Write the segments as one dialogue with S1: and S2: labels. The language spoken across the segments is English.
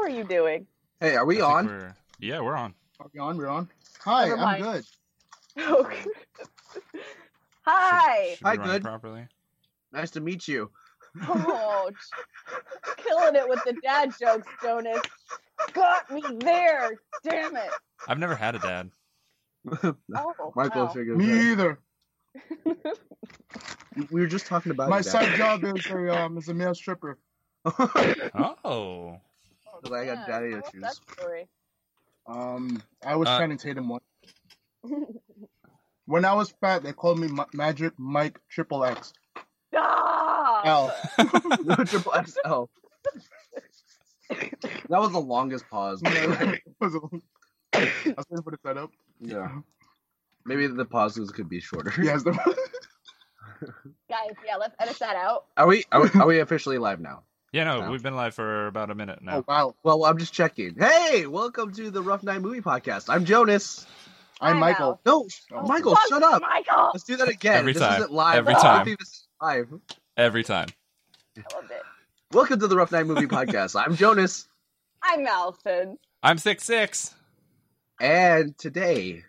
S1: were you doing?
S2: Hey, are
S3: I
S2: we
S3: think
S2: on?
S3: we're- yeah, we're on.
S2: Are we on? We're on. Hi,
S1: Never
S2: I'm
S1: mind.
S2: good.
S1: Okay.
S3: Should-
S1: Hi.
S3: Should we
S2: Hi,
S3: run it
S2: good.
S3: properly?
S2: Nice to meet you.
S1: Oh, j- killing it with the dad jokes, Jonas. Got me there. Damn it.
S3: I've never had a dad.
S1: Oh,
S2: Michael
S1: wow.
S2: figures
S4: Me either.
S2: that. We were just talking about
S4: My
S2: it,
S4: side job is a um, is a male stripper.
S2: Dad.
S3: Oh.
S2: Like, I got
S1: Yeah,
S2: daddy
S1: I love
S2: issues.
S1: That story.
S4: Um, I was
S3: Uh,
S4: Channing Tatum once. When I was fat, they called me Ma- Magic Mike Triple X.
S1: Ah!
S4: L.
S2: no triple XL. that was the longest pause.
S4: I was waiting for the setup.
S2: yeah. Maybe the pauses could be shorter.
S4: Yes. the-
S1: Guys, yeah, let's edit that out.
S2: Are we are we, are we officially live now?
S3: Yeah, no,
S2: No.
S3: we've been live for about a minute now.
S4: Oh wow.
S2: Well, I'm just checking. Hey, welcome to the Rough Night Movie Podcast. I'm Jonas.
S4: I'm
S1: Hi,
S4: Michael.
S2: No,
S4: Oh,
S2: Michael,
S1: Fuck,
S2: shut up.
S1: Michael!
S2: Let's do that again.
S3: Every
S2: this
S3: time.
S2: isn't live. I
S3: Every
S2: don't
S3: time.
S2: think this is live.
S3: Every time.
S1: I loved it.
S2: Welcome to the Rough Night Movie Podcast. I'm Jonas,
S1: I'm Allison.
S3: I'm six six.
S2: and today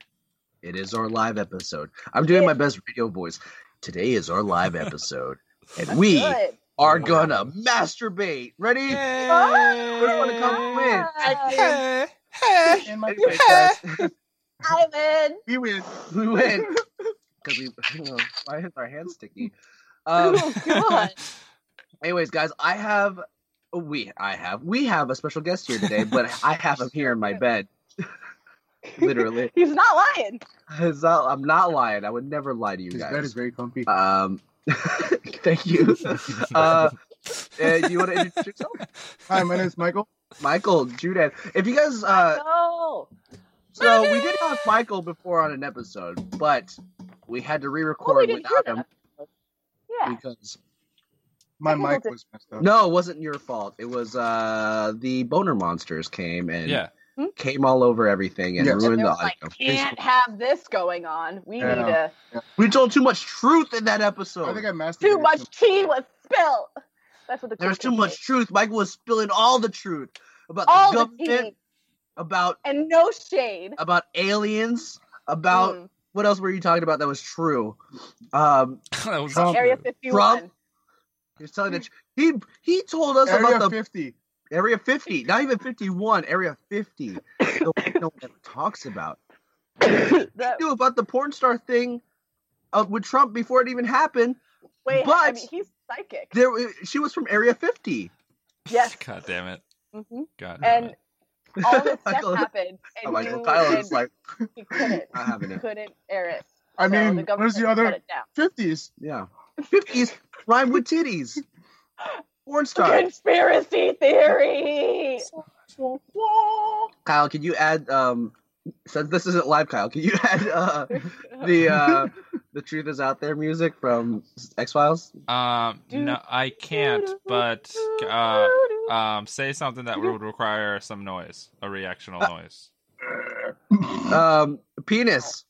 S2: it is our live episode. I'm doing my best radio voice. Today is our live episode, and we
S1: Good.
S2: are gonna masturbate. Ready? First one to come win.
S1: Ah,
S4: And my
S2: Anyway, guys,
S1: I'm in.
S4: we win.
S2: we win because we. Why is our hands sticky? Um,
S1: oh, God.
S2: anyways, guys, I have. We, I have, we have a special guest here today, but I have him here in my bed, literally.
S1: He's not lying.
S2: It's not- I'm not lying. I would never lie to you
S4: His
S2: guys.
S4: bed is very comfy.
S2: Um, thank you. uh, uh, you want to introduce yourself?
S4: Hi, my name is Michael.
S2: Michael, Judith. If you guys, uh,
S1: no.
S2: so we did have Michael before on an episode, but we had to
S1: Well, we
S2: re-record
S1: didn't hear
S2: without him
S1: that. Yeah.
S2: because
S4: My
S1: Michael
S4: mic
S1: did-
S4: was messed up.
S2: no, it wasn't your fault. It was uh the boner monsters came and
S3: Yeah.
S2: came all over everything and
S4: Yes.
S1: And
S2: ruined
S1: they
S2: the
S1: were
S2: audio.
S1: like, can't have this going on. We
S4: Yeah.
S1: need a
S2: We told too much truth in that episode.
S4: I think I masturbated.
S1: too much tea was spilled. That's what the
S2: there was
S1: question
S2: too much
S1: is.
S2: truth. Michael was spilling all the truth about
S1: All
S2: the
S1: the
S2: government,
S1: tea
S2: about
S1: and no shade.
S2: about aliens, about
S1: Mm.
S2: what else were you talking about that was true? Um,
S3: that was
S4: Trump.
S1: Area
S3: true.
S1: 51.
S2: he was telling that he he told us
S4: Area
S2: about the
S4: 50.
S2: area fifty, not even fifty one, area fifty. the one no one ever talks about.
S1: That-
S2: He knew about the porn star thing uh, with Trump before it even happened.
S1: wait, I
S2: but-
S1: mean, he's psychic.
S2: There, uh, she was from Area fifty.
S1: Yes.
S3: God damn it.
S1: Mhm.
S3: God damn
S1: And
S3: it.
S1: all this
S2: Michael-
S1: stuff happened,
S2: Oh
S1: and
S2: my
S1: you
S2: god, Tyler is
S1: did-
S2: like
S1: he couldn't,
S2: not having it.
S1: couldn't air it.
S4: I
S1: So
S4: mean,
S1: the government
S4: where's the other
S1: shut it down.
S4: 50s?
S2: Yeah, fifties rhyme with titties. Porn star.
S1: Conspiracy theory.
S2: Kyle, can you add? Um, since this isn't live, Kyle, can you add uh, the uh, the truth is out there music from X Files?
S3: Um no I can't, but uh um say something that would require some noise. A reactional
S2: Uh.
S3: noise.
S2: Um, penis.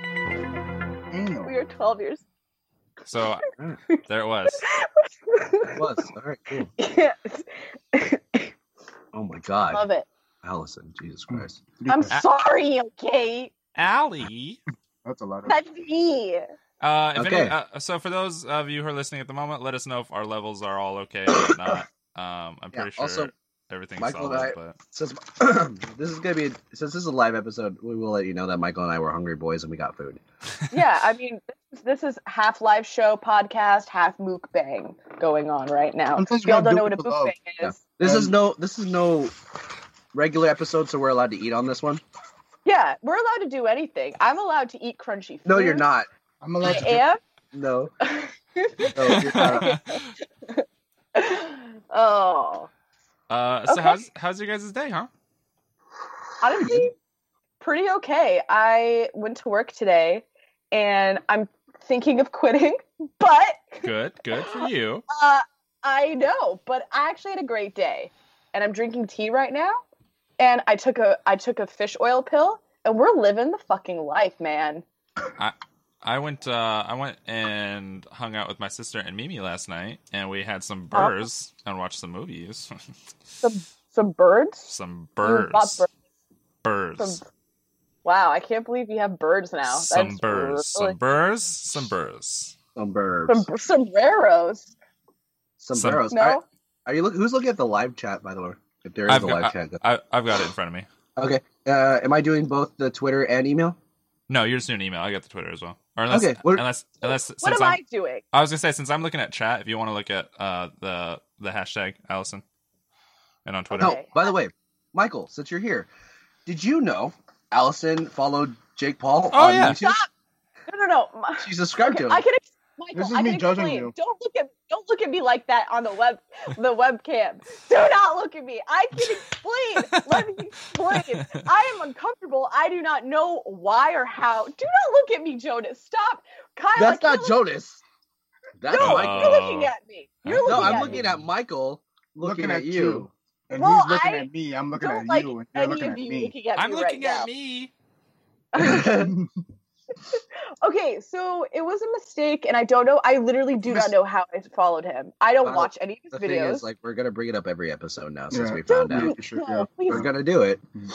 S4: Damn.
S1: we were 12 years.
S3: So there it was.
S2: Was all right. Cool.
S1: Yes.
S2: Oh my God,
S1: Love it.
S2: Allison, Jesus Christ.
S1: I'm
S3: Ah.
S1: sorry, okay?
S3: Allie.
S4: That's a lot of.
S1: That's me.
S3: Uh, if
S2: Okay.
S3: any, uh, so for those of you who are listening at the moment, let us know if our levels are all okay or not. Um, I'm
S2: Yeah,
S3: pretty sure
S2: also,
S3: everything's
S2: Michael and
S3: solid,
S2: I- Since this is gonna be since this is a live episode, we will let you know that Michael and I were hungry boys and we got food.
S1: Yeah, I mean, this is, this is half live show podcast, half mukbang going on right now.
S4: Sometimes
S1: If
S4: you
S1: y'all don't
S4: gotta do
S1: know what a
S4: it with love.
S1: mukbang
S2: Yeah.
S1: is.
S2: This is
S4: Um,
S2: no this is no regular episode, so we're allowed to eat on this one.
S1: Yeah, we're allowed to do anything. I'm allowed to eat crunchy food.
S2: No, you're not.
S4: I'm allowed
S1: I
S2: eh,
S4: to.
S1: am.
S2: No, no, you're not.
S3: but
S1: oh,
S3: uh, so
S1: Okay.
S3: how's how's your guys' day, huh?
S1: honestly, pretty okay. I went to work today, and I'm thinking of quitting, but
S3: Good, good for you.
S1: Uh, I know, but I actually had a great day, and I'm drinking tea right now, and I took a I took a fish oil pill, and we're living the fucking life, man.
S3: I went, uh, I went and hung out with my sister and Mimi last night, and we had some
S1: Oh.
S3: burrs and watched some movies.
S1: Some Some birds? You
S3: Some birds.
S1: bought
S3: Birds.
S1: Some, wow, I can't believe you have birds now.
S3: Some
S1: That's
S3: birds.
S1: really-
S3: Some birds. Some birds.
S2: Some birds.
S1: Som- sombreros.
S2: Some
S3: Some-
S2: barrels. Are,
S1: No?
S2: are you look? Who's looking at the live chat, by the way? If there is
S3: I've
S2: a
S3: got-
S2: live chat.
S3: I, I've got it in front of me.
S2: Okay. Uh, am I doing both the Twitter and email?
S3: No, you're just doing email. I got the Twitter as well. Or unless,
S2: Okay, we're-
S3: unless, unless.
S1: What
S3: since
S1: am
S3: I'm-
S1: I doing?
S3: I was gonna say since I'm looking at chat, if you want to look at uh, the the hashtag Allison, and on Twitter,
S2: No.
S1: Okay.
S2: By the way, Michael, since you're here, did you know Allison followed Jake Paul
S3: Oh,
S2: on
S3: yeah.
S2: YouTube?
S1: No, no, no. My-
S2: She subscribed
S1: Okay,
S2: to him.
S1: I can. Ex- Michael,
S4: This is
S1: I can
S4: me judging
S1: explain.
S4: you.
S1: Don't look at don't look at me like that on the web the webcam. Do not look at me. I can explain. Let me explain. I am uncomfortable. I do not know why or how. Do not look at me, Jonas. Stop, Kyle. I
S2: That's
S1: can't
S2: not
S1: look-
S2: Jonas. That's
S1: No,
S2: Michael.
S1: you're looking
S3: Oh.
S1: at me. You're
S3: No,
S1: looking
S2: No,
S1: at
S2: I'm
S1: me.
S2: looking at Michael looking, at, you.
S4: And
S1: Well,
S4: he's looking
S1: I
S4: at me. I'm looking
S1: Don't
S4: at
S1: like
S4: you. And you're
S1: any
S4: looking
S1: of
S4: at
S1: you
S4: me.
S1: looking at
S3: I'm
S1: me
S3: looking
S1: right
S3: at
S1: now.
S3: me.
S1: Okay, so it was a mistake, and I don't know. I literally do
S2: Mis-
S1: not know how I followed him. I don't
S2: Well,
S1: watch any of his
S2: the thing
S1: videos.
S2: is, like, we're gonna bring it up every episode now since
S4: Yeah.
S2: we found
S4: Yeah,
S1: Don't
S2: out.
S4: you should.
S1: No,
S4: Yeah.
S1: please
S2: We're gonna do it.
S4: Hmm.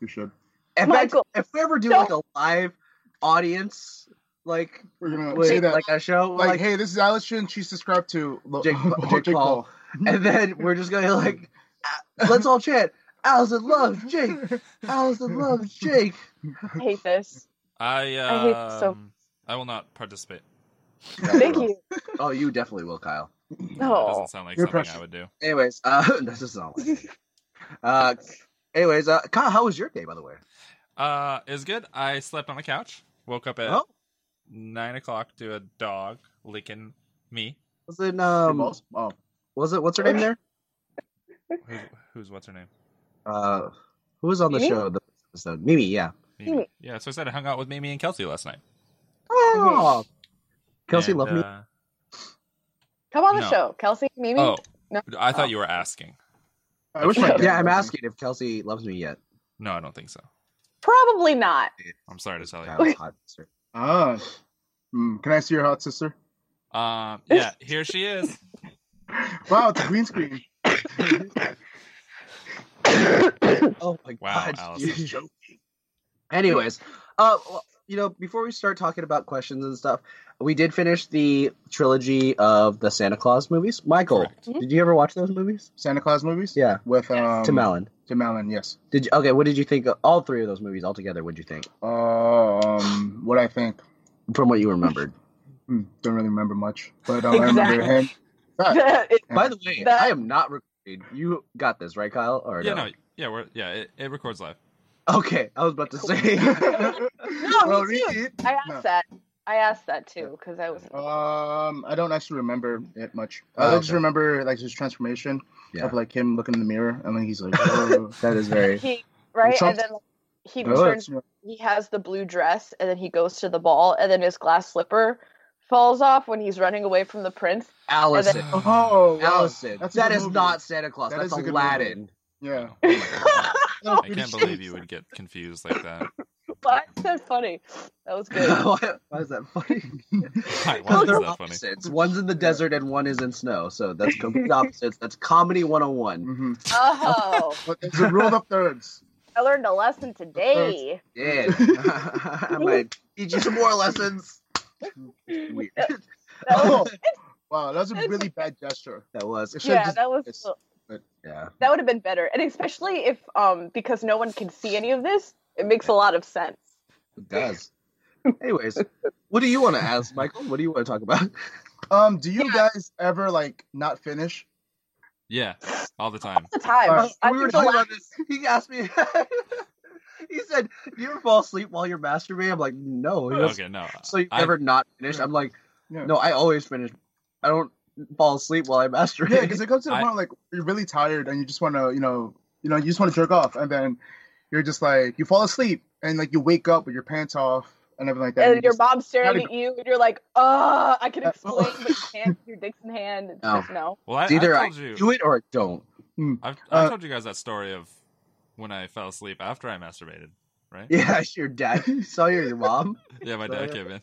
S4: You should.
S2: In
S1: Michael,
S2: fact, if we ever do
S1: don't-
S2: like a live audience, like
S4: We're gonna
S2: with-
S4: say that. Like,
S2: like a show, like,
S4: hey, this is Allison. She's subscribed to Lo-
S2: Jake Pa- Jake Paul. and then we're just gonna like, uh, let's all chant. Allison loves Jake. Allison loves Jake.
S1: I hate this.
S3: I
S1: I hate this so-
S3: um, I will not participate.
S1: Thank you.
S2: Oh, you definitely will, Kyle.
S3: No, it
S1: Oh.
S3: doesn't sound like
S4: You're
S3: something I
S4: precious.
S3: would do.
S2: Anyways, uh, this is not. Like uh, anyways, uh, Kyle, how was your day, by the way?
S3: Uh, is good. I slept on a couch. Woke up at
S2: Oh,
S3: nine o'clock to a dog licking me.
S2: was it
S4: Um,
S2: um,
S4: oh,
S2: was it what's her name there?
S3: Who's, who's what's her name?
S2: Uh, who was on the
S1: Mimi?
S2: show? The episode, Mimi. Yeah.
S3: Mimi. Yeah, so I said I hung out with Mimi and Kelsey last night.
S2: Oh, Kelsey
S3: And,
S2: loved me.
S3: uh,
S1: Come on the
S3: No.
S1: show, Kelsey, Mimi.
S3: Oh,
S1: No.
S3: I thought
S1: Oh.
S3: you were asking.
S4: I wish my
S1: Yeah,
S4: dad
S2: Yeah, I'm
S4: was-
S2: asking if Kelsey loves me yet.
S3: No, I don't think so.
S1: Probably not.
S3: I'm sorry to tell you.
S2: Kyle's hot sister.
S4: Ah, Hmm, can I see your hot sister?
S3: Um, yeah, here she is.
S4: Wow, it's a green screen.
S2: Oh my
S3: Wow,
S2: god.
S3: Allison.
S2: you joke. Anyways, uh, well, you know, before we start talking about questions and stuff, we did finish the trilogy of the Santa Claus movies. Michael,
S3: Correct.
S2: did you ever watch those movies?
S4: Santa Claus movies.
S2: Yeah,
S4: with um,
S2: Tim Allen.
S4: Tim Allen, yes.
S2: Did you, okay? What did you think? of All three of those movies altogether? What did you think
S4: Um, what I think.
S2: from what you remembered?
S4: Hmm, don't really remember much, but um, I remember
S1: Exactly.
S4: him. Fat.
S1: It-
S2: By the way,
S1: That-
S2: I am not recording. You got this right, Kyle? Or
S3: Yeah,
S2: no?
S3: no, yeah, we're yeah, it, it records live.
S2: Okay, I was about to say.
S1: No,
S4: Well,
S1: me too.
S4: read
S1: I asked
S4: No.
S1: that. I asked that too because I was.
S4: it. Um, I don't actually remember it much.
S2: Oh,
S4: I just
S2: okay.
S4: remember like his transformation
S2: Yeah.
S4: of like him looking in the mirror, and then he's like, oh,
S2: that is very.
S1: He right,
S4: Some-
S1: and then he
S4: oh,
S1: turns.
S4: it's- yeah.
S1: He has the blue dress, and then he goes to the ball, and then his glass slipper falls off when he's running away from the prince.
S2: Allison.
S4: oh, wow.
S2: Allison.
S4: That's a
S2: that
S4: good
S2: is
S4: movie.
S2: not Santa Claus.
S4: That
S2: That's
S4: is a good
S2: Aladdin. Oh.
S4: yeah.
S3: Oh I can't believe you would get confused like that.
S1: Why is that funny? That was good.
S2: why, why is that funny?
S3: Why, why
S2: Because
S3: is
S2: Oh, they're
S3: that funny?
S2: opposites. One's in the desert and one is in snow. So that's complete opposites. That's comedy 101.
S4: hmm
S1: Oh,
S4: But there's a rule of thirds.
S1: I learned a lesson today.
S2: Yeah. I'm going to teach you some more lessons. Weird.
S1: That was-
S4: Oh, wow, that was a really bad gesture.
S2: That was.
S4: It should
S1: yeah,
S4: just-
S1: that was.
S4: it's-
S2: Yeah.
S1: That would have been better, and especially if um because no one can see any of this, it makes a lot of sense.
S2: It does. Anyways, what do you want to ask, Michael? What do you want to talk about?
S4: Um, do you
S1: Yeah.
S4: guys ever like not finish?
S3: Yeah, all the time.
S1: The time
S4: Uh,
S1: I think
S2: we were
S1: the
S2: talking
S1: last-
S2: about this. He asked me. he said, "Do you ever fall asleep while you're masturbating?" I'm like, "No." He goes,
S3: Okay, no.
S2: So you
S3: I-
S2: ever not finish? I'm like,
S4: Yeah.
S2: no, I always finish. I don't fall asleep while I masturbate.
S4: Yeah, because it comes to the
S3: I-
S4: point like you're really tired and you just want to, you know, you know, you just want to jerk off, and then you're just like you fall asleep and like you wake up with your pants off and everything like that.
S1: and
S4: you
S1: your
S4: just-
S1: mom's staring
S4: gotta
S1: at you, and you're like, "Uh, I can
S4: Uh,
S1: explain, but you can't. Your dick's in hand. It's
S2: No.
S1: just no."
S3: Well, I,
S2: It's either
S3: I
S2: I
S3: told you.
S2: do it or I don't.
S3: I've,
S4: Uh,
S3: I've told you guys that story of when I fell asleep after I masturbated, right? Yeah,
S2: Yeah, your dad saw you, or your mom.
S3: my dad came in.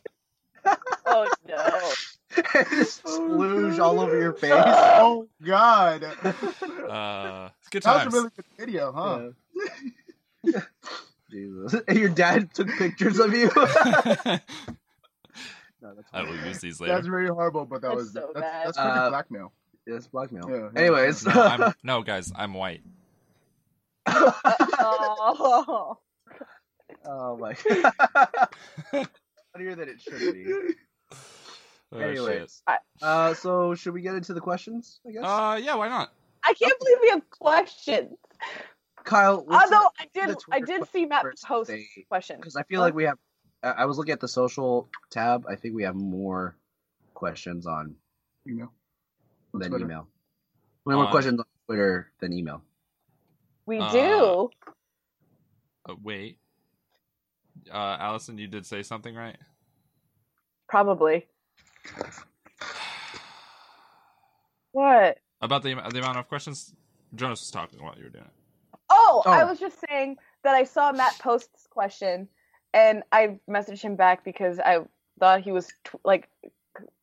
S1: Oh no!
S2: just luge all over your face.
S4: oh God, that
S3: Uh, it's good
S4: was a
S3: times.
S4: really good video, huh?
S2: Yeah. Jesus. And your dad took pictures of you. no, that's
S3: I will use these
S4: That's
S3: later.
S4: very horrible, but that
S1: That's
S4: was
S1: so
S4: that's,
S1: bad.
S4: that's pretty
S2: Uh,
S4: blackmail.
S2: It's blackmail.
S4: Yeah, yeah.
S2: Anyways,
S3: No, I'm, no, guys, I'm white.
S1: Oh.
S2: oh my. Funnier than it should be.
S3: Oh, shit.
S2: Anyways,
S1: I-
S2: uh, so should we get into the questions? I guess.
S3: Uh, yeah, why not?
S1: I can't believe we have questions.
S2: Kyle, what's
S1: Although I
S2: the
S1: did, I
S2: Twitter
S1: did see Matt
S2: first
S1: post
S2: thing?
S1: question.
S2: because I feel like we have. I I was looking at the social tab. I think we have more questions on
S4: You know, On
S2: than
S4: Twitter.
S2: email. We have more
S3: On-
S2: questions on Twitter than email.
S1: We
S3: Uh,
S1: do.
S3: Uh, wait. Uh, Allison, you did say something, right?
S1: Probably. What?
S3: About the, the amount of questions? Jonas was talking while you were doing it.
S1: Oh,
S2: Oh.
S1: I was just saying that I saw Matt post this question, and I messaged him back because I thought he was t- like,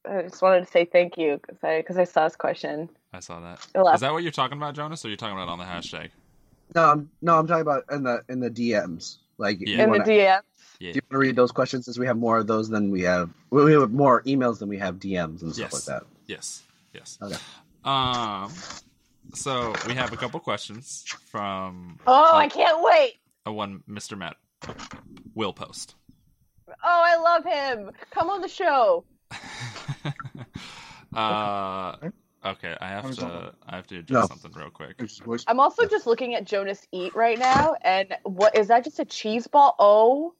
S1: I just wanted to say thank you because I because I saw his question.
S3: I saw that.
S1: You'll
S3: Is
S1: laugh.
S3: that what you're talking about, Jonas, or you are talking about on the hashtag?
S2: No, I'm, no, I'm talking about in the in the DMs. Like,
S3: Yeah.
S2: you
S1: in
S2: wanna,
S1: the DM.
S3: Yeah.
S2: do you want to read those questions? Since we have more of those than we have, well, we have more emails than we have DMs and stuff
S3: Yes.
S2: like that.
S3: Yes. Yes.
S2: Okay.
S3: Um. So we have a couple questions from uh,
S1: Oh, I can't wait.
S3: a one Mr. Matt will post.
S1: Oh, I love him. Come on the show.
S3: uh. Okay. I have
S4: How's
S3: to.
S4: that?
S3: I have to adjust
S2: No.
S3: something real quick.
S4: It's just voice.
S1: I'm also just looking at Jonas eat right now, and what is that? Just a cheese ball? Oh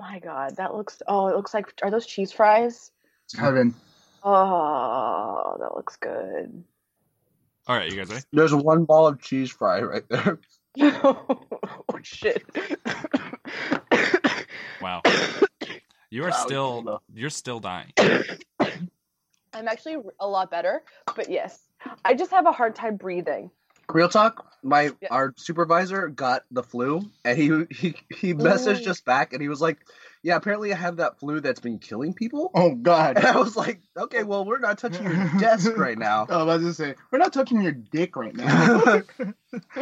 S1: my god, that looks. Oh, it looks like. Are those cheese fries?
S4: Heaven.
S1: Oh, that looks good.
S3: All right, you guys ready?
S2: There's one ball of cheese fry right there.
S1: oh shit.
S3: Wow. You are
S2: Wow,
S3: still.
S2: Jonas.
S3: You're still dying.
S1: I'm actually a lot better, but yes, I just have a hard time breathing.
S2: Real talk, my
S1: Yeah.
S2: our supervisor got the flu, and he he he messaged
S1: Ooh.
S2: us back, and he was like, "Yeah, apparently I have that flu that's been killing people."
S4: Oh
S2: And
S4: God.
S2: I was like, "Okay, well, we're not touching your desk right now."
S4: Oh, I was gonna say we're not touching your dick right now.
S2: I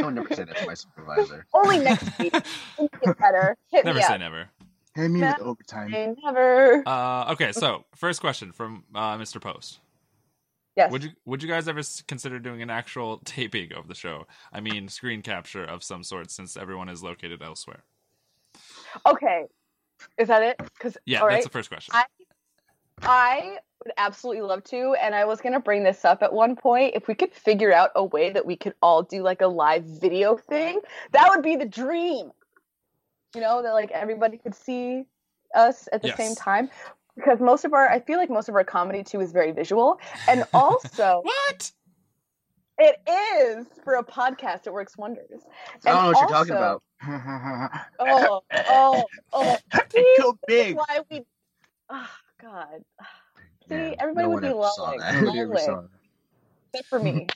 S2: would never say that to my supervisor.
S1: Only next week
S3: never
S1: it get better. Hit me
S3: say
S1: up.
S3: never.
S4: Hit me
S1: Matt-
S4: with overtime.
S1: Say never.
S3: Uh. Okay. So first question from uh, Mr. Post.
S1: yes.
S3: Would you would you guys ever s- consider doing an actual taping of the show? I mean, screen capture of some sort, since everyone is located elsewhere.
S1: Okay. Is that it? Because
S3: Yeah,
S1: all
S3: that's
S1: right.
S3: the first question.
S1: I I would absolutely love to, and I was gonna bring this up at one point. If we could figure out a way that we could all do like a live video thing, that would be the dream. You know, that like everybody could see us at the
S3: Yes.
S1: same time. Because most of our I feel like most of our comedy too is very visual. And also
S3: what?
S1: it is for a podcast, it works wonders.
S2: I don't know
S1: And
S2: what you're talking
S1: also-
S2: about.
S1: Oh, oh, oh
S4: I
S1: see,
S4: feel big.
S1: why we Oh God. See,
S2: Man,
S1: everybody
S2: no
S1: would be
S2: one ever saw
S1: loving.
S2: that.
S4: Nobody ever saw it.
S1: except for me.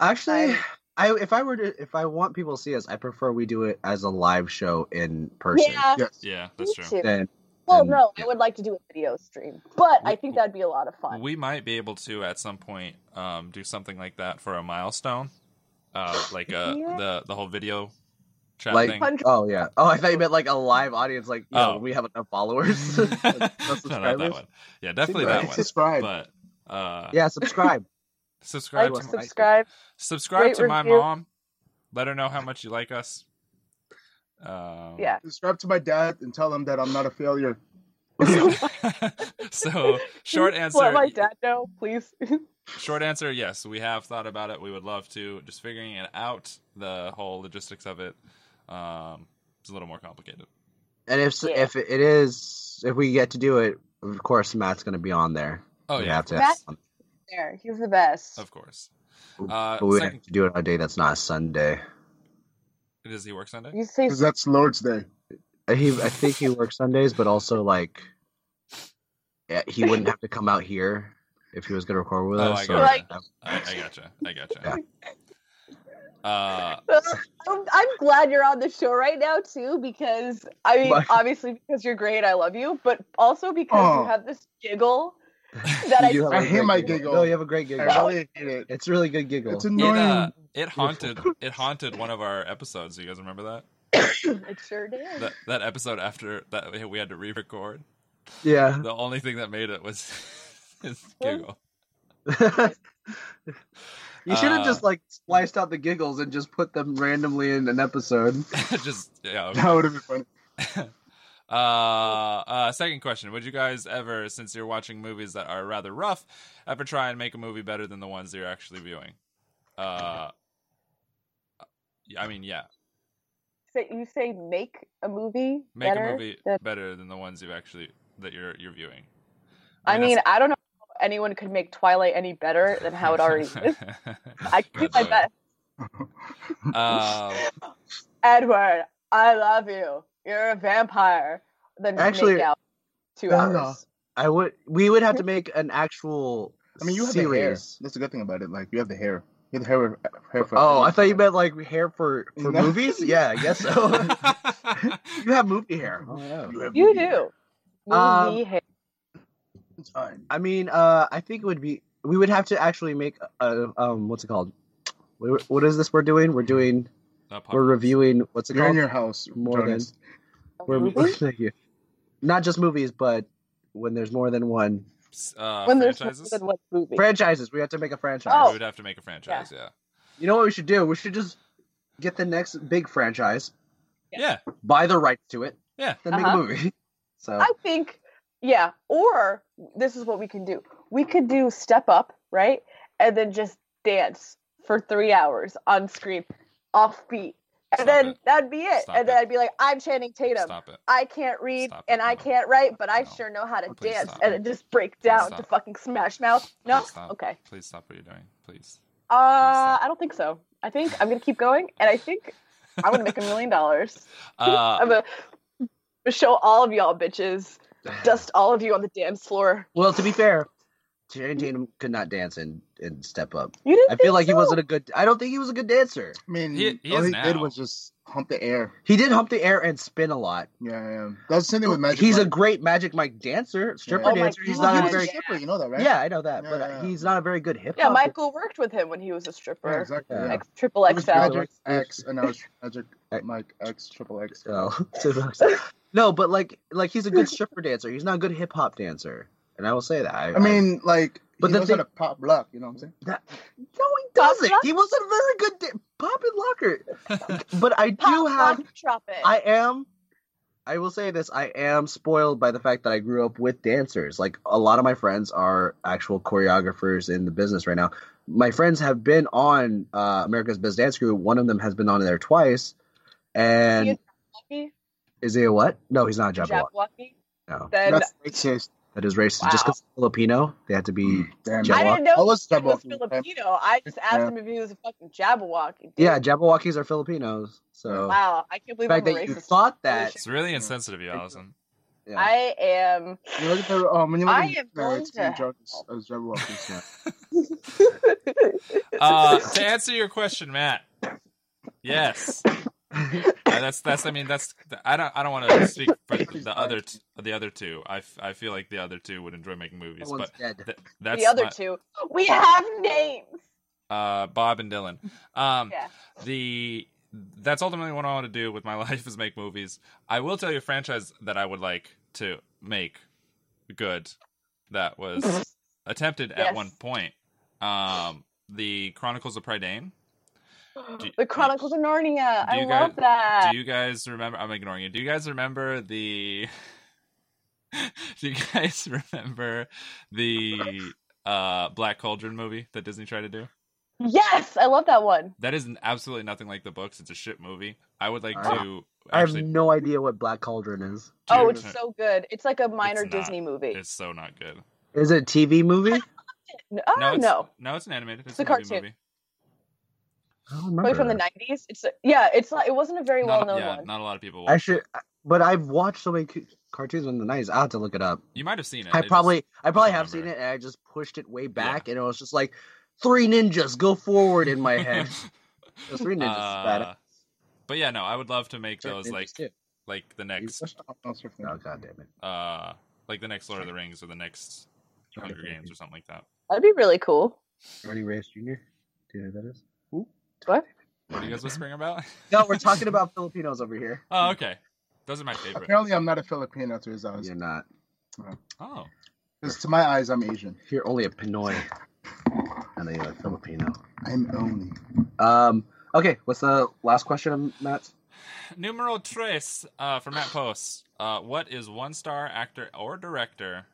S2: Actually,
S1: I-
S2: I if I were to if I want people to see us, I prefer we do it as a live show in person.
S1: Yeah,
S4: Yes.
S3: Yeah,
S1: me
S3: that's true.
S1: too.
S2: Then
S1: Well,
S2: and-
S1: no,
S2: yeah.
S1: I would like to do a video stream, but I think that'd be a lot of fun.
S3: We might be able to at some point um, do something like that for a milestone, uh, like uh,
S1: Yeah.
S3: the the whole video chat
S2: Like-
S3: thing.
S1: Hundred-
S2: oh yeah. Oh, I thought you meant like a live audience, like you
S3: Oh.
S2: know, when we have enough followers.
S3: no,
S2: Like, no
S3: not that
S2: subscribers.
S3: one. Yeah, definitely
S2: Right.
S3: that
S4: Like,
S3: one.
S4: subscribe.
S3: But uh,
S2: Yeah, subscribe.
S3: subscribe
S1: like,
S3: to,
S2: I-
S1: subscribe.
S3: subscribe
S1: rate,
S3: to my
S1: review.
S3: mom. Let her know how much you like us. Um,
S1: Yeah.
S4: Subscribe to my dad and tell him that I'm not a failure.
S3: so, so, short answer
S1: Let my dad know, please.
S3: short answer yes we have thought about it we would love to just figuring it out the whole logistics of it um it's a little more complicated
S2: And if
S1: Yeah.
S2: if it is if we get to do it, of course Matt's going to be on there.
S3: oh
S2: we
S3: yeah
S2: have
S3: of
S2: to.
S1: Matt- there, he's the best.
S3: of course uh
S2: but we
S3: second,
S2: have to do it on a day that's not a Sunday.
S3: does he work sunday
S1: You say
S4: Because that's Lord's Day.
S2: He, I think he works Sundays, but also like, yeah, he wouldn't have to come out here if he was going to record with
S3: Oh,
S2: us.
S3: I
S2: so
S1: got it.
S2: that-
S3: I, I gotcha i gotcha uh
S1: I'm, I'm glad you're on the show right now too, because I mean,
S2: Bye.
S1: obviously because you're great, I love you, but also because
S4: Aw.
S1: you have this giggle that I
S2: Oh. You do have a
S4: I hate
S2: great
S4: my
S2: giggle.
S4: giggle.
S2: No, you have a great giggle.
S4: I really hate it.
S2: It's a really good giggle.
S4: It's
S3: It,
S4: annoying.
S3: uh, it haunted it haunted one of our episodes. You guys remember that?
S1: it sure did.
S3: That that episode after that we had to re-record.
S2: yeah.
S3: The only thing that made it was his giggle.
S2: you should have
S3: Uh,
S2: just like spliced out the giggles and just put them randomly in an episode.
S3: Just yeah. okay.
S4: that would have been funny.
S3: Uh, uh, second question: Would you guys ever, since you're watching movies that are rather rough, ever try and make a movie better than the ones that you're actually viewing? Uh, I mean, yeah,
S1: So you say make a movie
S3: make
S1: better
S3: a movie
S1: than-
S3: better than the ones you actually that you're you're viewing.
S1: I mean,
S3: that's-
S1: I don't know how anyone could make Twilight any better than how it already is. I can do my
S3: Good
S1: best.
S3: lord. Um,
S1: Edward, I love you. You're a vampire. Then
S2: Actually-
S1: make out two
S2: No, no.
S1: hours.
S2: I would. We would have to make an actual.
S4: I mean, you have the hair.
S2: series.
S4: That's a good thing about it. Like you have the hair. You have the hair. hair for
S2: Oh, I thought you meant like hair for for
S4: No.
S2: movies. Yeah, I guess so. you have movie hair. I don't know.
S4: have
S1: You
S4: movie
S1: do.
S2: Um,
S1: Movie hit.
S4: It's fine.
S2: I mean, uh, I think it would be. We would have to actually make a um. What's it called? We- What is this we're doing? We're doing.
S3: not
S2: We're
S3: popular.
S2: reviewing. What's it
S4: You're in
S2: called?
S4: your house.
S2: More than-
S4: Jonas.
S2: We're,
S1: Movie?
S2: thank you. Not just movies, but when there's more than one
S3: uh,
S1: when there's more
S3: franchises.
S1: than one movie.
S2: franchises, we have to make a franchise.
S1: Oh.
S3: We would have to make a franchise. Yeah.
S2: You know what we should do? We should just get the next big franchise,
S1: Yeah.
S3: Yeah.
S2: buy the rights to it,
S3: Yeah.
S2: then make
S1: Uh-huh.
S2: a movie. So
S1: I think, yeah. Or this is what we can do. We could do step up, right, and then just dance for three hours on screen, off beat, and
S3: Stop
S1: then
S3: it.
S1: that'd be it.
S3: Stop
S1: and then
S3: it.
S1: I'd be like, I'm Channing Tatum.
S3: Stop it.
S1: I can't read
S3: Stop it,
S1: and I
S3: no.
S1: can't write, but I
S3: No.
S1: sure know how to
S3: Please
S1: dance,
S3: stop
S1: and
S3: it.
S1: it just break down
S3: stop
S1: to
S3: it.
S1: fucking Smash Mouth. No,
S3: Please stop.
S1: okay.
S3: Please stop what you're doing. Please.
S1: Uh,
S3: stop.
S1: I don't think so. I think I'm gonna keep going, and I think I'm gonna make a million dollars.
S3: Uh,
S1: I'm gonna show all of y'all bitches, dust all of you on the dance floor.
S2: well, to be fair, Channing Tatum could not dance and, and step up.
S1: You didn't.
S2: I feel
S1: think
S2: like he
S1: so?
S2: wasn't a good. I don't think he was a good dancer.
S4: I mean,
S3: He- he
S4: all
S3: is
S4: he did
S3: now.
S4: was just hump the air.
S2: He did hump the air and spin a lot.
S4: Yeah, yeah. That's the same thing with Magic.
S2: he's a
S4: Mike.
S2: great Magic Mike dancer, stripper
S4: Oh
S1: my
S2: dancer. He's
S1: God.
S2: not
S4: he
S2: a
S4: was
S2: very
S4: stripper. You know that, right?
S2: yeah, I know that, but uh,
S4: Yeah, yeah.
S2: he's not a very good hip hop.
S1: Yeah, Michael worked with him when he was a stripper.
S4: Yeah, exactly.
S2: Yeah.
S4: Yeah.
S1: Like triple
S4: It was
S1: XL.
S4: Magic X, and I was Magic
S2: X.
S4: Mike X Triple X.
S2: Oh, no, but like, like he's a good stripper dancer. He's not a good hip hop dancer, and I will say that. I,
S4: I mean, like,
S2: But
S4: but he
S2: the
S4: knows
S2: thing-
S4: how to pop block. You know what I'm saying?
S2: That, no, he doesn't. He was a very good da- pop and locker. but I do
S1: Pop,
S2: have.
S1: lock, drop it.
S2: I am. I will say this. I am spoiled by the fact that I grew up with dancers. Like a lot of my friends are actual choreographers in the business right now. My friends have been on uh, America's Best Dance Crew. One of them has been on there twice. And
S1: Is he
S2: is he a what? No, he's not a Jabberwock.
S1: Jabberwocky?
S2: No,
S1: Then
S4: That's racist.
S2: that is racist. Just
S1: Wow. Hmm.
S2: because Filipino, they had to be.
S4: Mm, Damn.
S1: I
S2: Jabberwock.
S1: didn't know
S4: I
S1: he
S4: was
S1: was
S4: Jabberwocky.
S1: Filipino. I just asked
S4: Yeah.
S1: him if he was a fucking Jabberwocky. dude.
S2: Yeah, Jabberwockies are Filipinos. So
S1: Wow, I can't believe
S2: the fact
S1: I'm a
S2: that you
S1: racist.
S2: thought that.
S3: it's really insensitive, you, Allison.
S2: yeah.
S1: I am.
S4: You look at the um, when you look
S1: I
S4: at
S1: am
S4: the
S1: going
S4: it's been
S1: to
S4: drunk as- as Jabberwockies, yeah.
S3: Uh, to answer your question, Matt. Yes. Uh, that's that's. I mean, that's. I don't. I don't want to speak for the other. T- the other two. I, f- I feel like the other two would enjoy making movies,
S2: Everyone's
S3: but
S2: dead.
S3: th- that's
S1: the other
S3: my-
S1: two. We have names.
S3: uh, Bob and Dylan. Um,
S1: Yeah.
S3: the that's ultimately what I want to do with my life is make movies. I will tell you a franchise that I would like to make good that was attempted at
S1: Yes.
S3: one point. Um, the Chronicles of Prydain. Do-
S1: the Chronicles of Narnia.
S3: Do
S1: I
S3: you
S1: love
S3: guys-
S1: that.
S3: Do you guys remember? I'm ignoring you. Do you guys remember the? do you guys remember the uh, Black Cauldron movie that Disney tried to do?
S1: Yes, I love that one.
S3: That is absolutely nothing like the books. It's a shit movie. I would like
S2: Ah.
S3: to
S2: I have
S3: actually.
S2: no idea what Black Cauldron is.
S1: oh,
S3: Dude.
S1: it's so good. It's like a minor
S3: not.
S1: Disney movie.
S3: It's so not good.
S2: Is it a TV movie?
S1: No, oh, no,
S3: No, it's, no, it's an animated. It's,
S1: It's a
S3: a movie
S1: cartoon.
S3: Movie.
S2: I don't
S1: probably from the
S2: remember.
S1: '90s. It's a, yeah, it's not. It wasn't a very
S3: Not-
S1: well-known
S3: yeah,
S1: one.
S3: not a lot of people.
S2: I
S3: watch
S2: should,
S3: it.
S2: but I've watched so many c- cartoons in the nineties. I have to look it up.
S3: You might have seen it.
S2: I
S3: It just-
S2: probably, I probably
S3: don't
S2: have seen
S3: remember.
S2: it, and I just pushed it way back, and it was just like three ninjas go forward in my head. Those three ninjas, is bad.
S3: Uh, but yeah, no, I would love to make
S2: Three
S3: those
S2: ninjas
S3: like
S2: too.
S3: like the next
S2: watched-
S4: Oh, sorry.
S2: Oh god damn it!
S3: uh like the next Lord of the Rings or the next Hunger Games or something like that.
S1: That'd be really cool.
S2: Ernie Reyes Jr. Do you know who that is?
S3: What are you guys whispering about?
S2: No, we're talking about Filipinos over here.
S3: Oh, okay. Those are my favorite.
S4: Apparently, I'm not a Filipino to his eyes.
S2: You're not.
S3: Oh,
S4: 'Cause to my eyes, I'm Asian.
S2: You're only a Pinoy. And then you're a Filipino.
S4: I'm only.
S2: Um, okay, what's the last question, Matt?
S3: numero tres uh, for Matt Post. Uh, what is one star actor or director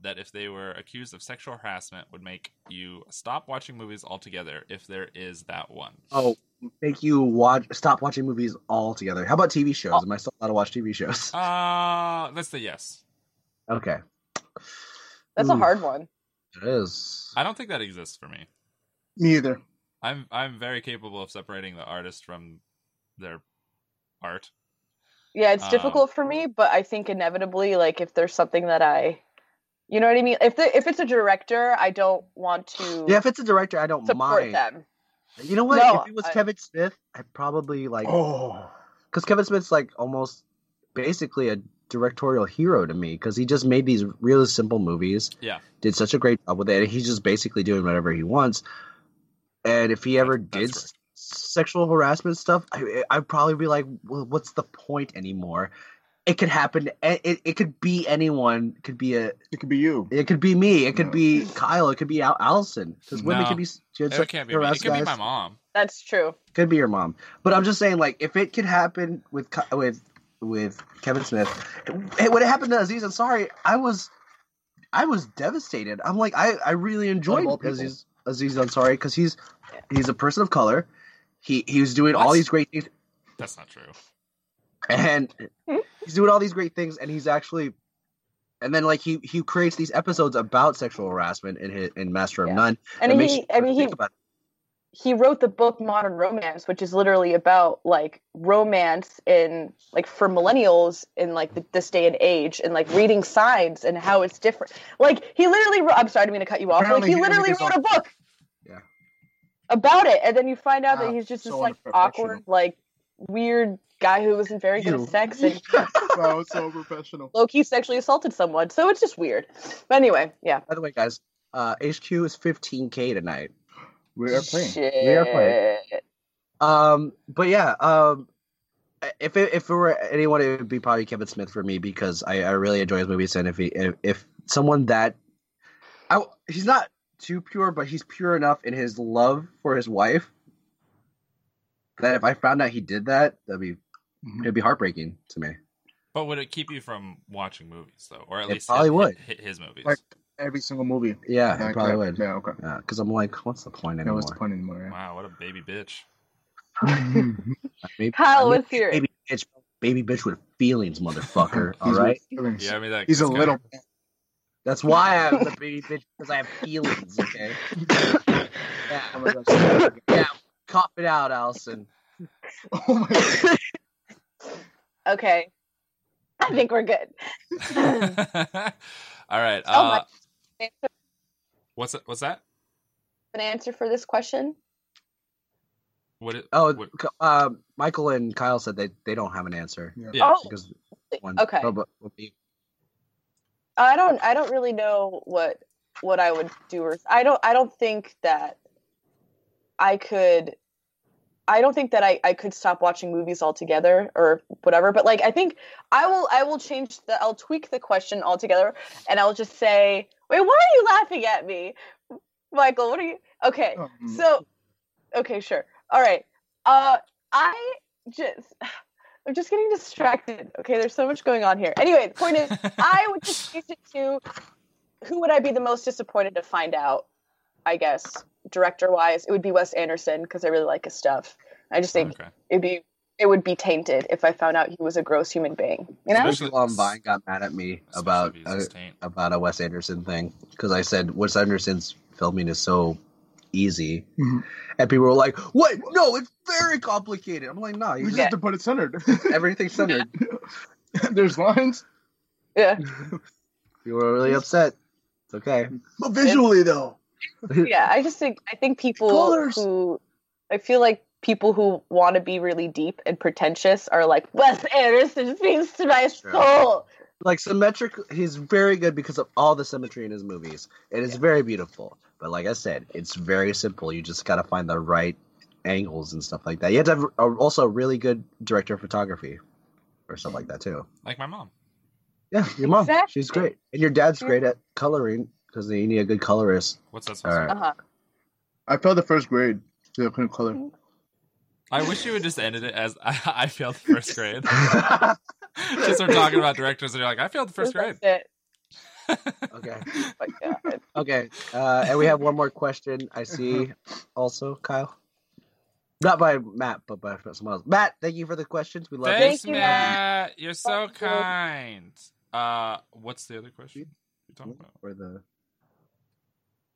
S3: that, if they were accused of sexual harassment, would make you stop watching movies altogether? If there is that one.
S2: Oh, make you watch stop watching movies altogether. How about TV shows?
S1: Oh.
S2: Am I still allowed to watch TV shows?
S3: Uh, let's say yes.
S2: Okay.
S1: That's a
S2: Ooh.
S1: hard one.
S2: It is.
S3: I don't think that exists for me.
S4: Me either.
S3: I'm I'm very capable of separating the artist from their art.
S1: Yeah, it's
S3: Um,
S1: difficult for me, but I think inevitably, like if there's something that I, you know what I mean. If the, if it's a director, I don't want to
S2: Yeah, if it's a director, I don't
S1: support
S2: mind.
S1: them.
S2: You know what?
S1: No,
S2: if it was
S1: I-
S2: Kevin Smith, I'd probably like
S4: Oh,
S2: because Kevin Smith's like almost basically a directorial hero to me because he just made these really simple movies.
S3: Yeah.
S2: did such a great job with it. He's just basically doing whatever he wants. And if he ever
S3: That's-
S2: did
S3: that's
S2: s- sexual harassment stuff, I, I'd probably be like, well, what's the point anymore? It could happen. to a- It, it could be anyone. It could be a.
S4: it could be you.
S2: It could be me. It could
S4: No.
S2: be Kyle. It could be Al- Allison. Because women
S3: No.
S2: could be. s-
S3: It
S2: sexually
S3: can't be. Me. It
S2: harassed
S3: could be
S2: guys
S3: my mom.
S1: That's true.
S2: could be your mom but i'm just saying like if it could happen with Ki- with with kevin smith it, when it happened to aziz ansari i was i was devastated i'm like i i really enjoyed
S4: Of all people.
S2: aziz aziz ansari because he's he's a person of color he he was doing all
S3: What?
S2: these great things
S3: That's not true.
S2: and
S1: Hmm?
S2: he's doing all these great things and he's actually and then like he he creates these episodes about sexual harassment in his in master of
S1: Yeah.
S2: none
S1: And
S2: It makes
S1: he,
S2: you
S1: I mean, he
S2: think about it.
S1: he wrote the book Modern Romance, which is literally about like romance in like for millennials in like the, this day and age, and like reading signs and how it's different. Like he literally, wrote, I'm sorry, I'm going to cut you off. Like
S4: Apparently
S1: he
S4: he didn't
S1: literally
S4: read his
S1: wrote a
S4: own-
S1: book.
S2: Yeah.
S1: About it, and then you find out that
S4: Wow,
S1: he's just this
S4: so
S1: like
S4: unprofessional.
S1: awkward, like weird guy who wasn't very good
S2: You.
S1: at sex and
S4: Wow, so professional.
S1: low key sexually assaulted someone. So it's just weird. But anyway, yeah.
S2: by the way guys uh hq is 15k tonight
S4: We are playing.
S2: We are playing.
S1: Shit.
S2: Um, but yeah, um, if it, if it were anyone, it would be probably Kevin Smith for me because I, I really enjoy his movies. And if he if, if someone that, I w- he's not too pure, but he's pure enough in his love for his wife that if I found out he did that, that'd be
S4: Mhm.
S2: it'd be heartbreaking to me.
S3: But would it keep you from watching movies though, or at
S2: It
S3: least
S2: probably
S3: hit,
S2: would.
S3: hit, hit his movies?
S4: Like every single movie.
S2: Yeah, I
S4: Like
S2: probably
S4: that.
S2: would.
S4: Yeah, okay.
S2: Because I'm like, what's the point
S4: That
S2: anymore?
S4: was the point anymore.
S3: wow, what a baby bitch.
S4: Yeah.
S2: Maybe-
S1: Kyle,
S2: I'm
S1: let's hear it.
S2: baby bitch, baby bitch with feelings, motherfucker. all
S4: He's
S2: right.
S4: really-
S3: Yeah, I mean that.
S4: He's a
S3: it's got-
S4: little.
S2: That's why I'm the baby bitch because I have feelings. Okay.
S4: Oh
S2: Yeah,
S4: my gosh.
S2: yeah. Cough it out, Allison.
S4: Oh my gosh.
S1: Okay. I think we're good.
S3: All right.
S1: Oh my-
S3: Uh, what's that- what's that?
S1: An answer for this question?
S3: What? It,
S2: Oh,
S3: what-
S2: uh, Michael and Kyle said they, they don't have an answer
S3: yeah.
S1: Oh,
S2: because one.
S1: okay.
S2: oh, but- but you-
S1: I don't. I don't really know what what I would do. Or I don't. I don't think that I could. I don't think that I, I could stop watching movies altogether or whatever. But like, I think I will. I will change the. I'll tweak the question altogether, and I'll just say, "Wait, why are you laughing at me, Michael? What are you? Okay,
S4: Um,
S3: Mm.
S1: So, okay, sure. All right. Uh, I just, I'm just getting distracted. Okay, there's so much going on here. Anyway, the point is, I would just change it to who would I be the most disappointed to find out? I guess director wise, it would be Wes Anderson because I really like his stuff. I just think
S3: okay.
S1: it'd be it would be tainted if I found out he was a gross human being. You know?
S3: Especially-
S2: People on Vine got mad at me
S3: Especially
S2: about
S3: if he's
S2: uh,
S3: his taint.
S2: about a Wes Anderson thing because I said Wes Anderson's filming is so easy,
S1: Mm-hmm.
S4: Mhm.
S2: and people were like, "What? No, it's very complicated." I'm like, "No,
S4: we
S2: you
S4: just
S2: just
S4: have to put it centered.
S2: everything's centered."
S4: There's lines,
S1: Yeah.
S2: You were really upset. It's okay.
S4: but visually though.
S1: yeah i just think i think people
S4: Colors.
S1: who i feel like people who want to be really deep and pretentious are like wes anderson speaks to my
S2: True.
S1: soul
S2: like symmetric. He's very good because of all the symmetry in his movies. It is very beautiful. But like I said, it's very simple. You just gotta find the right angles and stuff like that. You have to have a, also a really good director of photography or stuff like that too.
S3: like my mom.
S2: Yeah, your mom,
S1: Exactly.
S2: she's great, and your dad's
S1: Sure.
S2: great at coloring because you need a good colorist.
S3: What's that supposed
S2: All
S3: to
S2: right.
S1: Uh-huh.
S4: I failed the first grade. So I couldn't color.
S3: I wish you would just ended it as I, I failed the first grade.
S1: Uh-huh.
S3: just start talking about directors and you're like, I failed the first grade.
S1: That's it.
S2: okay.
S1: But yeah, it's-
S2: Okay, uh, and we have one more question. I see, also Kyle, not by Matt, but by someone else. Matt, thank you for the questions. We love
S1: Thank
S3: Thanks,
S1: you,
S3: Matt. You're so
S1: Thank you.
S3: kind. Uh, what's the other
S2: Mm-hmm.
S3: question? You're talking
S2: you
S3: about?
S2: for the
S3: Are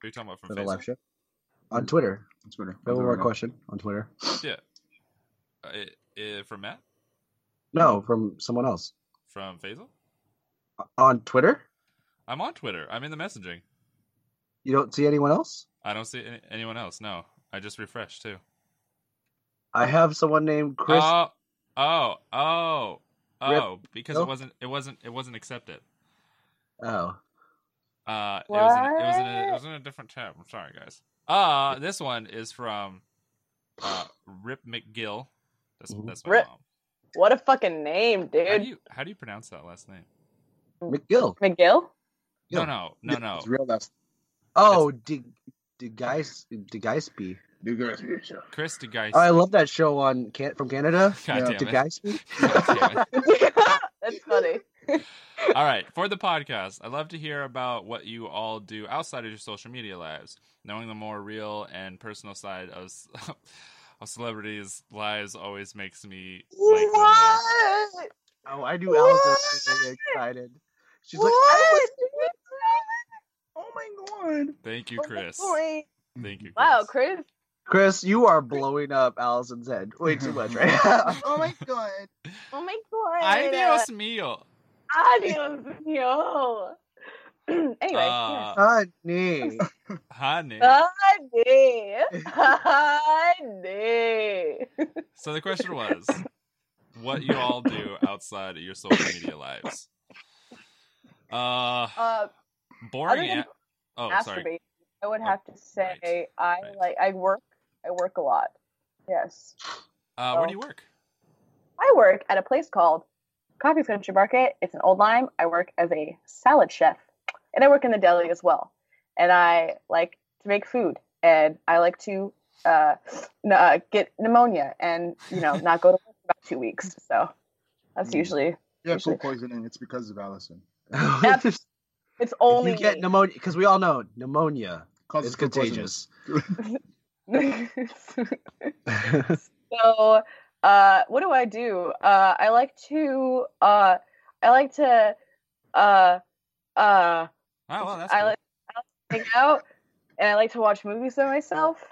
S3: you talking about
S2: for
S3: from
S2: the
S3: Facebook?
S2: live show on Twitter.
S4: On Twitter.
S2: We have one more question on Twitter.
S3: Uh, eh, eh, from Matt?
S2: No, from someone else
S3: From Faisal?
S2: on Twitter.
S3: I'm on Twitter. I'm in the messaging.
S2: You don't see anyone else.
S3: I don't see any- anyone else. No, I just refreshed too.
S2: I have someone named Chris.
S3: Oh, oh, oh,
S2: Rip-
S3: oh! Because
S2: No?
S3: it wasn't, it wasn't, it wasn't accepted.
S2: oh,
S3: Uh, it was, in, it was in a, it
S1: What?
S3: was in a different tab. I'm sorry, guys. Uh, this one is from uh, Rip McGill. That's
S2: Mhm.
S3: that's my
S1: Rip,
S3: mom.
S1: what a fucking name,
S3: How do
S1: dude.
S3: you how do you pronounce that last name?
S2: McGill.
S1: McGill?
S3: No,
S2: Yeah.
S3: no, no, no.
S4: It's real last.
S2: Oh, De Geis De Geisby.
S4: Dude, guys, yeah, sure.
S3: Chris DeGeist.
S2: Oh, I love that show on can from Canada. Uh,
S3: God damn
S4: yeah,
S2: De
S3: it.
S2: Geisby.
S3: God damn it.
S1: That's funny.
S3: All right, for the podcast, I'd love to hear about what you all do outside of your social media lives. Knowing the more real and personal side of, s- of celebrities' lives always makes me like them more.
S1: What?
S2: Oh, I knew
S1: What?
S2: Alice was really excited. She's like, I was
S1: what?
S4: Oh my god.
S3: Thank you, Chris.
S1: Oh
S3: Thank you. Chris.
S1: Wow, Chris.
S2: Chris, you are blowing up Allison's head way too much right now.
S4: Oh my god.
S1: Oh my god.
S3: Adios, mio.
S1: Adios, yo. anyway, yeah.
S3: Uh,
S2: Honey.
S3: honey.
S1: Honey. Honey.
S3: So the question was, what you all do outside of your social media lives? Uh,
S1: Uh,
S3: boring.
S1: other than
S3: an- oh, sorry.
S1: masturbate, I
S3: Oh,
S1: would have to say
S3: right,
S1: I
S3: right.
S1: like I work. I work a lot. Yes,
S3: Uh, where do you work?
S1: I work at a place called Coffee's Country Market. It's an old lime. I work as a salad chef, and I work in the deli as well. And I like to make food, and I like to uh, n- uh, get pneumonia, and you know, not go to work for about two weeks. So that's
S4: Mm.
S1: usually
S4: You have food poisoning. It's because of Allison.
S2: if
S1: it's only
S2: you get
S1: me.
S2: pneumonia, because we all know pneumonia
S4: Causes
S2: is
S4: food poisoning.
S2: contagious.
S1: so uh what do i do uh i like to uh i like to uh uh
S3: Oh, well, that's
S1: I,
S3: cool.
S1: like, I like to hang out and i like to watch movies by myself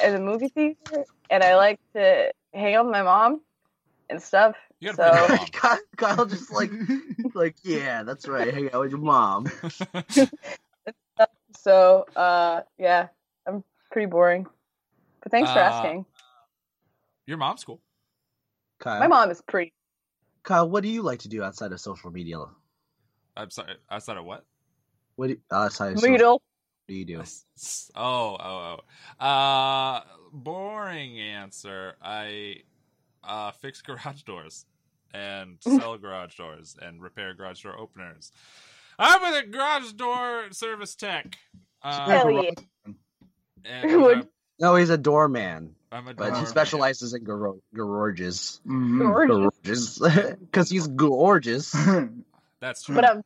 S1: at the movie theater and i like to hang out with my mom and stuff
S3: You gotta
S1: so-
S3: play the
S2: Kyle, Kyle just like, like, yeah, that's right. Hang out with your mom.
S3: mom.
S1: so uh yeah i'm pretty boring but thanks for
S3: Uh,
S1: asking
S3: Your mom's cool.
S2: Kyle,
S1: my mom is pretty
S2: Kyle, what do you like to do outside of social media?
S3: I'm sorry. Outside of what?
S2: What do you, outside of social, what
S1: noodle
S2: do you do?
S3: Oh, oh, oh. Uh, boring answer. I uh, fix garage doors and sell garage doors and repair garage door openers. I'm with a garage door service tech.
S1: Hell
S3: Uh,
S1: yeah.
S3: and I'm,
S2: No, he's a doorman,
S3: I'm a door
S2: but he
S3: man.
S2: specializes in gar- garages.
S4: Mhm.
S1: Gorgeous.
S2: Gorgeous, because he's gorgeous.
S4: Mm-hmm.
S3: That's true.
S1: but i'm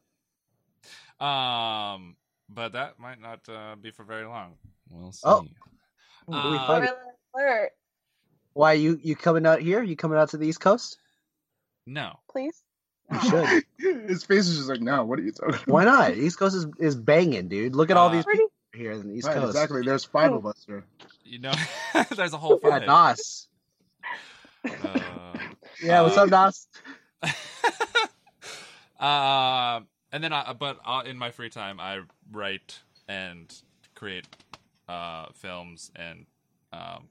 S2: uh,
S3: um, but that might not uh, be for very long. We'll see.
S2: Oh.
S3: Uh,
S2: We find-
S1: alert
S2: Why you you coming out here? You coming out to the East Coast?
S3: No.
S1: please
S2: You should.
S4: His face is just like, no, what are you talking about?
S2: Why not? East Coast is, is banging, dude. Look at all
S3: Uh,
S2: these
S1: pretty
S2: people here in the East
S4: Right,
S2: Coast.
S4: exactly. There's five of us here.
S3: You know, there's a whole
S2: Yeah,
S3: five.
S2: Nas.
S3: Uh,
S2: Yeah, what's up, Nas?
S3: um, and then I, but uh, in my free time, I write and create uh, films and um,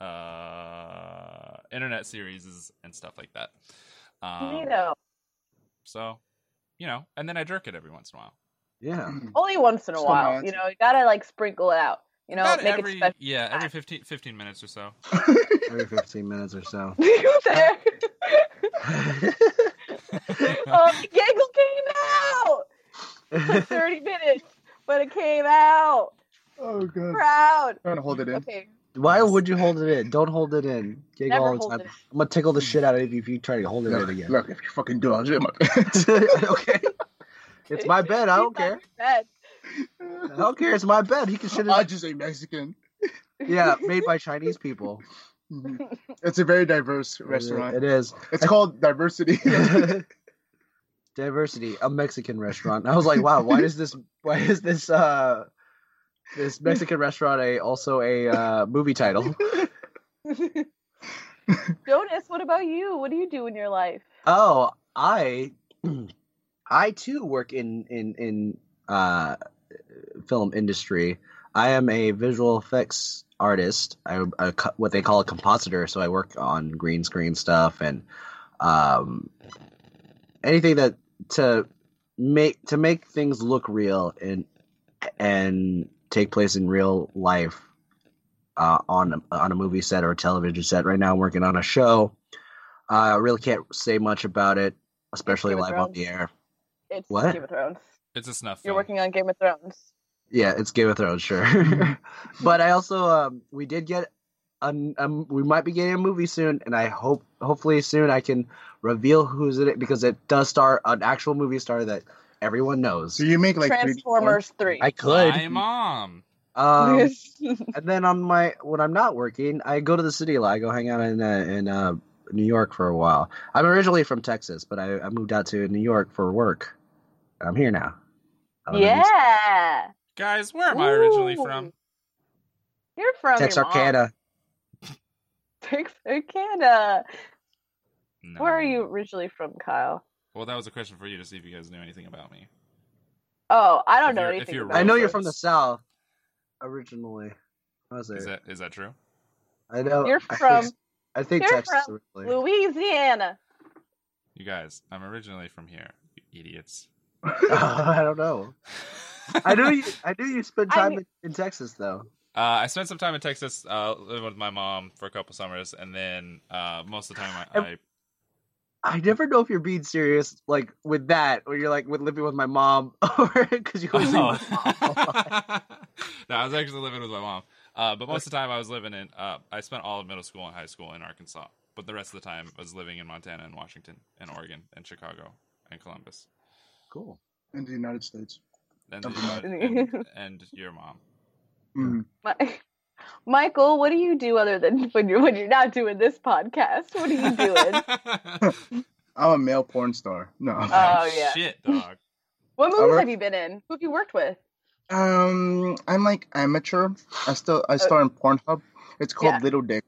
S3: uh, internet series and stuff like that. Um,
S1: Neato.
S3: So, you know, and then I jerk it every once in a while.
S2: Yeah.
S1: Only once in a
S4: So
S1: while,
S4: nice.
S1: you know, you gotta like sprinkle it out. You know,
S3: About
S1: make
S3: every
S1: it special.
S3: yeah, every 15, 15 minutes or so.
S2: Every 15 minutes or so.
S1: You there? oh, the giggle came out for 30 minutes, but it came out.
S4: oh god.
S1: Proud.
S4: Trying to hold it in.
S1: Okay,
S2: Why would you hold it in? Don't hold it in. Giggle
S1: never
S2: all the
S1: hold
S2: time.
S1: it.
S2: I'm gonna tickle the shit out of you if you try to hold it in
S4: Look,
S2: again.
S4: look, if you fucking do, I'll shit my
S2: okay. It's my bed. I
S1: He's
S2: don't
S1: not
S2: care.
S1: dead.
S2: I don't care. It's my bed. He can shit it.
S4: I just ain't Mexican.
S2: Yeah, made by Chinese people.
S4: Mhm. It's a very diverse restaurant.
S2: It is.
S4: It's called diversity.
S2: Diversity, a Mexican restaurant. I was like, wow, why is this? Why is this? uh This Mexican restaurant a also a uh, movie title?
S1: Jonas, what about you? What do you do in your life?
S2: Oh, I, I too work in in in uh, film industry. I am a visual effects artist. I a co- what they call a compositor. So I work on green screen stuff and um, anything that to make to make things look real and and take place in real life uh, on a, on a movie set or a television set. Right now, I'm working on a show. Uh, I really can't say much about it, especially
S1: Game of
S2: live on
S1: Thrones.
S2: the air.
S1: It's
S2: What?
S1: Game of Thrones.
S3: It's a snuff
S1: You're
S3: film.
S1: working on Game of Thrones.
S2: Yeah, it's Game of Thrones, sure. but I also um, we did get an um, we might be getting a movie soon, and I hope hopefully soon I can reveal who's in it because it does star an actual movie star that everyone knows.
S4: so you make like 3D
S1: Transformers 3.
S2: I um, could.
S3: My mom.
S2: Um, and then on my when I'm not working, I go to the city a lot. I go hang out in uh, in uh, New York for a while. I'm originally from Texas, but I, I moved out to New York for work. I'm here now. I don't know if you
S1: yeah.
S3: Guys, where am I originally from?
S1: Ooh. You're from Texarkana.
S2: Texarkana.
S1: Texarkana.
S3: No.
S1: Where are you originally from, Kyle?
S3: Well, that was a question for you to see if you guys knew anything about me.
S1: Oh, I
S3: If
S1: don't know
S3: you're- if
S1: anything.
S3: you're
S1: about
S2: I know
S1: it.
S2: you're from the south originally. I was
S3: Is
S2: there.
S3: that is that true?
S2: I know.
S1: You're
S2: I think-
S1: from
S2: I think
S1: you're
S2: Texas
S1: from
S2: originally.
S1: Louisiana.
S3: You guys, I'm originally from here. You idiots.
S2: I don't know. I knew you. I knew you spent
S1: I
S2: time
S1: mean-
S2: in, in Texas though.
S3: Uh, I spent some time in Texas, uh, living with my mom for a couple summers, and then uh, most of the time I, I
S2: I never know if you're being serious, like with that, or you're like with living with my mom, or because you always
S3: Oh.
S2: leave my
S3: no, I was actually living with my mom. Uh, but most of the time, I was living in. Uh, I spent all of middle school and high school in Arkansas, but the rest of the time, I was living in Montana and Washington and Oregon and Chicago and Columbus
S2: Cool.
S4: in the United States.
S3: and and,
S1: Okay.
S3: and your mom.
S4: Mhm.
S1: My- Michael, what do you do other than when you're when you're not doing this podcast? What are you doing?
S4: I'm a male porn star. No.
S1: Oh, yeah.
S3: shit, dog.
S1: what movies
S4: work-
S1: have you been in? Who have you worked
S2: Uh,
S1: with?
S4: um, I'm like amateur. I still I star in Pornhub. It's called
S1: Yeah.
S4: Little Dick.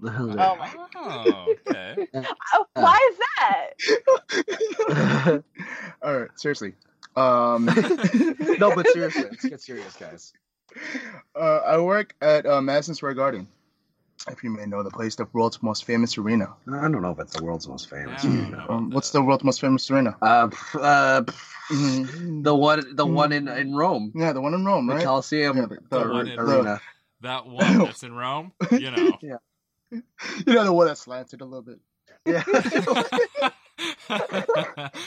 S1: Oh my!
S3: Oh, okay.
S1: Oh, why is that?
S4: All right, seriously. Um,
S2: no, but seriously, let's get serious, guys.
S4: uh, I work at uh, Madison Square Garden. If you may know the place, the world's most famous arena.
S2: I don't know if it's the world's most famous.
S3: Yeah, I don't know.
S4: Um, what's the world's most famous arena?
S2: Uh, pff, uh, pff,
S4: Mhm.
S2: the one, the one in in Rome,
S4: yeah, the one in Rome,
S2: the
S4: right?
S2: Colosseum
S4: Yeah, the- the-
S2: ar-
S3: the-
S2: arena.
S3: That one that's in Rome, you know.
S4: you know the one that slanted a little bit.
S2: Yeah, the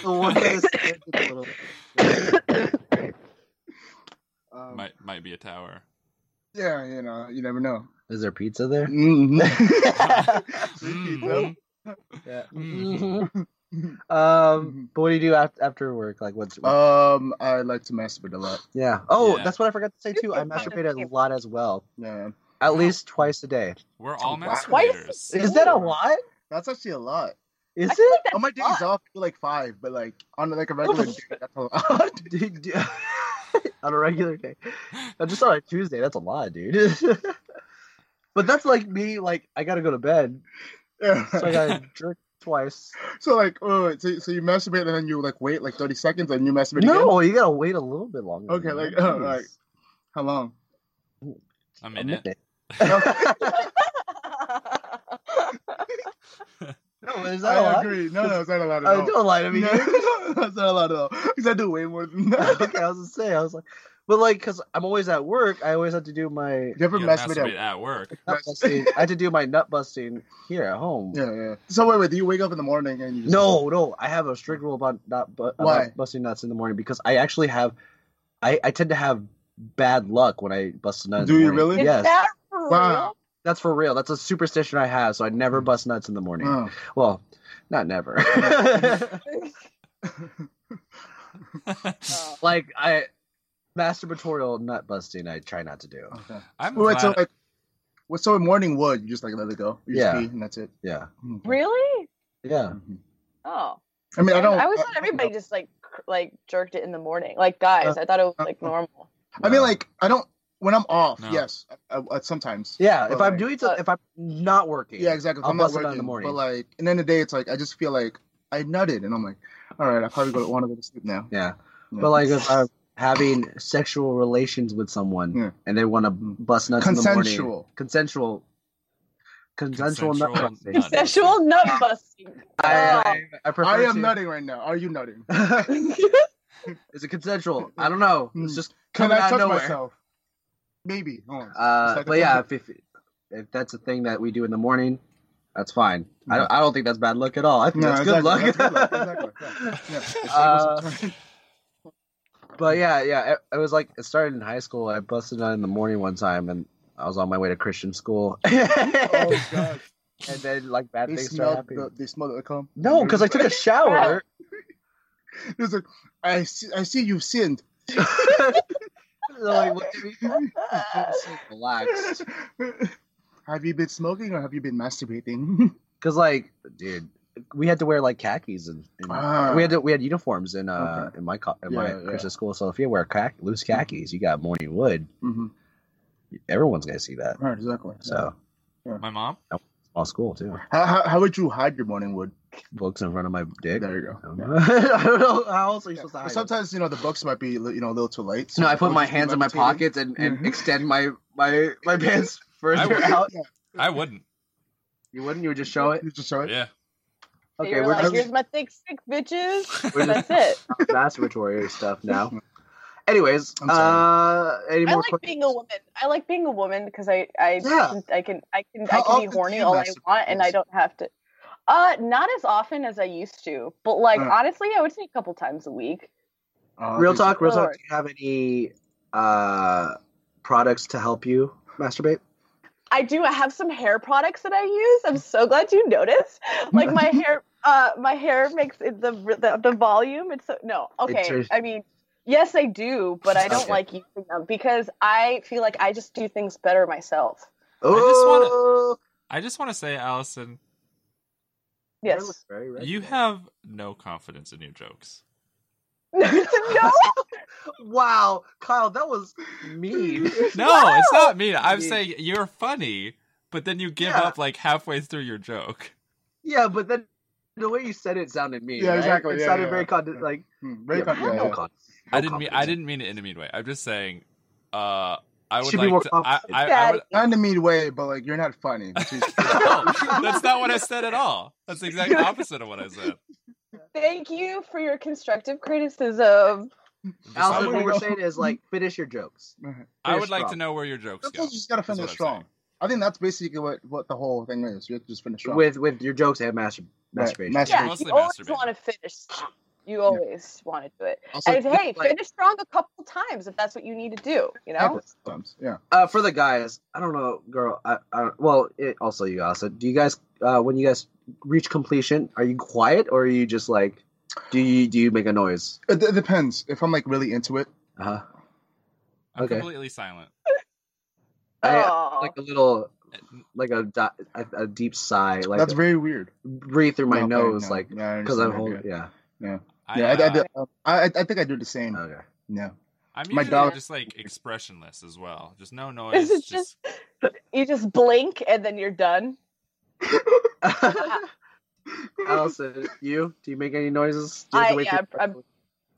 S2: one that is a little.
S4: Um,
S3: might might be a tower.
S4: Yeah, you know, you never know.
S2: Is there pizza there? Um,
S3: Mhm.
S1: Mm-hmm.
S2: Yeah.
S3: Mhm.
S2: Um, but what do you do after, after work? Like, what's
S4: um, I like to masturbate a lot.
S2: yeah? Oh,
S3: Yeah.
S2: that's what I forgot to say too. I
S1: You're so
S2: masturbate a
S1: funny.
S2: lot as well,
S4: Yeah,
S2: at
S3: Wow.
S2: least twice a day.
S3: We're all
S4: Wow.
S3: masturbators.
S1: Why is
S2: Is that a
S4: Sure.
S2: lot?
S4: that's actually a lot.
S2: Is
S1: I feel like
S4: on my
S1: that's a
S4: days
S1: lot.
S4: off, I do like five, but like on like a regular day, that's a lot.
S2: it Do- do- on a regular day? No, just on a Tuesday. That's a lot, dude. but that's like me. Like, I gotta go to bed,
S4: Yeah.
S2: so I gotta jerk twice.
S4: So like, oh, wait, so, so you masturbate and then you like wait like thirty seconds and you masturbate again.
S2: No, you gotta wait a little bit longer.
S4: Okay,
S2: than
S4: like,
S2: that.
S4: oh, like,
S2: Jeez.
S4: How long?
S3: A
S2: A
S3: minute.
S2: minute.
S4: No, no,
S2: Is that a
S4: I
S2: lot?
S4: agree. No, no, it's not a lot at
S2: Uh,
S4: all.
S2: don't lie to me.
S4: No, that's not a lot at all. Because I do way more than that.
S2: okay, I was gonna say, I was like, but like, cause I'm always at work, I always have to do my.
S4: You ever
S3: You
S4: mess with
S3: masturbate
S4: that?
S3: at work.
S2: Nut busting. I had to do my nut busting here at home.
S4: Yeah, yeah. So wait, wait. Do you wake up in the morning and you? Just,
S2: No, no, I have a strict rule about not bu-
S4: Why?
S2: about busting nuts in the morning because I actually have, I, I tend to have bad luck when I bust a nut. in the
S4: Do you
S2: morning.
S4: really?
S1: Is
S2: Yes,
S1: that for
S4: Wow.
S1: real?
S2: that's for real. That's a superstition I have. So I
S4: Mm.
S2: never bust nuts in the morning.
S4: Oh.
S2: Well, not never.
S1: Oh.
S2: like I, masturbatorial nut busting, I try not to do.
S4: Okay.
S3: I'm
S4: Wait, so
S3: glad-
S4: like, what? So in morning wood, you just like let it go. You just
S2: Yeah.
S4: pee and that's it.
S2: Yeah,
S4: Okay.
S1: really?
S2: yeah.
S4: Mhm.
S1: Oh,
S4: I mean, I don't. uh,
S1: I was thought everybody just like cr- like jerked it in the morning, like
S2: Uh,
S1: guys. I thought it was like normal.
S4: I mean, like, I don't. When I'm off,
S3: No.
S4: yes, I, I, sometimes.
S2: yeah.
S4: but
S2: If I'm
S4: like- uh,
S2: doing, something, if I'm not working,
S4: Yeah, exactly. If
S2: I'll
S4: I'm not
S2: bust it
S4: working
S2: out in the morning.
S4: But like, and then the day, it's like I just feel like I nutted, and I'm like, all right, I probably go want to go to sleep now.
S2: Yeah.
S4: Yeah.
S2: But like if I'm having sexual relations with someone
S4: Yeah.
S2: and they want to
S4: Mm.
S2: bust nuts in the morning.
S4: Consensual.
S2: Consensual. Consensual, nut
S3: Consensual
S2: busting.
S3: nut.
S1: Sexual nut busting.
S2: I, I, I prefer
S4: I am
S2: to-
S4: nutting right now. Are you nutting?
S2: Is it consensual? I don't know. It's
S4: Mm.
S2: just
S4: Can
S2: coming
S4: I
S2: out of
S4: touch
S2: nowhere.
S4: myself? Maybe. Hold on.
S2: Uh,
S4: Second.
S2: but yeah, if, if if that's a thing that we do in the morning, that's fine. I don't I don't think that's bad luck at all. I think
S4: No,
S2: that's,
S4: exactly.
S2: good luck.
S4: That's good luck. Exactly. Yeah. Yeah.
S2: Uh, But yeah, yeah, it, it was like it started in high school. I busted out in the morning one time, and I was on my way to Christian school, and
S4: oh god,
S2: then like bad
S4: they
S2: things started
S4: smelled
S2: happening.
S4: the, they smelled the cum.
S2: No, because I took a shower.
S4: It was like, I see, I see you've sinned.
S2: They're like, what do you mean? Relax,
S4: have you been smoking or have you been masturbating?
S2: because like, dude, we had to wear like khakis and, and
S4: Ah.
S2: we had to, we had uniforms in uh in my co- in my
S4: Yeah, yeah.
S2: Christian school. So if you wear khaki, loose khakis, you got morning wood.
S4: mm-hmm.
S2: Everyone's gonna see that.
S4: Right, exactly.
S2: So
S3: my mom.
S2: small school too.
S4: How, how, how would you hide your morning wood?
S2: Books in front of my dick.
S4: There you go.
S2: I don't know. I don't know how else are you supposed
S4: Yeah,
S2: to
S4: but
S2: hide. it?
S4: sometimes you know the books might be you know a little too late. so
S2: No, I
S4: it
S2: put
S4: would
S2: my
S4: just be
S2: hands in my
S4: levitating.
S2: pockets and, and
S4: Mhm.
S2: extend my my my pants further
S3: would-
S2: out.
S3: I wouldn't.
S2: You wouldn't? You would just show it?
S4: You just show it.
S3: Yeah.
S1: Okay,
S2: Okay,
S1: You're
S2: we're
S1: like,
S2: just-
S1: here's my thick stick, bitches.
S2: We're
S1: That's it.
S2: masturbatory stuff now. Anyways,
S4: I'm
S2: uh, any
S1: I
S2: more
S1: like
S2: questions?
S1: being a woman. I like being a woman because I I
S2: Yeah.
S1: can, I can I can
S4: How
S1: I can
S4: often
S1: be
S4: do
S1: horny
S4: you
S1: all I
S4: masturbate?
S1: want and I don't have to. Uh, not as often as I used to, but like
S4: Mm.
S1: honestly, I would say a couple times a week.
S4: Oh,
S2: Real
S4: okay, so-
S2: talk, real talk.
S1: Lord.
S2: Do you have any uh, products to help you masturbate?
S1: I do. I have some hair products that I use. I'm so glad you noticed. Like my hair, uh, my hair makes it the the, the volume. It's so, no okay.
S2: turns-
S1: I mean, yes, I do, but I don't
S2: Okay.
S1: like using them because I feel like I just do things better myself.
S3: wanna-
S2: Oh,
S3: I just want to say, Allison,
S1: Yes.
S2: Very right.
S3: you have no confidence in your jokes.
S1: no.
S2: Wow, Kyle, that was mean.
S3: No, it's not mean. I'm
S2: Yeah.
S3: saying you're funny, but then you give
S2: Yeah.
S3: up like halfway through your joke.
S2: yeah, but then the way you said it sounded mean.
S4: Yeah,
S2: right?
S4: exactly,
S2: It
S4: yeah,
S2: sounded
S4: yeah.
S2: very con- like
S4: Hmm, very
S2: yeah,
S4: con- yeah,
S2: no
S4: yeah.
S2: con-
S3: I
S2: no
S3: didn't mean. I
S2: confidence.
S3: didn't mean it in a mean way. I'm just saying. Uh, I would
S2: Should be
S3: like.
S2: more
S3: to, I,
S2: confident.
S3: I, I
S1: Daddy.
S3: would.
S4: Not in a mean way, but like you're not funny. which is-
S3: No, that's not what I said at all. That's the exact opposite of what I said.
S1: Thank you for your constructive criticism.
S3: I'm
S2: Allison,
S3: just like-
S2: what
S4: Somebody
S2: we're
S4: else.
S2: saying is like finish your jokes.
S3: I would
S2: finish
S3: like to
S2: strong.
S3: know where your jokes
S4: Sometimes
S3: go.
S4: you just gotta
S3: That's what
S4: finish
S3: I'm
S4: strong.
S3: saying.
S4: I think that's basically what what the whole thing is. You have to just finish strong.
S2: With with your jokes and mastur-
S4: Right,
S2: masturbation.
S4: mas-
S1: Yeah,
S3: mostly
S1: you always
S3: masturbating.
S1: want to finish. You always want to do it.
S4: also,
S1: and hey,
S2: like-
S1: finish strong a couple times if that's what you need to do. You know.
S4: sometimes, yeah.
S2: uh, for the guys, I don't know, girl. I, I well, it, also you also. Do you guys uh, when you guys reach completion, are you quiet or are you just like, do you do you make a noise?
S4: It, it depends. If I'm like really into it,
S2: Uh-huh.
S3: I'm
S2: Okay.
S3: completely silent.
S2: I,
S1: oh.
S2: like a little, like a di- a, a deep sigh, like
S4: that's very weird.
S2: breathe through my
S4: No,
S2: nose,
S4: no,
S2: like
S4: no, I
S2: because I'm
S4: understand
S2: holding.
S4: that,
S2: Yeah.
S3: I,
S4: Yeah, I, I,
S3: uh,
S4: did- um, I, I, I think I do the same.
S2: Okay.
S4: yeah.
S3: I'm
S4: My
S3: usually
S4: dog-
S3: just like expressionless as well. Just no
S1: Is
S3: noise.
S1: it
S3: Just,
S1: just you just blink and then you're done?
S2: Allison, uh, you do you make any noises? Do you have
S1: I,
S2: to wait
S1: yeah,
S2: for-
S1: I'm,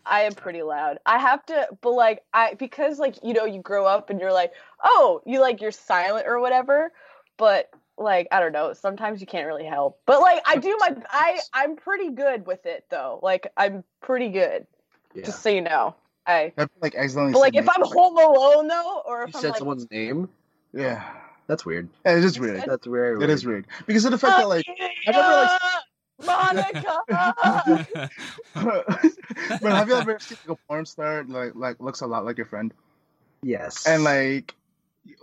S1: I am pretty loud. I have to, but like I because like you know you grow up and you're like oh you like you're silent or whatever, but like I don't know. Sometimes you can't really help, but like I do my I I'm pretty good with it though. Like I'm pretty good.
S2: Yeah.
S1: Just so you know, I.
S4: That'd be like accidentally.
S1: But like if
S4: saying-
S1: I'm home alone though, or
S2: You
S1: if I'm
S2: said
S1: like,
S2: someone's name.
S4: yeah,
S2: That's weird.
S4: Yeah, it's just weird.
S2: That's weird.
S4: It is weird because of the fact that like
S1: Monica, Monica.
S4: but have you ever seen like, a porn star like like looks a lot like your friend
S2: Yes.
S4: and like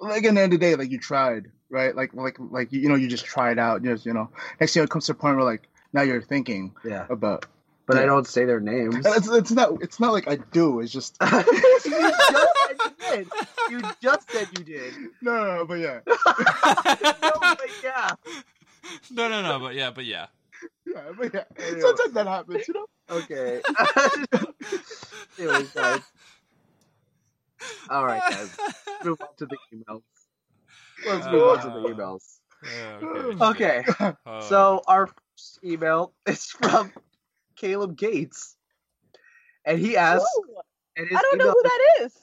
S4: like in the end of the day like you tried right like like like you know you just tried out just you know next thing it comes to a point where like now you're thinking
S2: yeah,
S4: about
S2: but I don't say their names.
S4: and it's, it's not it's not like I do it's just
S2: you just said you did. You just said you did.
S4: no no, no but yeah
S2: Oh, but yeah.
S3: no, no, no, but yeah, but yeah.
S4: yeah but yeah
S2: Anyway.
S4: sometimes that happens you know
S2: Okay. Anyways, guys. All right, guys. Move on to the emails. Let's move on to the emails.
S3: Yeah,
S2: Okay.
S3: Oh.
S2: So our first email is from Caleb Gates, and he asks,
S1: Whoa,
S2: and his
S1: I don't know
S2: email,
S1: who that is.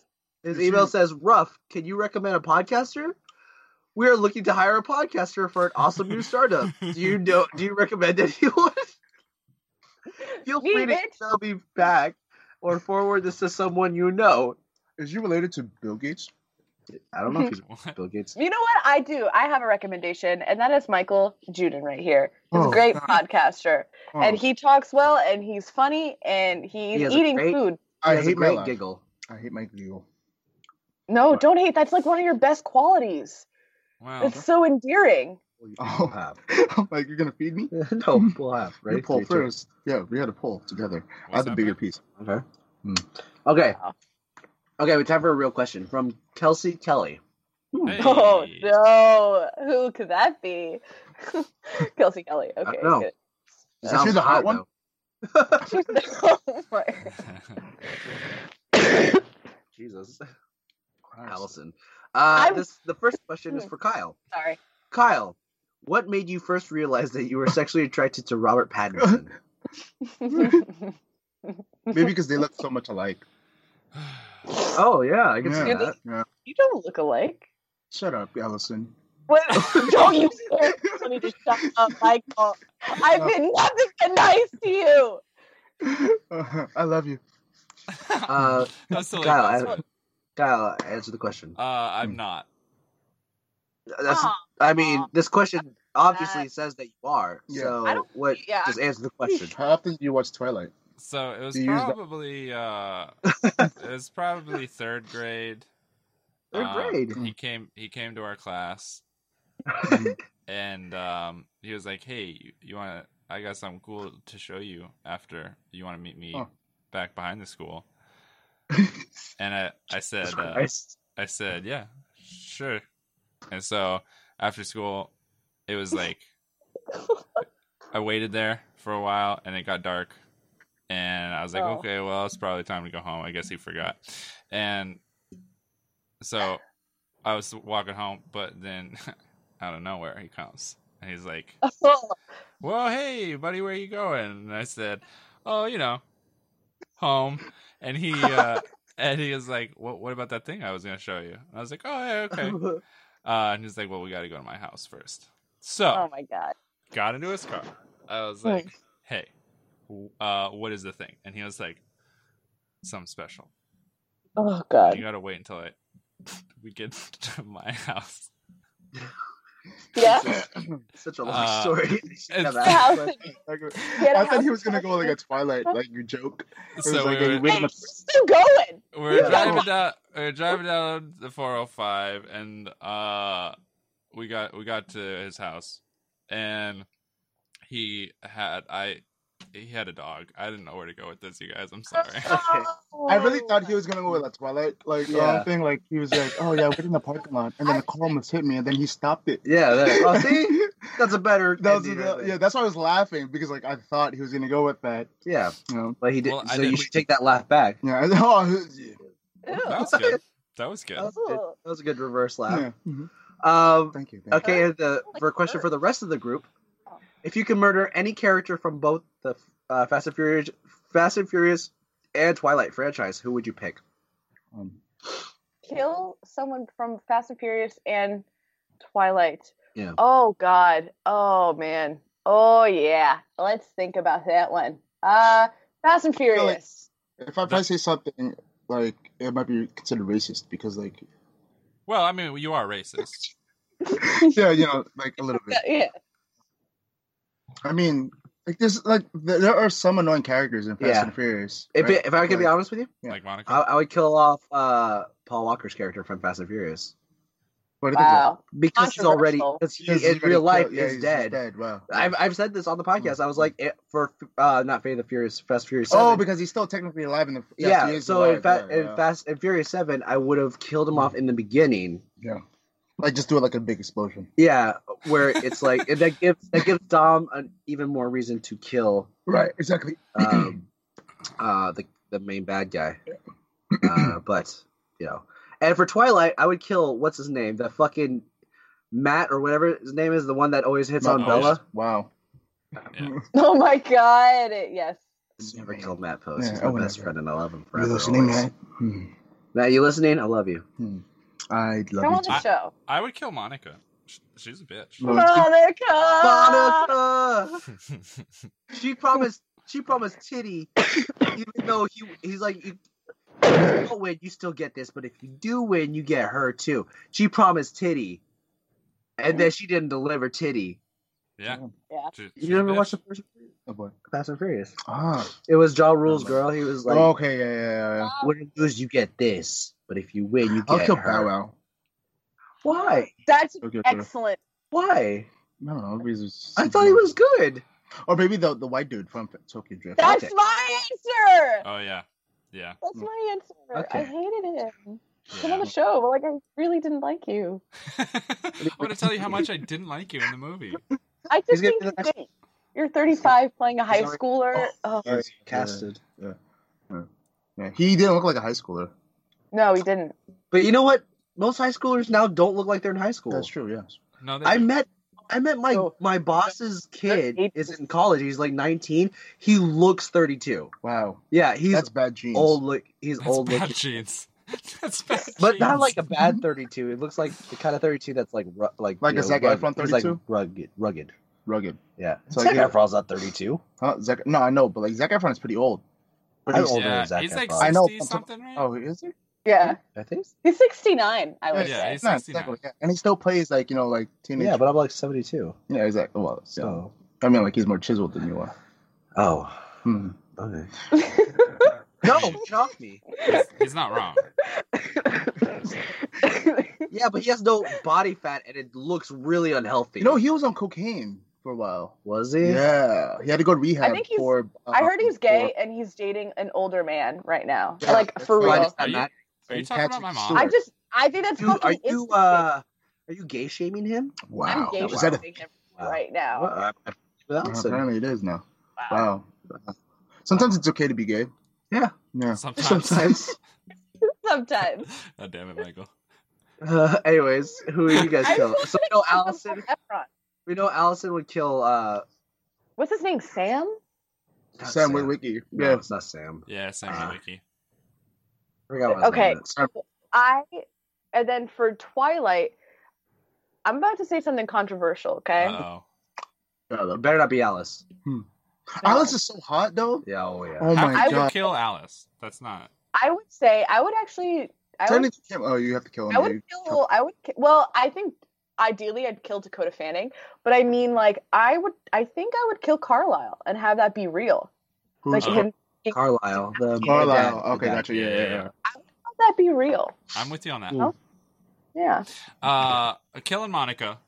S2: his email says, "Ruff, can you recommend a podcaster? We are looking to hire a podcaster for an awesome new startup. Do you know? Do you recommend anyone? Feel
S1: Me,
S2: free to
S1: bitch.
S2: email me back or forward this to someone you know.
S4: is you related to Bill Gates
S2: I don't know if he's
S3: What?
S2: Bill Gates.
S1: You know what? I do. I have a recommendation, and that is Michael Juden right here. He's
S4: Oh,
S1: a great
S4: God.
S1: podcaster,
S4: Oh,
S1: and he talks well, and he's funny, and he's
S2: He has a
S1: eating
S2: great-
S1: food.
S2: He
S4: I
S2: has a
S4: hate my
S2: great
S4: laugh.
S2: giggle.
S4: I hate my giggle
S1: No, don't hate. That's like one of your best qualities.
S3: Wow.
S1: It's so endearing.
S2: We'll have.
S4: I'm like you're gonna feed me
S2: no, we'll have.
S4: Right,
S2: Ready?
S4: you pull
S2: Three, two,
S4: first. Yeah, we had a pull together. I
S3: What's
S4: had the
S3: up,
S4: bigger
S3: man?
S4: piece.
S2: Okay.
S4: Hmm.
S2: Okay.
S1: Wow.
S2: Okay, we have time for a real question from Kelsey Kelly.
S3: Hey.
S1: Oh no, who could that be? Kelsey Kelly. Okay.
S2: don't know.
S1: good.
S4: Is she the hot one?
S2: though.
S1: She's the homework.
S2: Jesus.
S4: Christ.
S2: Allison. Uh,
S1: I'm-
S2: this, the first question is for Kyle.
S1: Sorry.
S2: Kyle, what made you first realize that you were sexually attracted to Robert Pattinson?
S4: Maybe because they look so much alike.
S2: oh, yeah, I can see
S4: Yeah.
S2: that.
S4: yeah.
S1: you don't look alike.
S4: Shut up, Allison.
S1: What? don't you dare tell me to shut up, Michael. I've been nothing but nice to you.
S4: I love you.
S2: Uh,
S3: That's silly.
S2: Kyle,
S3: That's
S2: I-
S3: fun.
S2: Kyle, answer the question.
S3: uh, I'm not.
S2: That's,
S1: Aw.
S2: I mean, this question obviously
S1: Uh,
S2: says that you are.
S4: Yeah.
S1: I
S2: So,
S1: don't-
S2: what?
S1: yeah.
S2: Just answer the question.
S4: How often do you watch Twilight?
S3: So it was
S4: You use that-
S3: probably uh, it was probably third grade.
S2: Third
S3: Um,
S2: grade.
S3: He came. He came to our class, and um, he was like, "Hey, you, you want? to I got something cool to show you after. You want to meet me
S4: Huh.
S3: back behind the school?" And I, I said,
S2: Jesus
S3: uh,
S2: Christ.
S3: I said, "Yeah, sure." And so after school, it was like I waited there for a while, and it got dark, and I was like,
S1: Oh.
S3: "Okay, well, it's probably time to go home." I guess he forgot, and so I was walking home, but then out of nowhere he comes, and he's like,
S1: Oh,
S3: "Well, hey, buddy, where you going?" And I said, "Oh, you know, home." And he uh, and he was like, "What? What about that thing I was gonna show you?" And I was like, "Oh, yeah, okay." Uh, and he's like, "Well, we got to go to my house first. So
S1: oh my god.
S3: got into his car. I was like, "Hey, w- uh, what is the thing?" And he was like, "Something special.
S1: Oh
S3: You
S1: god.
S3: gotta wait until I we get to my house."
S1: Yeah.
S2: Such a long
S3: Uh,
S2: story.
S3: it's-
S1: The house that
S4: I thought he was gonna go like a Twilight, like you joke. It was
S3: So
S4: like,
S3: we
S4: you
S3: were,
S4: wait in the-
S1: still going.
S3: we were
S2: Yeah.
S3: driving down we were driving down the 405, and uh, we got we got to his house, and he had I he had a dog. I didn't know where to go with this, you guys. I'm sorry.
S4: I really thought he was gonna go with a Twilight, like
S2: Yeah.
S4: um, thing. Like he was like, "Oh yeah, we're in the parking lot," and then the car almost hit me, and then he stopped it.
S2: yeah, there. Oh, see? That's a better.
S4: That was
S2: ending
S4: the-
S2: right there.
S4: yeah, that's why I was laughing because like I thought he was gonna go with that.
S2: Yeah.
S4: You know?
S2: But he did.
S3: Well,
S2: so
S3: I
S2: you
S3: didn't-
S2: should take that laugh back.
S4: Yeah. I- Oh,
S3: That
S1: Ew.
S3: was good. That was good.
S2: That was, good. that was a good reverse laugh.
S4: yeah. Mhm.
S2: Um,
S4: Thank you. Thank
S2: okay, and the
S1: Like
S2: for a question
S1: birds.
S2: for the rest of the group:
S1: Oh.
S2: If you can murder any character from both the uh, Fast and Furious, Fast and Furious, and Twilight franchise, who would you pick?
S4: you. Um,
S1: Kill someone from Fast and Furious and Twilight.
S2: Yeah.
S1: Oh God. Oh man. Oh yeah. Let's think about that one. Uh, Fast and Furious.
S4: If I, if I say something like it might be considered racist because like
S3: Well, I mean, you are racist.
S4: yeah, you know, like a little bit.
S1: Yeah.
S4: I mean, like there's like th- there are some annoying characters in Fast
S2: Yeah.
S4: and Furious.
S2: If,
S4: right?
S2: if I could be
S4: Like,
S2: honest with you,
S4: Yeah.
S3: Like Monica.
S2: I, I would kill off uh, Paul Walker's character from Fast and Furious
S4: what do you think of
S1: Wow.
S2: because he's already
S1: Controversial.
S2: because he
S4: He's
S2: in
S4: already
S2: real life
S4: killed- yeah,
S2: is
S4: he's
S2: dead. Mm-hmm.
S4: Wow.
S2: I've I've said this on the podcast. I was like it, for uh, not Fate of the Furious, Fast and Furious. 7.
S4: oh, because he's still technically alive in the. yes,
S2: yeah.
S4: he is
S2: so in,
S4: alive,
S2: fa-
S4: yeah, Mm. yeah.
S2: in Fast and Furious Seven, I would have killed him off in the beginning.
S4: like just do it like a big explosion.
S2: Yeah, where it's like and that gives that gives Dom an even more reason to kill
S4: Right, exactly.
S2: um, uh, the the main bad guy. Uh, but you know, and for Twilight, I would kill what's his name, the fucking Matt or whatever his name is, the one that always hits on
S3: Matt Post.
S2: Bella.
S4: Wow.
S3: Yeah.
S1: Oh my God. Yes.
S2: Never killed Matt Post.
S4: Yeah,
S2: He's
S4: I
S2: my
S4: would
S2: best
S4: never.
S2: friend, and I love him
S4: You
S2: forever.
S4: listening,
S2: always.
S4: Matt? Hmm.
S2: Matt, you listening? I love you.
S4: I
S1: Come on
S4: love you.
S1: the show.
S3: I would kill Monica. Sh- She's a bitch.
S4: Well,
S1: Monica.
S4: Ah!
S2: Monica, she promised. She promised Titty, even though he he's like. You, if you don't win, you still get this, but if you do win, you get her too. She promised Titty, and then she didn't deliver Titty.
S3: Yeah.
S1: Yeah.
S3: She- she's
S2: You
S3: a
S2: ever
S3: bitch.
S2: watch the first
S4: Oh, boy.
S2: Fast and Furious? Oh.
S4: Ah.
S2: It was Jaw Rule's girl. He was like,
S4: Oh, okay, yeah, yeah, yeah.
S2: "When you lose, you get this, but if you win, you get
S4: I'll kill
S2: her."
S4: Bow Wow.
S2: Why?
S1: That's
S4: Okay, okay.
S1: excellent.
S2: Why?
S4: I don't know. because it's-
S2: I thought he was good.
S4: Or maybe the the white dude from Tokyo Drift.
S1: That's
S2: Okay.
S1: my answer.
S3: Oh yeah, yeah.
S1: That's my answer. I
S2: Okay.
S1: hated him. Come on
S3: yeah.
S1: the show. but, Like I really didn't like you.
S3: I want to tell you how much I didn't like you in the movie.
S1: I just
S2: He's gonna
S1: think
S2: be the
S1: you think you're 35 playing a high
S2: already-
S1: schooler. Oh,
S4: Yes, yeah.
S2: Casted.
S4: Yeah, he didn't look like a high schooler.
S1: no, he didn't.
S2: But you know what? Most high schoolers now don't look like they're in high school.
S4: That's true. Yeah.
S3: No, they
S2: I
S3: do.
S2: met I met my
S1: Oh.
S2: my boss's kid
S1: Eight-
S2: is in college. He's like 19. He looks 32.
S4: Wow.
S2: Yeah, he's
S4: That's bad genes.
S2: old look. He's
S3: That's
S2: old
S3: bad
S2: looking.
S3: genes. That's bad.
S2: But not
S3: genes.
S2: like a bad 32. It looks like the kind of 32 that's like ru- like
S4: Like a Zac
S2: rugged.
S4: Efron
S2: He's, like
S4: 32?
S2: rugged, rugged.
S4: Rugged.
S2: Yeah.
S4: It's
S2: Zac
S4: like, yeah.
S2: Efron's not 32.
S4: Huh? Zac- no, I know, but like Zac Efron is pretty old.
S2: I'm
S4: Pretty-
S2: older
S3: yeah,
S2: than Zac
S3: he's like
S2: Efron.
S4: I know,
S3: 60
S4: but-
S3: something, right?
S4: Oh, is he?
S1: Yeah,
S2: I think. so.
S1: he's 69. I would
S3: Yeah,
S1: say.
S3: he's
S4: No,
S3: 69.
S4: exactly, yeah. And he still plays like you know, like teenage.
S2: Yeah, but I'm like 72.
S4: yeah, exactly. Well, so
S2: So.
S4: I mean, like he's more chiseled than you are.
S2: Oh.
S4: Hmm.
S2: Okay.
S3: I
S2: No,
S3: mean,
S2: get off me.
S3: he's, he's not wrong.
S2: Yeah, but he has no body fat, and it looks really unhealthy.
S4: You know, he was on cocaine for a while.
S2: was he?
S4: Yeah, he had to go to rehab.
S1: think he's-
S4: for,
S1: I heard
S4: um,
S1: he's gay
S2: Uh-huh.
S4: for-
S1: and he's dating an older man right now.
S4: Yeah,
S1: like
S4: that's
S1: for
S4: why
S2: Why
S1: real.
S2: does that
S3: Are you-
S2: matter?
S3: Are you talking about my mom?
S1: I just I think that's
S2: You-
S1: fucking
S2: are you
S1: insane.
S2: uh, are you gay shaming him?
S1: I'm
S4: Wow,
S1: gay
S4: is that a,
S1: shaming him
S2: Wow.
S1: right now.
S2: Well, I- I- well,
S4: well,
S2: so-
S4: apparently it is now.
S1: Wow.
S4: Wow. Sometimes it's okay to be gay.
S2: Yeah.
S4: Yeah.
S3: Sometimes.
S4: Sometimes.
S1: Sometimes.
S3: oh damn it, Michael.
S2: uh, anyways, who are you guys
S1: I
S2: kill?
S1: just
S2: So we know
S1: wanna kill
S2: Allison.
S1: Zac Efron.
S2: We know Allison would kill. Uh,
S1: What's his name? Sam?
S2: not
S4: Sam Witwicky.
S2: No,
S4: Yeah.
S2: it's not Sam.
S3: Yeah, same
S2: Uh,
S3: with Wiki.
S2: I forgot what his
S1: Okay.
S2: name is.
S4: Sam-
S1: I and then for Twilight, I'm about to say something controversial, okay?
S3: Oh,
S4: yeah,
S2: It
S4: though.
S2: better not be Alice.
S4: Alice is so hot though.
S2: Yeah. Oh yeah.
S4: Oh my
S3: how could you
S4: god.
S3: kill Alice? That's not.
S1: I would say I would actually I would
S4: Technically, you can't- oh, you have to kill him.
S1: I
S4: dude.
S1: would kill. I would. ki- Well, I think ideally I'd kill Dakota Fanning, but I mean, like, I would. I think I would kill Carlisle and have that be real.
S4: Who's
S1: Like
S3: Oh.
S1: him,
S2: Carlisle. The the
S4: Carlisle.
S2: dad- the
S4: Uh, okay,
S2: dad.
S4: gotcha. Yeah,
S3: Yeah,
S4: yeah,
S3: yeah.
S4: yeah.
S1: have that be real.
S3: I'm with you on that.
S2: Mm.
S1: Yeah.
S3: Uh, killing Monica,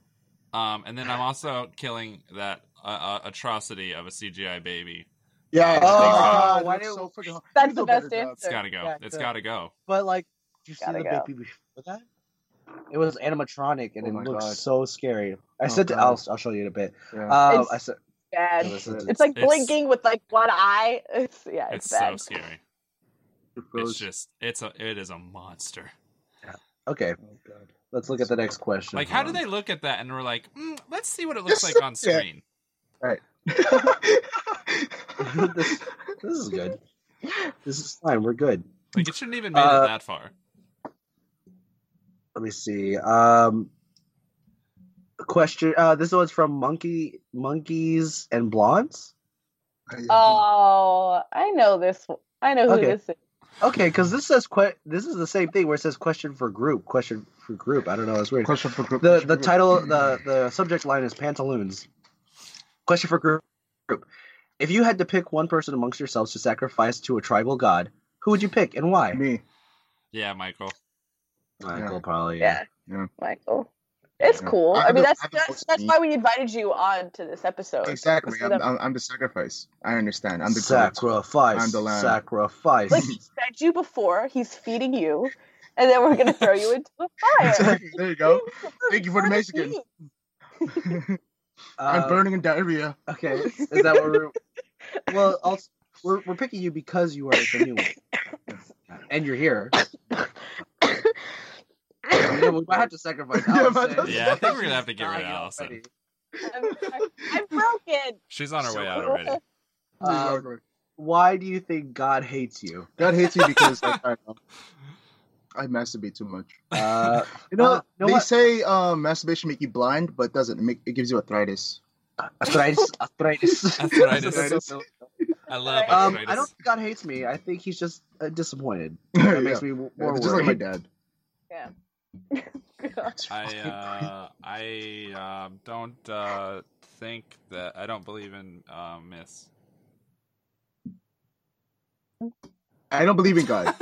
S3: um, and then I'm also killing that uh, uh, atrocity of a CGI baby.
S4: Yeah.
S3: Oh,
S4: God,
S2: why
S4: it looks
S2: do-
S4: so freaking hot.
S1: That's
S4: You
S1: the
S4: do a better
S1: best
S4: job.
S1: answer.
S3: It's gotta go.
S2: Yeah,
S3: it's
S2: the-
S3: gotta go.
S2: But like, did you see
S1: Gotta
S2: the
S1: go.
S2: baby before that? It was animatronic and
S4: Oh
S2: it
S4: my
S2: looked
S4: God.
S2: so scary. I
S4: Oh
S2: said to
S4: God.
S2: Alice, I'll show you in a bit.
S4: Yeah.
S2: Um,
S1: It's-
S2: I said,
S1: Bad.
S2: It was-
S1: It's,
S2: it's-
S1: like
S3: it's-
S1: blinking with like one eye. It's yeah. It's,
S3: It's so
S1: bad.
S3: scary.
S4: It
S3: It's
S4: froze.
S3: just it's a it is a monster.
S2: okay,
S4: Oh, God.
S2: let's look at the next question. Um,
S3: Like how do
S2: Hold
S3: they
S2: on.
S3: look at that and we're like, mm, let's see what it looks
S4: Just
S3: like on
S4: look at it.
S3: screen.
S2: this, this is good. This is fine. We're good.
S3: Like it shouldn't even made
S2: Uh,
S3: it that far.
S2: Let me see. Um, question. Uh, this one's from Monkey Monkeys and Blondes.
S4: Uh,
S1: Oh, I know this. one. I know who
S2: Okay.
S1: this is.
S2: Okay, because this says que- this is the same thing where it says question for group, question for group. I don't know. It's weird.
S4: Question for group.
S2: The the title the the subject line is pantaloons. Question for group. group. If you had to pick one person amongst yourselves to sacrifice to a tribal god, who would you pick and why?
S4: me.
S3: Yeah, Michael.
S2: Michael, probably.
S1: Yeah.
S4: Yeah.
S1: Michael. It's
S4: Yeah.
S1: cool.
S4: I
S1: I,
S4: have
S1: mean,
S4: no-
S1: that's
S4: I have no
S1: that's,
S4: voice
S1: that's
S4: in
S1: why we invited you on to this episode.
S4: Exactly.
S1: So
S4: I'm,
S1: that-
S4: I'm, I'm the sacrifice. I understand. I'm the goat.
S2: sacrifice.
S4: I'm the lamb.
S2: Sacrifice.
S1: Like he fed you before, he's feeding you, and then we're gonna throw you into a fire.
S4: Exactly. There you go. Thank you for the Mexican. I'm
S2: Uh,
S4: burning in diarrhea.
S2: Okay, is that what we're? Well, I'll, we're we're picking you because you are the new one, and you're here. I mean, we might have to sacrifice.
S4: Yeah,
S2: Alex,
S4: but-
S2: eh?
S3: Yeah, I think we're gonna have to get rid of Allison.
S1: I'm, I'm broken.
S3: She's on her way out
S1: So-
S3: already.
S2: Uh, Why do you think God hates you?
S4: God hates you because like, I, I masturbate too much.
S2: Uh,
S4: You know,
S2: Uh, you know
S4: they
S2: what?
S4: say um, masturbation make you blind, but it doesn't. It, make, it gives you arthritis.
S2: arthritis. Arthritis.
S3: Arthritis. I love
S2: Um,
S3: arthritis.
S2: I don't think God hates me. I think he's just uh, disappointed.
S4: Yeah.
S2: That makes me w-
S4: Yeah,
S2: more
S4: just like my
S2: worried.
S4: dad.
S3: I uh, I um, don't uh, think that I don't believe in uh, myths.
S4: I don't believe in God.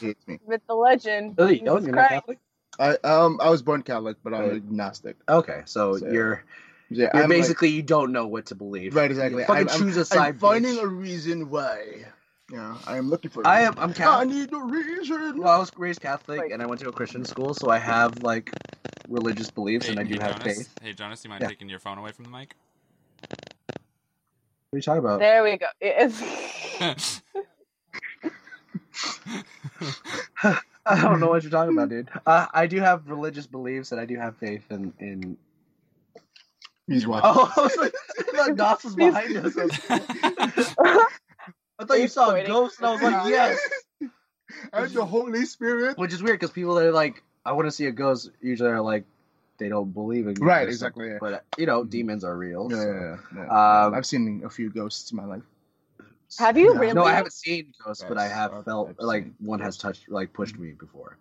S4: he hates me.
S1: With the legend.
S2: Oh, you
S1: Jesus
S2: don't? You're not
S1: Christ.
S2: Catholic?
S4: I um I was born Catholic, but I'm
S2: Right.
S4: agnostic.
S2: Okay, so,
S4: So,
S2: you're
S4: Yeah,
S2: you're
S4: I'm like-
S2: basically you don't know what to believe.
S4: right exactly.
S2: You fucking
S4: I'm, I'm-
S2: choose a
S4: I'm
S2: side.
S4: finding
S2: bitch.
S4: a reason why. Yeah, I am looking for. a
S2: I
S4: reason.
S2: am. I'm
S4: I
S2: Catholic.
S4: need a reason.
S2: Well, I was raised Catholic,
S1: Like-
S2: and I went to a Christian school, so I have like religious beliefs,
S3: Hey,
S2: and I do
S3: hey,
S2: have
S3: Jonas.
S2: faith.
S3: Hey, Jonas, you mind
S2: Yeah.
S3: taking your phone away from the mic?
S2: What are you talking about?
S1: There we go. It's,
S2: I don't know what you're talking about, dude. Uh, I do have religious beliefs, and I do have faith in. in...
S4: He's watching.
S2: Oh, I was like, the Goss is behind us. I was- I thought you
S1: He's
S2: saw a
S1: pointing.
S2: ghost, and I was like, yes,
S4: I have the Holy Spirit.
S2: which is weird because people that are like, I want to see a ghost, usually are like, they don't believe in ghosts.
S4: Right, exactly. Yeah.
S2: But you know, demons are real.
S4: Yeah,
S2: so-
S4: yeah, yeah, yeah.
S2: Um,
S4: I've seen a few ghosts in my life.
S1: have you
S4: No,
S1: really?
S2: No, I haven't seen ghosts, but I
S4: Yes,
S2: have
S4: I've-
S2: felt
S4: I've
S2: like
S4: seen Mm-hmm.
S2: one has
S4: ghosts.
S2: touched, like pushed me before.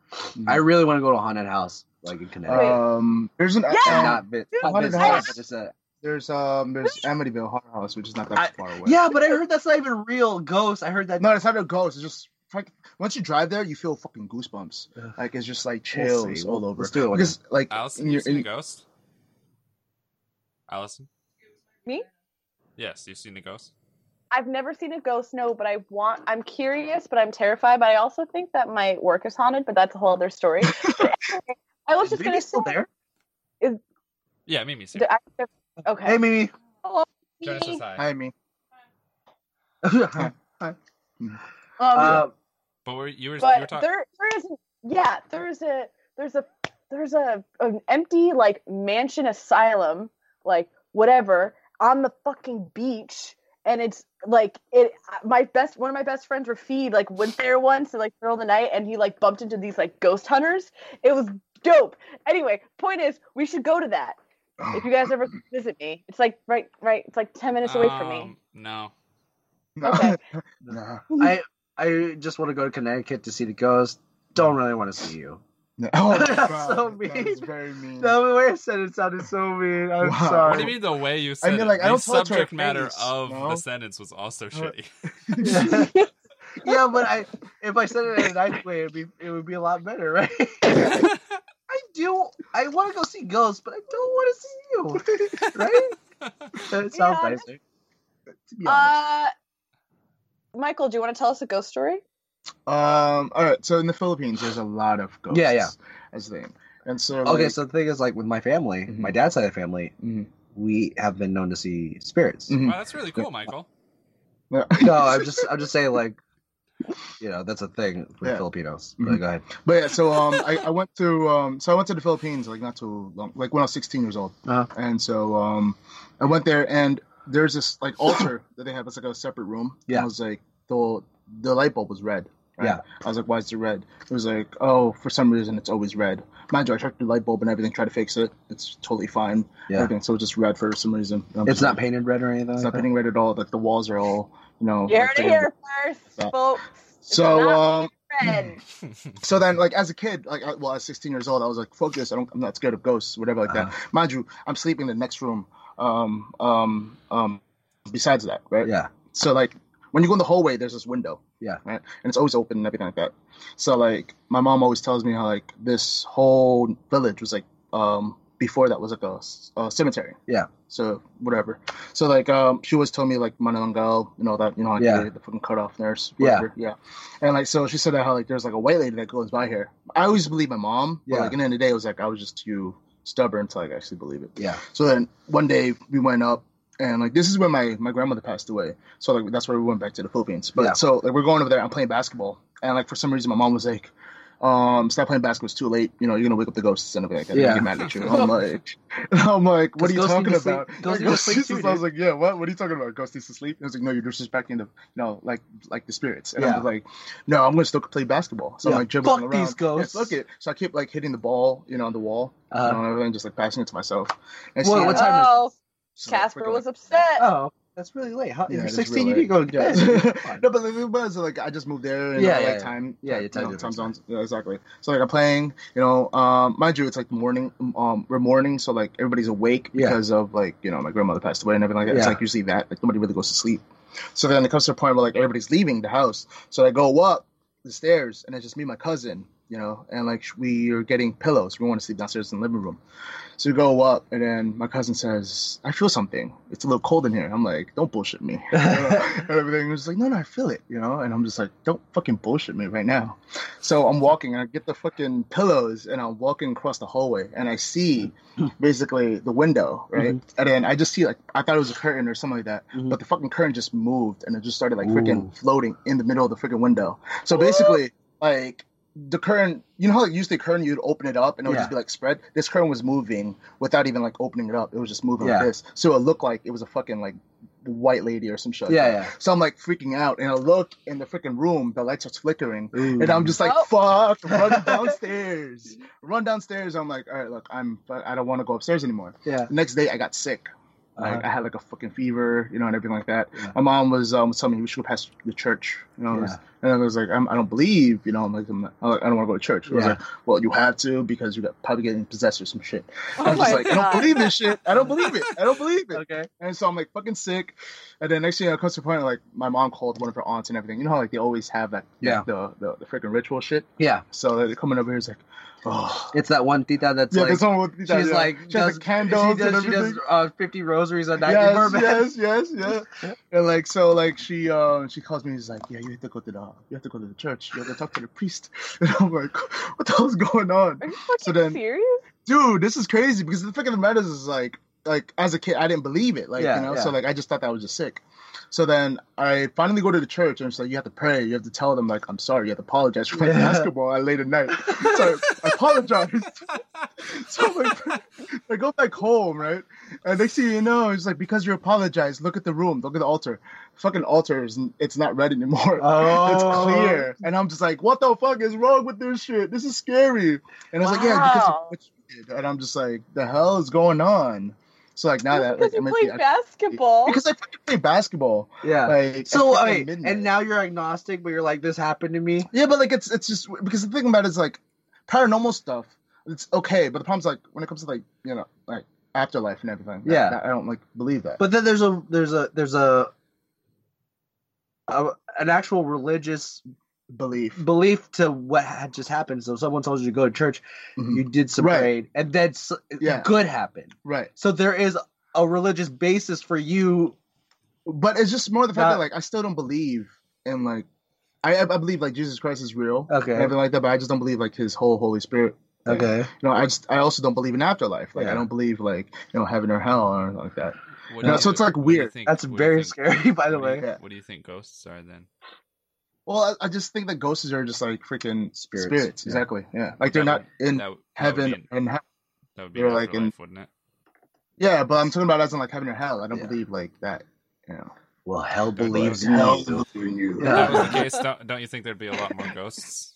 S2: I really want to go to a haunted house, like in Connecticut.
S1: Wait.
S4: um, there's an
S1: Yeah!
S4: um,
S2: not bit,
S1: Dude,
S2: not
S4: haunted
S2: Vincent,
S4: house.
S2: but it's a-
S4: there's um there's Amityville Horror House, which is not that
S2: I-
S4: far away.
S2: yeah, but I heard that's not even real ghosts. I heard that.
S4: No, it's not a ghost. It's just fuck- once you drive there, you feel fucking goosebumps.
S2: Ugh.
S4: Like it's just like
S2: We'll
S4: chills
S2: see.
S4: all
S2: We'll-
S4: over.
S2: Let's do it. one
S4: Because like
S3: Allison,
S4: in
S3: you
S4: your-
S3: seen a
S4: in-
S3: ghost? Allison?
S1: Me?
S3: Yes, you've seen a ghost.
S1: I've never seen a ghost. No, but I want. I'm curious, but I'm terrified. But I also think that my work is haunted. But that's a whole other story. But anyway, I
S2: day.
S1: was
S2: Is
S1: just
S2: Mimi
S1: gonna
S2: still
S1: say-
S2: there.
S3: Yeah, Mimi's
S1: Do
S3: here.
S1: I- Okay.
S2: Hey, Mimi.
S3: Jonas says hi.
S4: hi me.
S1: Um,
S2: Uh,
S3: But we're, you were, you were
S1: but
S3: talking.
S1: there, there is yeah there's a there's a there's a an empty like mansion asylum like whatever on the fucking beach and it's like it my best one of my best friends Rafid like went there once and like middle of the night and he like bumped into these like ghost hunters it was dope anyway point is we should go to that
S4: oh,
S1: if you guys ever visit me it's like right right it's like 10 minutes away from me
S3: Um, No.
S4: No.
S1: okay.
S4: no.
S2: I I just want to go to Connecticut to see the ghost. Don't really want to see you.
S4: No. Oh,
S2: That's
S4: wow.
S2: so
S4: That is
S2: mean.
S4: very mean.
S2: The way I said it sounded so mean. I'm
S4: Mm. Wow.
S2: sorry.
S3: What do you mean the way you said
S4: mean,
S3: it?
S4: like, I
S3: the
S4: don't talk to her
S3: subject matter
S4: face,
S3: of
S4: no?
S3: the sentence was also shitty. Um,
S2: yeah, but I if I said it in a nice way, it'd be it would be a lot better, right? I do. I want to go see ghosts, but I don't want to see you, right? That sounds
S1: Yeah.
S2: nicer.
S4: To be honest.
S1: uh Michael do you want to tell us a ghost story
S4: um. All right. So in the Philippines, there's a lot of ghosts.
S2: Yeah, yeah.
S4: As a thing. And so.
S2: Okay,
S4: like-
S2: so the thing is, like with my family,
S4: Mhm.
S2: my dad's side of the family,
S4: Mhm.
S2: we have been known to see spirits.
S4: Mhm.
S3: Wow, that's really cool, Michael.
S4: No.
S2: No, I'm just I'm just saying, like, you know, that's a thing with
S4: Yeah.
S2: Filipinos. But
S4: Mhm.
S2: go ahead.
S4: But yeah, so um, I, I went to um, so I went to the Philippines like not too long, like when I was 16 years old,
S2: Uh-huh.
S4: and so um, I went there and there's this like altar that they have. It's like a separate room.
S2: Yeah.
S4: And I was like the the light bulb was red. Right?
S2: Yeah.
S4: I was like, why is it red? It was like, oh, for some reason it's always red. Mind you, I checked the light bulb and everything, tried to fix it. It's totally fine.
S2: Yeah.
S4: Everything, so it's just red for some reason. I'm
S2: It's
S4: just
S2: not
S4: like,
S2: painted red or anything.
S4: It's
S2: like
S4: not
S2: that?
S4: painting red at all. Like the walls are all, you know.
S1: You heard
S4: like,
S1: it
S4: they-
S1: here first,
S4: Stop.
S1: folks. It's
S4: So
S1: not
S4: um,
S1: red.
S4: so then like as a kid, like I, well, I was 16 years old, I was like, fuck this, I don't, I'm not scared of ghosts, whatever like that. Mind you, I'm sleeping in the next room. Um, um, um. Besides that, right?
S2: Yeah.
S4: So like when you go in the hallway, there's this window.
S2: Yeah.
S4: Right. And it's always open and everything like that. So like my mom always tells me how like this whole village was like um before that was like a, s- a cemetery.
S2: Yeah.
S4: So whatever. So like um she always told me like Manangal, you know that you know like
S2: Yeah.
S4: the, the fucking cut off nurse.
S2: Yeah.
S4: Whatever. Yeah. And like so she said that how like there's like a white lady that goes by here. I always believe my mom. But
S2: Yeah.
S4: like in the end of the day, it was like I was just too stubborn to like actually believe it.
S2: Yeah.
S4: So then one day we went up and like this is when my my grandmother passed away. So like that's where we went back to the Philippines. But
S2: Yeah.
S4: so like we're going over there. I'm playing basketball and like for some reason my mom was like, um, stop playing basketball. It's too late. You know you're gonna wake up the ghosts and everything. Like that. They're gonna get mad at you. I'm like, I'm like, what are
S2: Does
S4: you
S2: ghosts
S4: talking
S2: need to sleep?
S4: about?
S2: Ghosts
S4: Like,
S2: need to sleep
S4: needs
S2: too,
S4: to- I was like, yeah, what? What are you talking about? Ghosts needs to sleep. And I was like, no, you're disrespecting the you know like like the spirits. And
S2: Yeah.
S4: I'm like, no, I'm gonna still play basketball. So
S2: Yeah,
S4: I'm like dribbling
S2: fuck
S4: around.
S2: these ghosts.
S4: Yeah, fuck it. So I keep like hitting the ball, you know, on the wall,
S2: Uh,
S4: you know, and everything, just like passing it to myself. And
S2: Whoa,
S4: she-
S2: what time is
S1: oh,
S4: she's like,
S1: Casper
S4: freaking
S1: was upset.
S2: oh, that's really late. How,
S4: Yeah,
S2: you're
S4: it is
S2: 16.
S4: really
S2: You need to go to
S4: yeah.
S2: bed. You're fine.
S4: no, but the thing was like I just moved there. And,
S2: Yeah,
S4: like,
S2: yeah, yeah.
S4: time.
S2: Yeah, your
S4: you
S2: time
S4: know,
S2: difference,
S4: time zones. Yeah, exactly. So like I'm playing. You know, um, mind you, it's like morning. Um, we're morning, so like everybody's awake
S2: Yeah.
S4: because of like you know my grandmother passed away and everything like that. It's
S2: Yeah.
S4: like usually that like nobody really goes to sleep. So then it comes to a point where like everybody's leaving the house. So I go up the stairs and it's just me and my cousin. You know, and like sh- we are getting pillows. We want to sleep downstairs in the living room. So we go up, and then my cousin says, "I feel something. It's a little cold in here." I'm like, "Don't bullshit me." You know? and everything. He was like, "No, no, I feel it," you know. And I'm just like, "Don't fucking bullshit me right now." So I'm walking, and I get the fucking pillows, and I'm walking across the hallway, and I see basically the window, right? And then I just see like I thought it was a curtain or something like that,
S2: Mhm.
S4: but the fucking curtain just moved, and it just started like
S2: Ooh.
S4: freaking floating in the middle of the freaking window. So basically, like the curtain, you know how like, usually curtain you'd open it up and it would
S2: Yeah.
S4: just be like spread. This curtain was moving without even like opening it up. It was just moving
S2: Yeah.
S4: like this, so it looked like it was a fucking like white lady or some shit. like that.
S2: yeah,
S4: So I'm like freaking out, and I look in the freaking room, the lights are flickering,
S2: yeah. Ooh.
S4: and I'm just like,
S1: Oh.
S4: "Fuck!" Run downstairs, run downstairs. I'm like, "All right, look, I'm, I don't want to go upstairs anymore."
S2: yeah.
S4: Next day, I got sick. Like
S2: Uh-huh.
S4: I had like a fucking fever, you know, and everything like that.
S2: Yeah.
S4: My mom was um telling me we should go past the church, you know, it was-
S2: Yeah.
S4: and I was like, I'm, I don't believe, you know, I'm like, I'm not, I'm like, I don't want to go to church. I was
S2: Yeah.
S4: like, well, you have to because you're probably getting possessed or some shit.
S1: Oh
S4: I'm just
S1: my
S4: like, I
S1: god.
S4: don't believe this shit. I don't believe it. I don't believe it.
S2: Okay.
S4: And so I'm like fucking sick. And then next thing you know, it comes to a point like my mom called one of her aunts and everything. You know how like they always have that
S2: Yeah.
S4: the the, the freaking ritual shit.
S2: Yeah.
S4: So they're coming over here is like, oh
S2: It's that one tita that's
S4: yeah,
S2: like,
S4: there's someone with
S2: she's
S4: yeah.
S2: like,
S4: she has
S2: does,
S4: the
S2: she
S4: candles and
S2: does, she
S4: everything
S2: does uh, 50 rosaries a night
S4: yes,
S2: before bed.
S4: yes, yes, yes, And like so, like she um she calls me. She's like, yeah, you have to go to the you have to go to the church. You have to talk to the priest. And I'm like, what the hell's going on,
S1: Are you fucking
S4: So then-
S1: serious?
S4: dude? This is crazy because the fact of the matter is, is like like as a kid, I didn't believe it. Like
S2: Yeah,
S4: you know,
S2: yeah.
S4: so like I just thought that I was just sick. So then I finally go to the church and she's like, you have to pray. You have to tell them like I'm sorry. You have to apologize for playing
S2: Yeah.
S4: basketball at late at night. so I apologize. So I'm like, I go back home, right? And next thing you know, it's like because you apologize, look at the room, look at the altar. Fucking altar is it's not red anymore. It's
S2: Oh.
S4: clear. And I'm just like, what the fuck is wrong with this shit? This is scary. And I was like, yeah, because of
S1: Wow.
S4: what you did. And I'm just like, the hell is going on? So like now that
S1: because
S4: like,
S1: you
S4: I'm at
S1: played
S4: the-
S1: basketball.
S4: because I fucking play basketball.
S2: Yeah.
S4: Like
S2: so,
S4: at freaking
S2: wait,
S4: midnight.
S2: and now you're agnostic, but you're like, this happened to me?
S4: Yeah, but like it's it's just because the thing about it is like paranormal stuff. It's okay, but the problem's like when it comes to like you know like afterlife and everything. that-
S2: Yeah.
S4: that- I don't like believe that.
S2: But then there's a there's a there's a, a an actual religious
S4: belief.
S2: belief to what had just happened. So someone told you to go to church,
S4: Mhm.
S2: you did some
S4: Right.
S2: praying, and then s
S4: Yeah.
S2: good happened.
S4: Right,
S2: So there is a religious basis for you.
S4: but it's just more the fact
S2: Not-
S4: that like I still don't believe in like I I I believe like Jesus Christ is real.
S2: Okay.
S4: And everything like that, but I just don't believe like his whole Holy Spirit. thing. You know, I just I also don't believe in afterlife. Like
S2: Yeah.
S4: I don't believe like you know heaven or hell or anything like that.
S3: What do
S4: No,
S3: you
S4: so
S3: think-
S4: it's like
S3: what do you
S4: weird.
S3: think-
S2: That's
S3: what do you
S2: very
S3: think-
S2: scary, by the
S3: what do
S2: way.
S3: you-
S4: way.
S3: What do you think ghosts are then?
S4: Well, I, I just think that ghosts are just like freaking
S2: Spirits,
S4: spirits.
S2: yeah.
S4: Exactly. Yeah. Like they're
S3: That
S4: not
S3: would-
S4: in
S3: that would- that would be
S4: heaven
S3: an-
S4: and hell.
S3: That would be
S4: They're
S3: an
S4: like in-
S3: afterlife, wouldn't it?
S4: Yeah, but I'm talking about as in like heaven or hell. I don't
S2: Yeah.
S4: believe like that. You know.
S2: Well, hell believes in
S4: Hell
S2: you.
S4: believes in
S2: Yeah.
S4: you.
S3: If that was the case, don't, don't you think there'd be a lot more ghosts?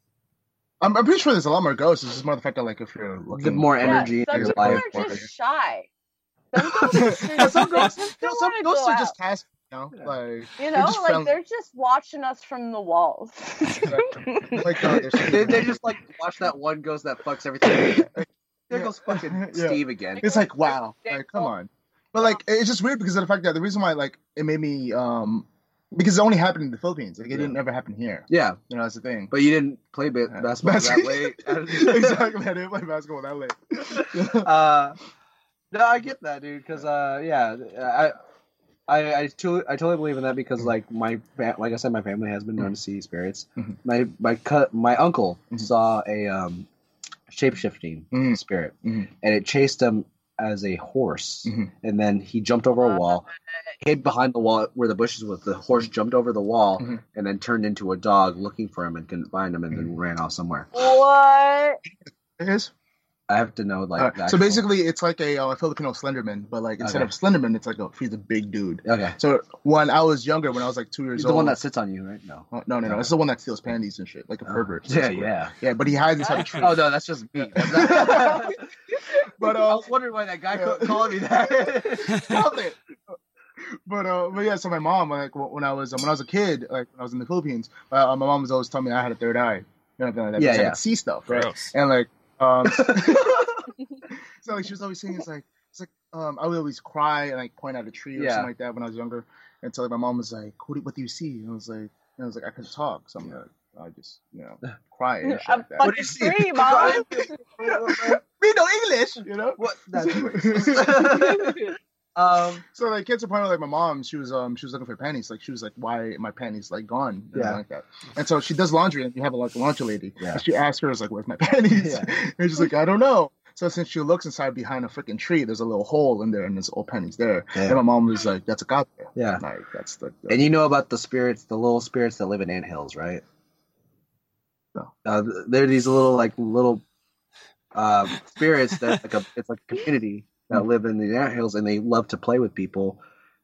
S4: I'm, I'm pretty sure there's a lot more ghosts. It's just more the fact that like if you're
S2: The
S4: looking
S2: more
S1: Yeah,
S2: energy
S1: some
S2: in your
S1: people
S2: life.
S1: are just shy. Some ghosts just-
S4: Yeah, some ghosts,
S1: they just
S4: you know,
S1: don't
S4: some
S1: wanna
S4: ghosts
S1: go
S4: are
S1: out.
S4: just cast. You know,
S2: Yeah.
S4: like
S1: you know,
S4: just
S1: like
S4: friendly.
S1: they're just watching us from the walls.
S4: like uh,
S2: they, they just like watch that one ghost that fucks everything. There goes fucking
S4: Yeah.
S2: Steve again.
S4: it's like wow, like, come on. But like
S1: um,
S4: it's just weird because of the fact that the reason why like it made me um because it only happened in the Philippines. Like it
S2: Yeah.
S4: didn't ever happen here.
S2: Yeah,
S4: You know that's the thing.
S2: but you didn't play ba-
S4: Yeah.
S2: basketball that way.
S4: exactly. I didn't play basketball that late.
S2: Uh, no, I get that, dude. Because uh, yeah, I. I I, to, I totally believe in that because
S4: Mhm.
S2: like my fa- like I said my family has been known
S4: Mm-hmm.
S2: to see spirits.
S4: Mhm.
S2: My my cu- my uncle
S4: Mhm.
S2: saw a um shape shifting
S4: Mhm.
S2: spirit
S4: Mhm.
S2: and it chased him as a horse
S4: Mhm.
S2: and then he jumped over a wall hid behind the wall where the bushes was the horse jumped over the wall
S4: Mhm.
S2: and then turned into a dog looking for him and couldn't find him and
S4: Mm-hmm.
S2: then ran off somewhere
S1: What?
S4: It is.
S2: i have to know like
S4: Alright,
S2: the
S4: So
S2: actual-
S4: basically, it's like a, uh, Filipino Slenderman, but like instead
S2: Okay.
S4: of Slenderman, it's like a he's a big dude.
S2: okay
S4: So when I was younger, when I was like two years
S2: he's
S4: old,
S2: the one that sits on you right no
S4: Oh, no, no, no.
S2: Okay.
S4: It's the one that steals panties and shit, like a pervert.
S2: Oh, yeah
S4: basically.
S2: yeah
S4: yeah. But he hides inside a tree.
S2: oh no that's just me but
S4: But,
S2: um,
S4: uh,
S2: i was wondering why that guy
S4: yeah.
S2: co- called me that
S4: Stop it. But uh, but yeah. So my mom, like wh- when I was um, when I was a kid, like when I was in the Philippines, uh, my mom was always telling me I had a third eye. You know, like that,
S2: Yeah,
S4: because I
S2: yeah.
S4: could see stuff, right?
S3: Gross.
S4: And like, um, so like she was always saying it's like it's like um I would always cry and like point at a tree or
S2: Yeah.
S4: something like that when I was younger. And so like my mom was like, "What do, what do you see?" And I was like, and I was like, I could talk. So I'm like, I just you know cry and shit
S1: I'm
S4: like that.
S2: What
S1: fucking
S2: do you see?
S1: free, mom.
S4: Me no English, you know.
S2: what that's
S4: so
S2: um
S4: like kids are probably like my mom. She was um she was looking for panties. Like she was like, why are my panties like gone? And
S2: Yeah.
S4: like that. And so she does laundry, and you have a like laundry lady.
S2: Yeah.
S4: And she asks her, is like, where's my panties? And she's like, I don't know. So since she looks inside behind a freaking tree, there's a little hole in there, and there's old panties there.
S2: Yeah.
S4: And my mom was like, that's a god.
S2: yeah
S4: Like that's the.
S2: And you know about the spirits, the little spirits that live in anthills, right?
S4: No.
S2: Uh, they're these little like little uh, spirits that like a it's like a community that live in the anthills and they love to play with people.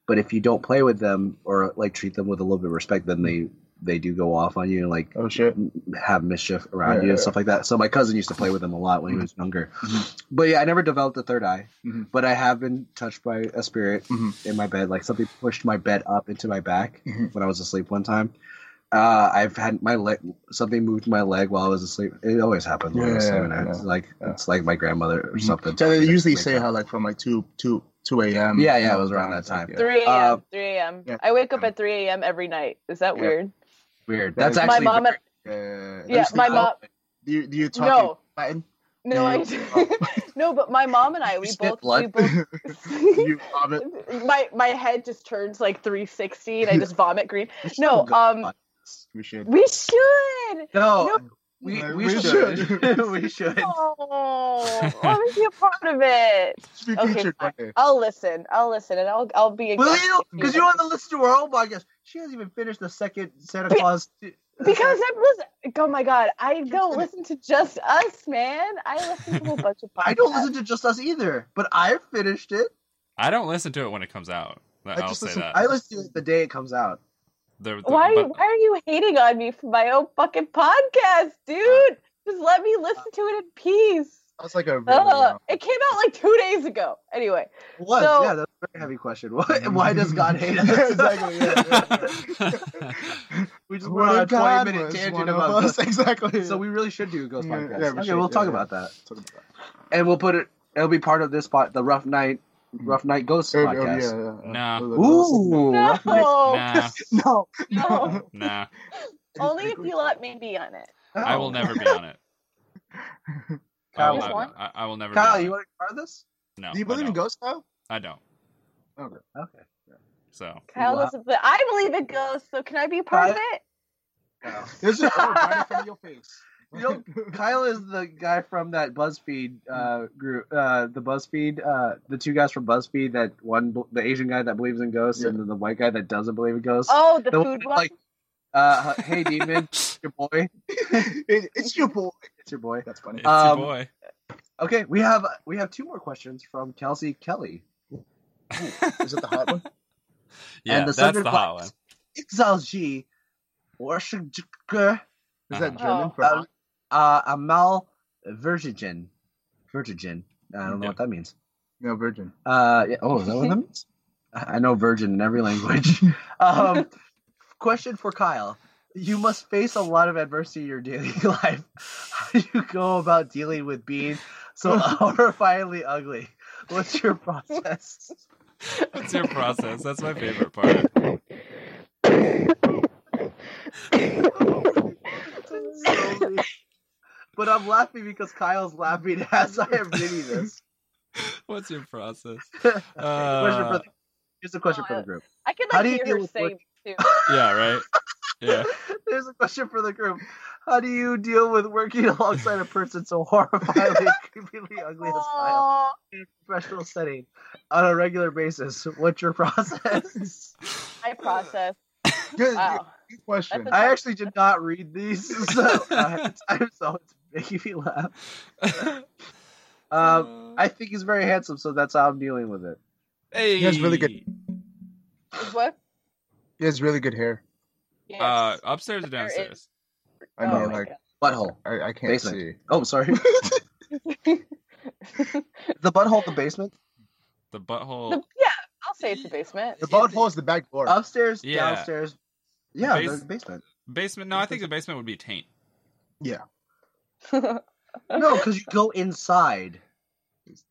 S2: But if you don't play with them or like treat them with a little bit of respect, then they they do go off on you and like
S4: oh shit.
S2: have mischief around
S4: Yeah,
S2: you
S4: yeah, Mm-hmm.
S2: and stuff like that. So my cousin used to play with them a lot when he was younger. But yeah, I never developed a third eye.
S4: Mhm.
S2: But I have been touched by a spirit
S4: Mhm.
S2: in my bed. Like something pushed my bed up into my back
S4: Mhm.
S2: when I was asleep one time. Uh, I've had my leg. Something moved my leg while I was asleep. It always happens. When I was
S4: Yeah,
S2: asleep, and It's
S4: yeah,
S2: like
S4: yeah.
S2: it's like my grandmother or
S4: Mhm.
S2: something.
S4: So they
S2: Like,
S4: usually
S2: wake
S4: say
S2: up.
S4: how like from like two two two a.m.
S2: Yeah, yeah, it was around that time.
S1: 3
S2: Uh,
S1: a.m. 3 a.m.
S4: yeah.
S1: I wake up at 3 a.m. every night. Is that
S4: Yeah.
S1: weird?
S2: weird.
S4: That
S2: That's
S4: is-
S1: my
S2: actually
S1: mom.
S2: weird.
S1: At,
S4: Yeah.
S1: yeah, my
S2: how-
S1: mom.
S4: Do you, do you talk
S1: No,
S4: Latin?
S1: no, I, no. But my mom and I, we
S2: spit
S1: both,
S2: blood?
S1: we both
S4: Do you vomit?
S1: my my head just turns like 360 and I just vomit green.
S2: Oh,
S1: No, um,
S4: We should.
S1: we should.
S2: no,
S1: No.
S2: we,
S4: No,
S2: we,
S4: we
S2: should,
S4: should.
S2: we should.
S1: Oh, let me be a part of it.
S4: Be
S1: Okay,
S4: featured
S1: fine.
S4: one day.
S1: I'll listen. I'll listen, and I'll I'll be. a
S2: Will
S1: guest
S2: you?
S1: if
S2: Because you want to listen to our own podcast. She hasn't even finished the second Santa Claus. uh,
S1: Because I'm listen. Oh my god, I don't
S2: listen.
S1: listen to just us, man. I listen to a whole bunch of podcasts.
S2: I don't listen to just us either, but I finished it.
S3: I don't listen to it when it comes out.
S4: I
S3: I'll
S4: just
S3: say
S4: listen-
S3: that.
S2: I listen to it the day it comes out.
S3: The- the-
S1: Why are you,
S3: but-
S1: why are you hating on me for my own fucking podcast, dude? Just let me listen to it in peace.
S4: That's like a.
S1: Ugh. Oh, It came out like two days ago. Anyway,
S2: It was
S1: So-
S2: yeah, that's a very heavy question. Why,
S3: Mm.
S2: why does God hate us?
S4: Yeah, exactly, yeah,
S2: we just went
S4: What
S2: on
S4: a
S2: a
S4: God
S2: twenty minute
S4: was
S2: tangent
S4: one of
S2: about
S4: us.
S2: us.
S4: Exactly.
S2: So we really should do a ghost
S4: Yeah,
S2: podcast.
S4: yeah, we
S2: okay,
S4: should,
S2: we'll
S4: yeah,
S2: talk
S4: yeah.
S2: about that,
S4: Talk about that.
S2: and we'll put it. It'll be part of this spot, the rough night,
S3: Mm.
S2: rough night ghost
S4: Oh, oh,
S2: podcast.
S4: yeah, yeah.
S3: Nah.
S2: Ooh,
S1: no,
S2: rough night.
S1: Oh.
S3: nah,
S4: No.
S1: no.
S3: nah.
S1: Only if you let me be on it.
S3: I will never be on it. I
S2: Kyle,
S3: will,
S1: Just
S3: never,
S1: one?
S3: I, I will never. be
S2: Kyle,
S3: on
S2: you
S3: it.
S2: want to car this?
S3: No,
S4: Do you
S3: I
S4: believe in
S3: don't.
S4: ghosts, Kyle?
S3: I don't.
S4: Okay.
S2: Okay.
S3: So
S1: Kyle
S2: Wow.
S1: doesn't. But I believe in ghosts, so can I be a part of it?
S2: Kyle.
S4: There's just oh, right in front of your face.
S2: You know, Kyle is the guy from that BuzzFeed uh, group. Uh, the BuzzFeed, uh, the two guys from BuzzFeed. That one, bl- the Asian guy that believes in ghosts, and then the white guy that doesn't believe in ghosts.
S1: Oh, the
S2: The
S1: food
S2: one,
S1: one.
S2: like, uh, hey demon, it's your boy,
S4: It- it's your boy.
S2: it's your boy.
S4: That's funny.
S3: it's
S2: Um,
S3: your boy.
S2: Okay, we have we have two more questions from Kelsey Kelly.
S4: Uh, Is it the hot one?
S3: Yeah,
S2: and the
S3: that's
S2: subject
S3: the
S2: line
S3: hot one.
S2: is Exalji, Worshipjker,
S4: Is that
S3: Uh-huh.
S4: German
S1: Oh.
S4: for hot?
S2: uh, Amal Vertigen. Vertigen. I don't know
S3: Yeah.
S2: what that means.
S4: No, virgin.
S2: Uh, yeah, oh, is that what that means? I I know virgin in every language. Um, question for Kyle. You must face a lot of adversity in your daily life. How do you go about dealing with being so horrifyingly ugly? What's your process?
S3: What's your process? That's my favorite part.
S2: but I'm laughing because Kyle's laughing as I am reading this.
S3: What's your process?
S2: Question question for
S3: Uh,
S2: the, here's a question for the group.
S1: I could
S2: How
S1: like
S2: do you
S1: hear
S2: deal
S1: her
S2: with
S1: say
S2: work-
S1: too.
S3: yeah, right. Yeah.
S2: There's a question for the group. How do you deal with working alongside a person so horrifyingly, creepily ugly as Kyle
S1: Aw.
S2: in a professional setting on a regular basis? What's your process?
S1: I process.
S4: Good,
S1: Wow.
S4: good question.
S1: That's a-
S2: I actually did not read these, so I had time, so it's making me laugh. Um, I think he's very handsome, so that's how I'm dealing with it.
S3: hey,
S4: He has really good-
S1: Is
S2: Uh,
S1: what?
S4: He has really good hair.
S1: Yes.
S3: Uh, upstairs or
S1: There is-
S3: downstairs?
S4: I
S1: Oh
S4: know,
S1: my
S4: like
S2: Butthole.
S4: I, I can't
S2: Basement.
S4: see.
S2: Oh, sorry. the butthole, the basement,
S3: The butthole.
S1: The- yeah, I'll say it's the basement.
S4: The butthole is the back door.
S2: upstairs,
S3: Yeah.
S2: downstairs. Yeah,
S3: Bas-
S2: the basement.
S3: basement. No, I think the basement would be taint.
S2: No, because you go inside,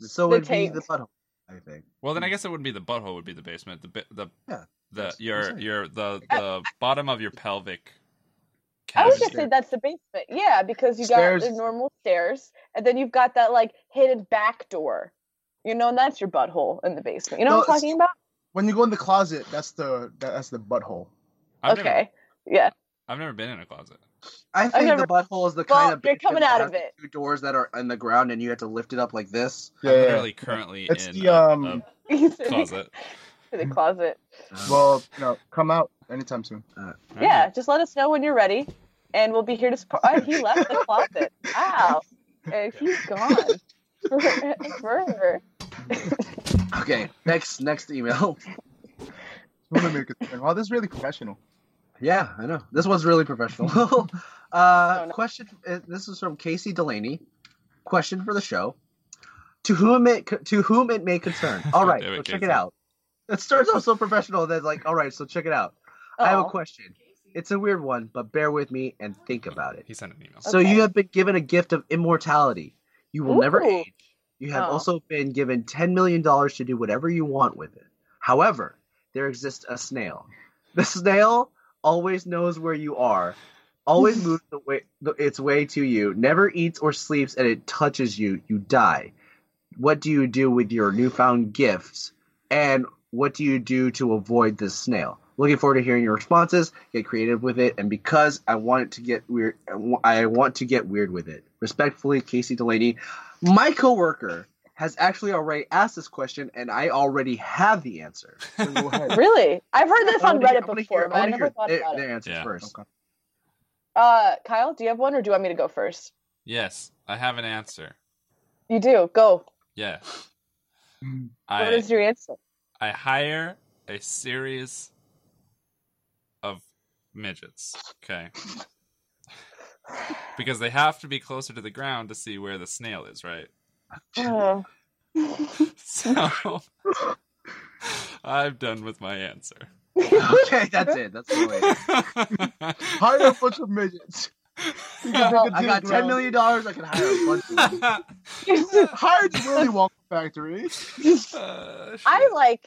S2: so
S1: The
S2: it'd
S1: taint.
S2: be the butthole. I think.
S3: Well, then I guess it wouldn't be the butthole. Would be the basement. The bi- the
S2: Yeah,
S3: the
S2: that's what I'm
S3: your
S2: saying.
S3: your the the bottom of your pelvic.
S1: I
S3: Cavity.
S1: was gonna say that's the basement. Yeah, because you
S4: Stairs.
S1: got the normal stairs, and then you've got that like hidden back door. You know, and that's your butthole in the basement. You know
S4: No,
S1: what I'm
S4: it's-
S1: talking about?
S4: When you go in the closet, that's the that, that's the butthole.
S3: I've Never,
S1: okay. Yeah.
S3: I've never been in a closet.
S2: I think
S1: never-
S2: the butthole is the
S1: Well,
S2: kind of
S1: you're
S2: basement
S1: coming
S2: that
S1: out
S2: has
S1: of
S2: the
S1: it.
S2: Two doors that are on the ground, and you have to lift it up like this.
S4: Yeah,
S3: I'm
S4: yeah,
S3: literally
S4: yeah.
S3: currently
S4: It's
S3: in
S4: the,
S3: a- a
S4: um,
S3: closet.
S1: to the closet.
S4: Well, you know, come out anytime soon.
S1: Yeah, just let us know when you're ready, and we'll be here to support. Oh, he left the closet. Wow, Uh, he's gone forever.
S2: Um, Okay, next next email.
S4: Wanna make it- Wow, this is really professional.
S2: Yeah, I know. This one's really professional. uh,
S1: Oh, no.
S2: Question. uh, This is from Casey Delaney. Question for the show. To whom it to whom it may concern. All right,
S3: Damn it,
S2: so check it
S3: Casey.
S2: out. It starts off so professional that like, all right, so check it out. I have a
S1: Aw.
S2: question. It's a weird one, but bear with me and think about it.
S3: He sent an email.
S2: So
S1: Okay.
S2: you have been given a gift of immortality. You will never
S1: Ooh.
S2: age. You have
S1: Oh.
S2: also been given $10 million to do whatever you want with it. However, there exists a snail. The snail always knows where you are, always moves the way, the, its way to you, never eats or sleeps, and it touches you. You die. What do you do with your newfound gifts? And what do you do to avoid this snail? Looking forward to hearing your responses. Get creative with it, and because I want it to get weird, I wa- I want to get weird with it. Respectfully, Casey Delaney, my coworker has actually already asked this question, and I already have the answer.
S4: So go ahead.
S1: Really? I've heard this
S2: I
S1: on
S2: wanna hear-
S1: Reddit
S2: I wanna
S1: before,
S2: hear-
S1: but I
S2: wanna
S1: never
S2: hear
S1: thought
S2: their,
S1: about it.
S2: their answer
S3: Yeah.
S2: first.
S4: Okay.
S1: Uh, Kyle, do you have one, or do you want me to go first?
S3: Yes, I have an answer.
S1: You do. Go.
S3: Yeah,
S4: Mm.
S1: What
S3: I
S1: is your answer?
S3: I hire a series of midgets. Okay. Because they have to be closer to the ground to see where the snail is, right?
S1: Oh.
S3: So I'm done with my answer.
S2: okay, that's it. That's the way.
S4: Hire a bunch of midgets. You can make a
S2: I
S4: deal
S2: got ten
S4: around-
S2: million dollars. I can hire a bunch of them.
S4: Hire the Willy Wonka factory.
S3: Uh, shit.
S1: I like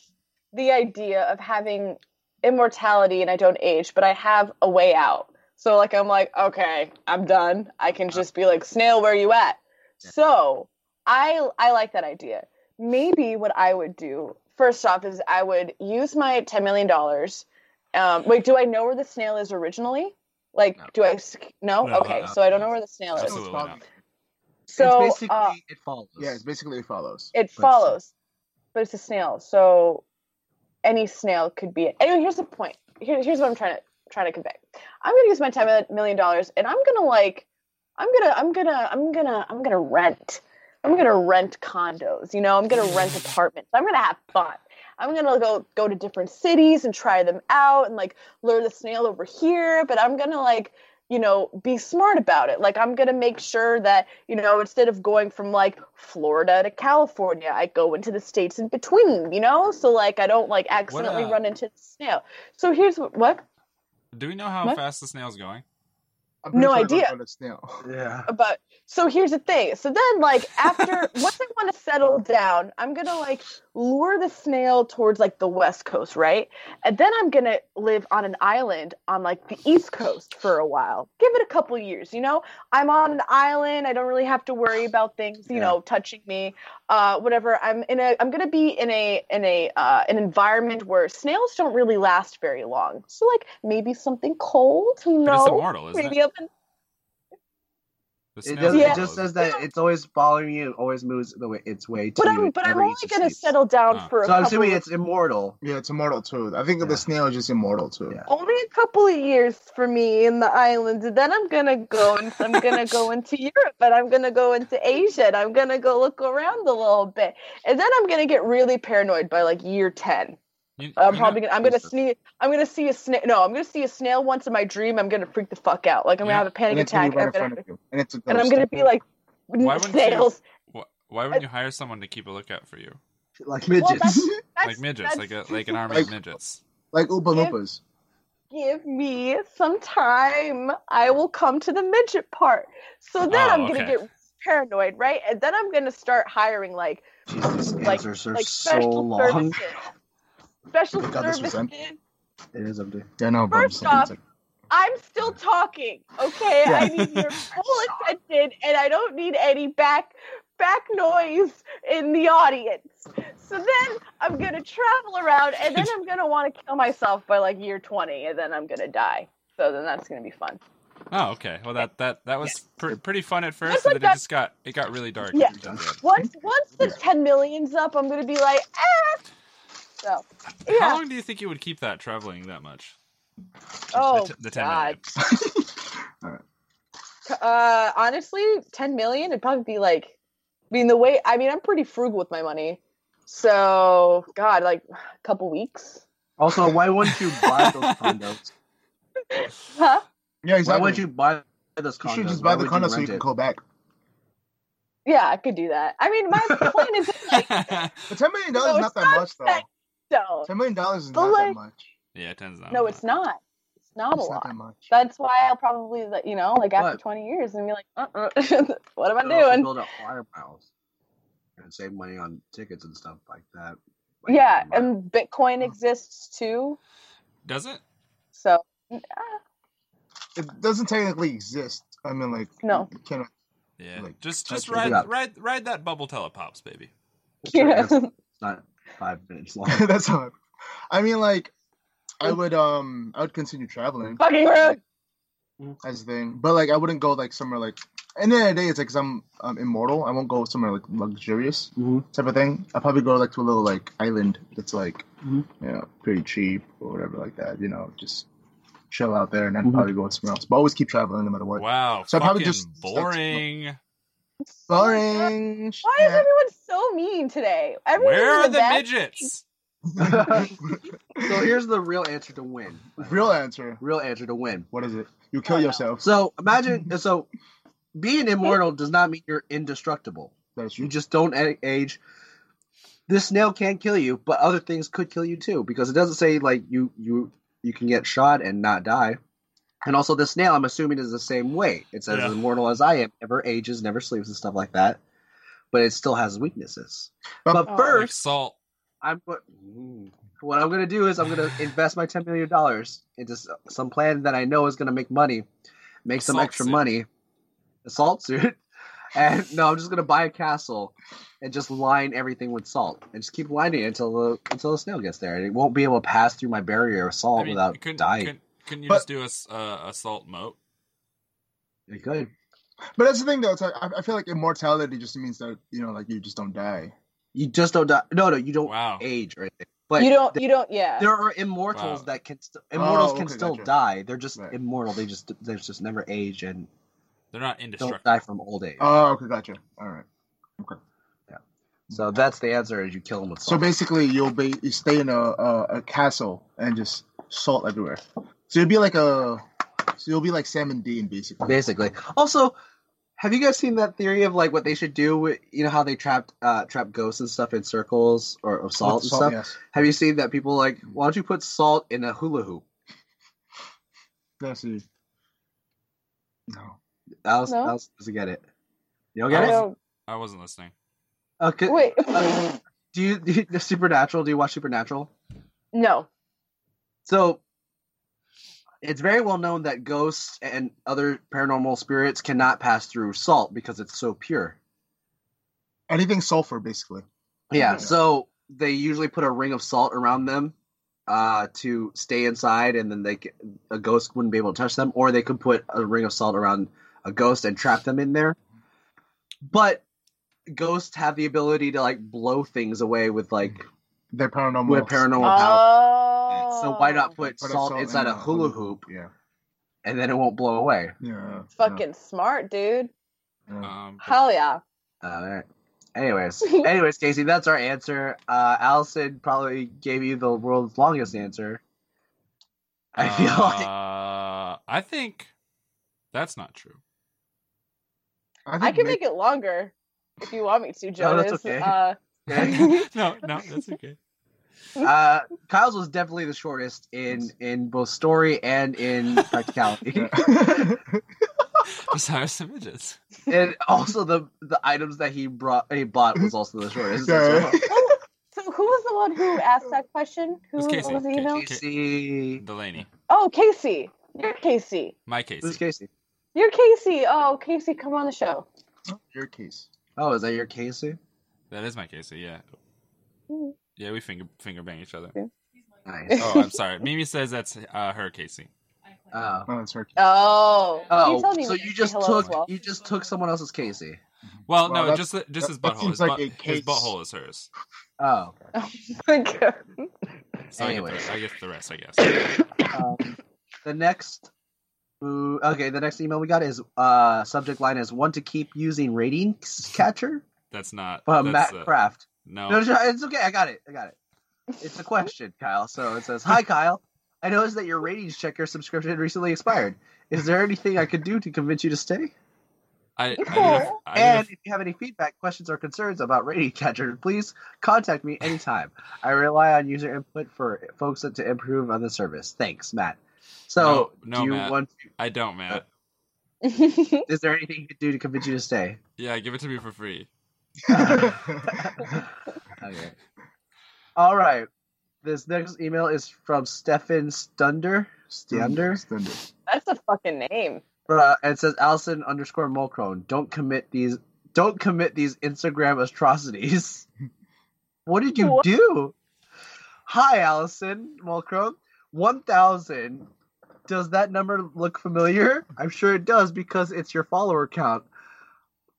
S1: the idea of having immortality and I don't age, but I have a way out. So like I'm like, okay, I'm done. I can just be like, snail, where you at?
S2: Yeah.
S1: So I I like that idea. Maybe what I would do first off is I would use my ten million dollars. Um, wait, do I know where the snail is originally? Like,
S2: No.
S1: do I sk- no?
S3: No,
S1: okay,
S3: no,
S1: so I don't
S3: no.
S1: know where the snail is.
S3: Absolutely not.
S1: So
S2: it's basically
S1: uh,
S2: it follows.
S4: Yeah, it's basically it follows.
S1: it
S2: But it's-
S1: follows but it's a snail so any snail could be it anyway here's the point Here, here's what i'm trying to trying to convey i'm gonna use my 10 million dollars and i'm gonna like i'm gonna i'm gonna i'm gonna i'm gonna rent i'm gonna rent condos you know i'm gonna rent apartments i'm gonna have fun I'm gonna go go to different cities and try them out and like lure the snail over here, but I'm gonna like you know be smart about it like i'm going to make sure that you know instead of going from like florida to california i go into the states in between you know so like i don't like accidentally
S3: uh,
S1: run into the snail so here's what, what
S3: Do we know how
S1: What?
S3: fast the snail's going?
S4: I'm
S1: No
S4: pretty sure I
S1: idea.
S4: don't know this now.
S2: Yeah.
S1: about so here's the thing so then like after once i want to settle down i'm gonna like lure the snail towards like the west coast right and then i'm gonna live on an island on like the east coast for a while give it a couple years you know i'm on an island i don't really have to worry about things you
S2: Yeah.
S1: know touching me uh whatever i'm in a i'm gonna be in a in a uh an environment where snails don't really last very long so like maybe something cold you
S3: But it's
S1: know
S3: immortal, isn't
S1: maybe
S3: it?
S1: up in
S3: The
S2: It,
S3: snail's
S2: does,
S1: Yeah.
S2: it
S3: immortal,
S2: just
S3: isn't
S2: says that it's always following you and always moves the way its way to
S1: But
S2: you.
S1: I'm
S2: It
S1: but I'm
S2: never
S1: only
S2: uses
S1: gonna
S2: these.
S1: settle down
S3: Ah.
S1: for a
S2: So I'm
S1: couple
S2: assuming
S1: of-
S2: it's immortal.
S4: Yeah, it's immortal too. I think
S2: Yeah.
S4: the snail is just immortal too.
S2: Yeah.
S1: only a couple of years for me in the islands. And then I'm gonna go and I'm gonna go into Europe and I'm gonna go into Asia and I'm gonna go look around a little bit. And then I'm gonna get really paranoid by like year ten.
S4: um,
S3: You-
S1: I'm
S3: you know-
S1: probably gonna I'm gonna
S2: Jesus.
S1: see I'm gonna see a snail no, I'm gonna see a snail once in my dream. I'm gonna freak the fuck out. Like I'm
S3: Yeah.
S1: gonna have a panic
S4: And it's gonna
S1: attack.
S4: be right
S1: I'm
S4: in
S1: gonna-
S4: front of you. And it's a ghost.
S1: and I'm gonna be like
S3: Why wouldn't you-
S1: snails.
S3: Wh- Why wouldn't you hire someone to keep a lookout for you?
S2: Like
S1: Well,
S2: midgets.
S1: that's-
S3: like midgets, like a, like an army of
S4: Like-
S3: midgets.
S4: like Oompa
S1: If-
S4: Loompas.
S1: give me some time. I will come to the midget part. So then
S3: Oh,
S1: I'm gonna
S3: okay.
S1: get paranoid, right? And then I'm gonna start hiring like
S2: Jesus,
S1: Like-
S2: answers are
S1: like
S2: so
S1: special
S2: long.
S1: services. Special
S4: Oh God, this was
S1: services.
S4: empty.
S2: It is empty.
S4: Yeah, no, but
S1: First off, I'm still talking, okay? I need your full attention, and I don't need any back back noise in the audience. So then I'm gonna travel around, and then I'm gonna want to kill myself by like year 20, and then I'm gonna die. So then that's gonna be fun.
S3: Oh, okay. Well, that that that was pr- pretty fun at first,
S1: That's
S3: and
S1: like
S3: then it
S1: that-
S3: just got it got really dark.
S1: Yeah.
S3: at the end.
S1: Once once the ten million's up, I'm gonna be like, ah. So
S3: How
S1: yeah.
S3: long do you think you would keep that traveling that much?
S1: Oh
S3: the, t- the ten
S1: God.
S3: minutes.
S1: Uh, honestly, ten million it'd probably be like. I mean the way. I mean I'm pretty frugal with my money, so God, like a couple weeks.
S2: Also, why wouldn't you buy those condos?
S1: Huh?
S4: yeah,
S2: Why
S4: exactly.
S2: would you buy those condos?
S4: You should just
S2: Why
S4: buy the
S2: would
S4: condo so you
S2: rent
S4: can
S2: it?
S4: go back.
S1: Yeah, I could do that. I mean, my plan is like
S4: But ten million dollars
S1: No,
S4: is
S1: it's
S4: not that
S1: not
S4: much though.
S1: that- so.
S4: Ten million dollars is
S1: But,
S4: not that
S1: like,
S4: much.
S3: yeah, ten's not.
S1: No, it's not. It's not a
S4: It's not
S1: lot.
S4: that much.
S1: That's why I'll probably, like, you know, like after
S2: What?
S1: 20 years, and be like, uh, uh what am I
S2: They'll also
S1: doing?
S2: Build up firehouse and save money on tickets and stuff like that. Like,
S1: Yeah,
S2: never mind.
S1: and Bitcoin exists too.
S3: Does it?
S1: So
S4: It doesn't technically exist. I mean, like
S1: No.
S4: you cannot-
S3: Yeah.
S4: Like,
S3: just
S4: touch
S3: just
S4: it.
S3: ride
S2: Yeah.
S3: ride ride that bubble telepops, baby.
S1: yeah.
S2: it's not five minutes long.
S4: that's not. I mean, like I would um I would continue traveling
S1: fucking rude.
S4: as a thing, but like I wouldn't go like somewhere like. In the end of the day, it's like 'cause I'm um, immortal. I won't go somewhere like luxurious
S2: Mhm.
S4: type of thing. I'll probably go like to a little like island that's like
S2: Mhm.
S4: you know pretty cheap or whatever like that. You know, just chill out there and then
S2: Mhm.
S4: probably go somewhere else. But always keep traveling no matter what.
S3: Wow.
S4: So
S3: fucking
S4: I probably just-
S3: boring.
S4: Boring.
S1: Why is everyone so mean today? Everyone
S3: Where are the
S1: bad-
S3: midgets?
S2: so here's the real answer to win.
S4: Real answer.
S2: real answer to win.
S4: What is it? You
S1: Oh,
S4: kill
S1: no.
S4: yourself.
S2: So imagine. So being immortal does not mean you're indestructible.
S4: That's
S2: You
S4: you.
S2: just don't a- age. This snail can't kill you, but other things could kill you too because it doesn't say like you you you can get shot and not die. And also, the snail, I'm assuming, is the same way. It's as
S3: Yeah.
S2: immortal as I am. Never ages, never sleeps, and stuff like that. But it still has weaknesses. But
S1: Oh.
S3: Like
S2: first,
S3: salt.
S2: I'm go- Ooh. what I'm going to do is I'm going to invest my ten million dollars into s- some plan that I know is going to make money, make some
S3: Assault
S2: extra
S3: suit.
S2: money, assault suit, and no, I'm just going to buy a castle and just line everything with salt and just keep lining it until the until the snail gets there. And it won't be able to pass through my barrier of salt
S3: I mean,
S2: without
S3: couldn't,
S2: dying.
S3: Couldn't, couldn't you
S4: But-
S3: just do a, s- uh, a salt moat?
S2: It could.
S4: But that's the thing, though. It's like, I, I feel like immortality just means that you know, like you just don't die.
S2: You just don't die. No, no, you don't
S3: Wow.
S2: age or anything. But
S1: You don't.
S2: th-
S1: You don't. Yeah.
S2: there are immortals
S3: Wow.
S2: that can st- immortals
S4: Oh,
S2: can
S4: okay,
S2: still
S4: gotcha.
S2: die. They're just
S4: Right.
S2: immortal. They just they just never age and
S3: They're not
S2: don't
S3: indestructible.
S2: die from old age.
S4: Oh, okay, gotcha. All right.
S2: So that's the answer: is you kill them with
S4: So
S2: salt.
S4: basically, you'll be you stay in a, a a castle and just salt everywhere. So you'll be like a so you'll be like Sam and Dean basically.
S2: basically. Also, have you guys seen that theory of like what they should do? With, you know how they trapped uh, trap ghosts and stuff in circles or of salt and
S4: With
S2: stuff.
S4: Yes.
S2: Have you seen that people like? Why don't you put salt in a hula hoop?
S4: That's it. No.
S2: I was,
S1: No.
S2: I was supposed to get it. You don't
S3: I
S2: get it?
S1: don't-
S3: I wasn't listening.
S2: Okay. Uh,
S1: Wait.
S2: Do you, do you the Supernatural? Do you watch Supernatural?
S1: no.
S2: So it's very well known that ghosts and other paranormal spirits cannot pass through salt because it's so pure.
S4: Anything sulfur basically.
S2: Yeah,
S4: Yeah.
S2: so they usually put a ring of salt around them uh, to stay inside, and then they c- a ghost wouldn't be able to touch them, or they could put a ring of salt around a ghost and trap them in there. But ghosts have the ability to like blow things away with like
S4: They're paranormal.
S2: with paranormal
S1: Uh,
S2: power.
S1: Oh.
S2: So why not put
S4: Put a
S2: salt
S4: salt
S2: inside
S4: in
S2: a hula hoop
S4: Yeah.
S2: and then it won't blow away?
S4: Yeah.
S1: Fucking smart, dude.
S4: yeah.
S3: Um,
S1: Hell yeah.
S2: All right. Anyways, anyways, Casey, that's our answer. Uh, Allison probably gave you the world's longest answer. I feel like
S3: uh, I think that's not true.
S1: I
S4: think
S1: can
S4: ma-
S1: make it longer if you want me to,
S2: No,
S1: Jonas.
S2: that's okay.
S1: Uh,
S3: no, no, that's okay.
S2: uh, Kyle's was definitely the shortest in in both story and in practicality,
S4: Yeah.
S3: Besides some midgets.
S2: and also the the items that he brought he bought was also the shortest.
S4: Yeah.
S2: So,
S1: so who was the one who asked that question? Who
S3: It was Casey.
S1: was the email?
S3: Casey.
S2: Casey,
S3: Delaney.
S1: Oh, Casey. You're Casey.
S3: My
S2: who's
S3: case.
S2: Casey?
S1: You're Casey. Oh, Casey, come on the show.
S4: Your case.
S2: Oh, is that your Casey?
S3: That is my case. Yeah.
S1: Mm.
S3: Yeah, we finger finger bang each other.
S2: Nice.
S3: Oh, I'm sorry. Mimi says that's uh, her Casey.
S2: Oh,
S4: Oh, it's her case.
S1: Oh.
S2: oh,
S1: You told me
S2: so
S1: to
S2: you
S1: say
S2: just
S1: hello
S2: took
S1: as well.
S2: you just took someone else's Casey.
S3: Well,
S4: Wow,
S3: no,
S4: that's-
S3: just just his
S4: that- that
S3: butthole.
S4: seems
S3: His,
S4: like
S3: butt-
S4: a
S3: his
S4: case-
S3: butthole is hers.
S2: Oh,
S3: So I get,
S2: Anyways.
S3: the, I get the rest, I guess.
S2: um, the next ooh, okay the next email we got is uh subject line is one to keep using rating catcher
S3: That's not.
S2: uh, matt
S3: that's uh,
S2: craft
S3: no.
S2: no, no it's okay i got it i got it it's a question kyle so it says hi kyle i noticed that your ratings checker subscription recently expired is there anything i could do to convince you to stay
S3: I, I, did a,
S1: Cool.
S3: I, did a-
S2: and if you have any feedback questions or concerns about rating catcher please contact me anytime i rely on user input for folks to improve on the service thanks matt so
S3: No, no,
S2: do you
S3: Matt.
S2: want to
S3: I don't, Matt.
S2: is there anything you could do to convince you to stay?
S3: Yeah, give it to me for free.
S2: Okay. All right. This next email is from Stefan Stunder. Stunder.
S4: Standard.
S1: That's a fucking name.
S2: Uh, and it says Allison underscore Mulcrone. Don't commit these. Don't commit these Instagram atrocities. What did you
S1: What?
S2: do? Hi, Allison Mulcrone. One thousand. Does that number look familiar? I'm sure it does because it's your follower count.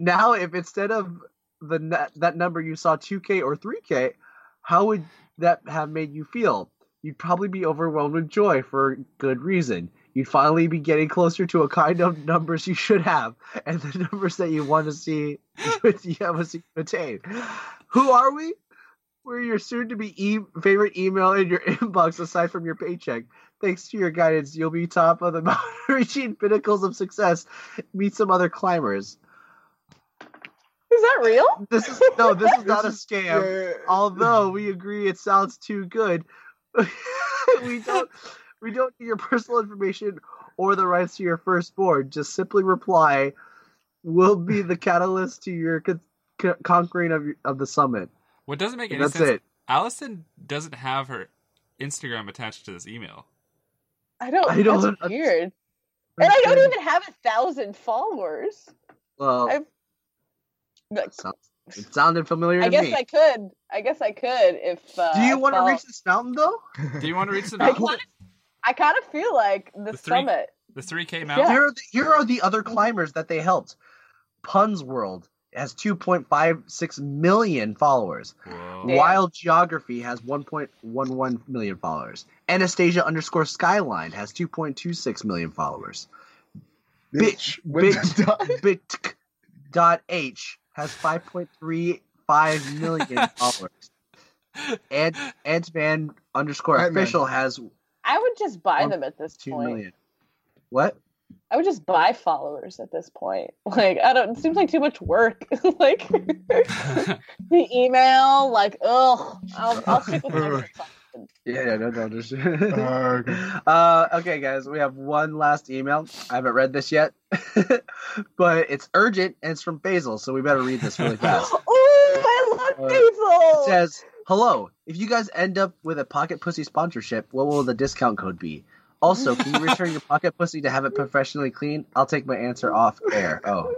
S2: Now, if instead of the n- that number you saw 2k or 3k, how would that have made you feel? You'd probably be overwhelmed with joy for good reason. You'd finally be getting closer to a kind of numbers you should have, and the numbers that you want to see you want to attain. Who are we? We're your soon-to-be e- favorite email in your inbox, aside from your paycheck. Thanks to your guidance, you'll be top of the mountain, reaching pinnacles of success. Meet some other climbers.
S1: Is that real?
S2: This is no, this is not a scam.
S4: Yeah.
S2: Although we agree it sounds too good, we don't we don't need your personal information or the rights to your firstborn. Just simply reply. We'll be the catalyst to your con- con- conquering of of the summit.
S3: What doesn't make any
S2: And that's
S3: sense.
S2: it.
S3: Allison doesn't have her Instagram attached to this email.
S1: I don't.
S2: I don't
S1: that's
S2: un-
S1: weird. And I don't even have a thousand followers.
S2: Well,
S1: I- Like,
S2: so- it sounded familiar
S1: I
S2: to
S1: guess
S2: me.
S1: I could. I guess I could if. Uh,
S2: Do you
S1: I
S2: want to
S1: follow-
S2: reach this mountain though?
S3: Do you want to reach the
S1: I
S3: mountain?
S1: kinda- I kind of feel like the,
S3: The three-
S1: summit.
S3: The 3K mountain?
S2: Here, are the, here are the other climbers that they helped. Puns World has 2.56 million followers.
S3: Whoa.
S1: Damn.
S2: Wild Geography has 1.11 million followers. Anastasia underscore Skyline has 2.26 million followers.
S4: Bitch.
S2: Bitch. Bitk dot H has 5.35 five million dollars. Ant Ant Man underscore
S4: Ant-Man.
S2: official has
S1: I would just buy
S2: One-
S1: them at this
S2: two
S1: point.
S2: million. What?
S1: I would just buy followers at this point. Like I don't. It seems like too much work. like the email. Like ugh. I'll, I'll stick with my
S2: Yeah, yeah, no, no, just.
S4: Arg.
S2: Uh, okay, guys, we have one last email. I haven't read this yet, but it's urgent and it's from Basil, so we better read this really fast.
S1: Oh, I
S2: Uh,
S1: love
S2: It
S1: Basil.
S2: says, "Hello, if you guys end up with a pocket pussy sponsorship, what will the discount code be? Also, can you return your pocket pussy to have it professionally clean? I'll take my answer off air." Oh,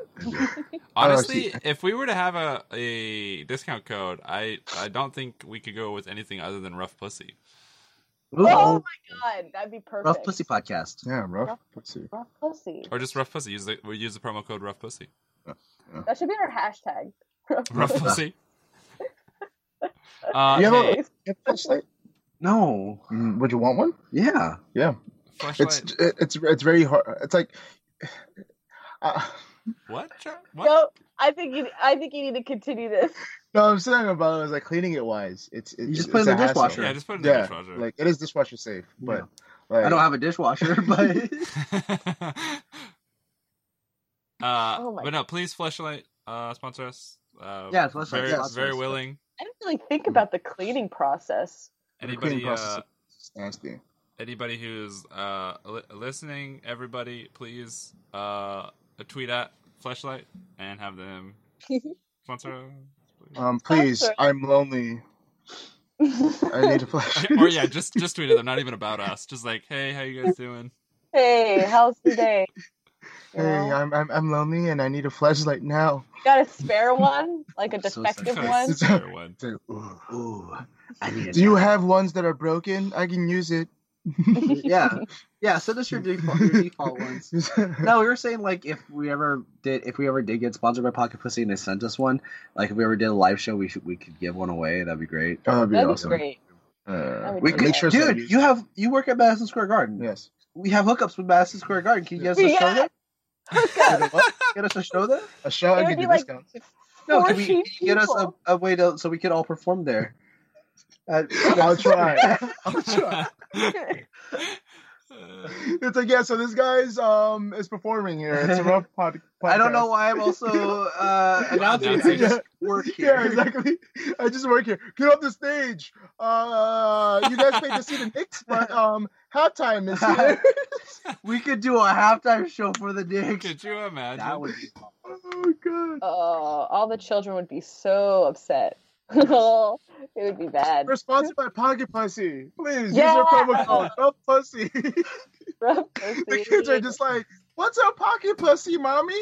S3: Honestly,
S4: see.
S3: if we were to have a, a discount code, I I don't think we could go with anything other than rough pussy.
S2: Ooh,
S1: Oh my god, that'd be perfect.
S2: rough pussy podcast.
S4: Yeah, rough. Let's see.
S1: Rough pussy.
S3: Or just rough pussy. Use the we use the promo code rough pussy.
S1: That should be our hashtag.
S3: Rough pussy. Uh,
S4: You have
S3: hey,
S4: a- You have a flashlight?
S2: No,
S4: Mm, Would you want one?
S2: yeah,
S3: flashlight.
S4: It's it- it's it's very hard. It's like. Uh,
S3: What? Char- What?
S1: No, I think you. I think you need to continue this.
S4: no, I'm saying about it as like cleaning it wise. It's it,
S2: You just
S4: it's
S2: put it in
S4: a
S2: the
S4: hassle.
S2: dishwasher.
S3: Yeah, just put it in
S4: Yeah,
S3: the dishwasher.
S4: like it is dishwasher safe, but like,
S2: I don't have a dishwasher, but
S3: uh,
S1: Oh my
S3: but no, please flashlight uh, sponsor us. Uh,
S2: Yeah, Fleshlight
S3: very,
S2: sponsor
S3: very
S2: us.
S3: willing.
S1: I didn't really think about the cleaning process.
S4: The cleaning
S3: Anybody
S4: process
S3: uh,
S4: is nasty.
S3: anybody who's uh, li- listening, everybody, please uh, tweet at Fleshlight and have them sponsor. us,
S4: Um, please,
S1: Sponsor.
S4: I'm lonely. I need a flash.
S3: please. or yeah, just just tweet at them. Not even about us. Just like, hey, how you guys doing?
S1: hey, how's the day? You
S4: Hey,
S1: know?
S4: I'm, I'm I'm lonely and I need a flashlight now.
S1: Got a spare one, like a
S2: So
S1: defective
S2: sorry.
S1: one.
S3: Fair one.
S4: It's like,
S2: ooh, ooh, I need. a
S4: Do you
S2: nap.
S4: have ones that are broken? I can use it.
S2: yeah, yeah. Send us your default, your default ones. No, we were saying like if we ever did, if we ever did get sponsored by Pocket Pussy and they sent us one, like if we ever did a live show, we should we could give one away. That'd be great.
S4: That'd be
S1: That'd
S4: awesome.
S1: be great.
S4: Uh,
S1: would
S2: We
S1: be
S2: could,
S1: Make
S4: sure it's not
S2: dude.
S4: used.
S2: You have you work at Madison Square Garden.
S4: yes.
S2: We have hookups with Madison Square Garden. Can you get us a
S1: Yeah.
S2: show there?
S4: Get a what?
S2: Get us a show there?
S4: A show.
S1: It
S4: I
S1: would
S4: can
S1: be
S4: do
S1: like-
S4: discounts.
S2: No, can we,
S1: 14
S2: can you get us a,
S1: people.
S2: a way to so we could all perform there? Uh,
S4: I'll try.
S3: Uh,
S4: It's like yeah. So this guy's um is performing here. It's a rough pod.
S2: I don't know
S4: podcast.
S2: why I'm also uh, announcing I
S3: Announcing.
S2: just work here.
S4: Yeah, exactly. I just work here. Get off the stage. Uh, you guys think to see the Knicks, but um, halftime is here.
S2: We could do a halftime show for the Knicks.
S3: Could you imagine?
S2: That would be fun.
S4: oh god.
S1: Oh, all the children would be so upset. oh, it would be bad.
S4: We're sponsored by Pocket Pussy. Please use
S1: Uh, Yeah.
S4: our promo code Love Pussy.
S1: Rough
S4: the kids are
S1: pussy.
S4: just like, "What's a pocket pussy, mommy?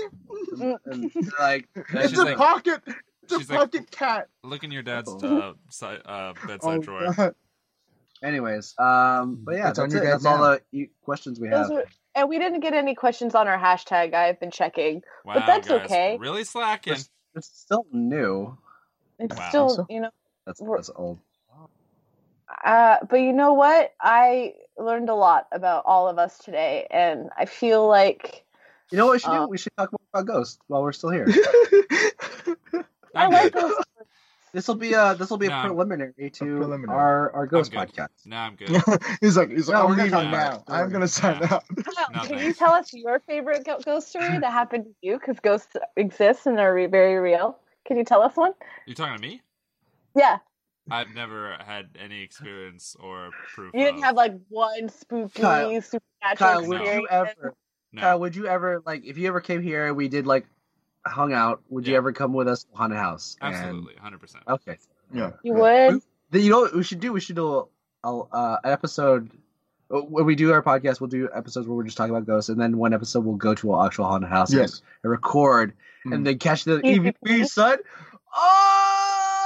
S2: And, like,
S3: Yeah,
S4: it's
S3: she's
S4: a
S3: like-
S4: pocket. It's
S3: she's
S4: a
S3: like-
S4: pocket cat."
S3: Look in your dad's uh,
S2: Oh.
S3: si- uh, bedside
S4: Oh,
S3: drawer.
S4: God.
S2: Anyways, um, but yeah,
S4: It's on
S2: that's,
S4: your
S2: it.
S4: guys
S2: that's all
S4: now.
S2: the e- questions we
S1: Those
S2: have.
S1: were- and we didn't get any questions on our hashtag. I've been checking.
S3: Wow,
S1: that's
S3: guys,
S1: okay.
S3: Really slacking.
S2: It's, it's still new.
S1: It's
S3: Wow.
S1: still,
S4: Also-
S1: you know,
S2: That's
S1: We're-
S2: that's old.
S1: Uh, but you know what? I learned a lot about all of us today, and I feel like
S2: You know what we should
S1: Uh,
S2: do? We should talk more about Ghost while we're still here.
S1: I
S3: I'm
S1: like
S3: good.
S1: those.
S2: this will be a this will be
S3: No,
S2: a
S3: I'm-
S2: preliminary to
S4: preliminary.
S2: our our Ghost
S3: good.
S2: podcast.
S3: No, I'm good.
S4: he's like, he's like,
S2: No,
S4: I'm
S2: we're not
S4: leaving
S3: talking
S2: about
S4: now.
S2: it. Don't
S4: I'm
S2: worry.
S4: gonna sign
S3: Yeah.
S4: up.
S1: Kyle, Can you
S3: thanks.
S1: tell us your favorite go- ghost story that happened to you? Because ghosts exist and they're re- very real. Can you tell us one?
S3: You talking to me?
S1: Yeah,
S3: I've never had any experience or proof.
S1: you didn't
S3: of-
S1: have like one spooky
S2: Kyle-
S1: supernatural
S2: Kyle,
S1: experience.
S2: would
S3: No.
S2: you ever?
S3: No.
S2: Kyle, would you ever like if you ever came here and we did like hung out? Would you
S3: Yeah.
S2: ever come with us to haunted house? And-
S3: Absolutely, hundred percent.
S2: Okay.
S4: Yeah.
S1: You would.
S2: Then you know what we should do? We should do a, a uh, episode uh, when we do our podcast. We'll do episodes where we're just talking about ghosts, and then one episode we'll go to an actual haunted house and-
S4: Yes.
S2: and record,
S4: Mm.
S2: and then catch the
S1: Mhm.
S2: EVP, son. Oh!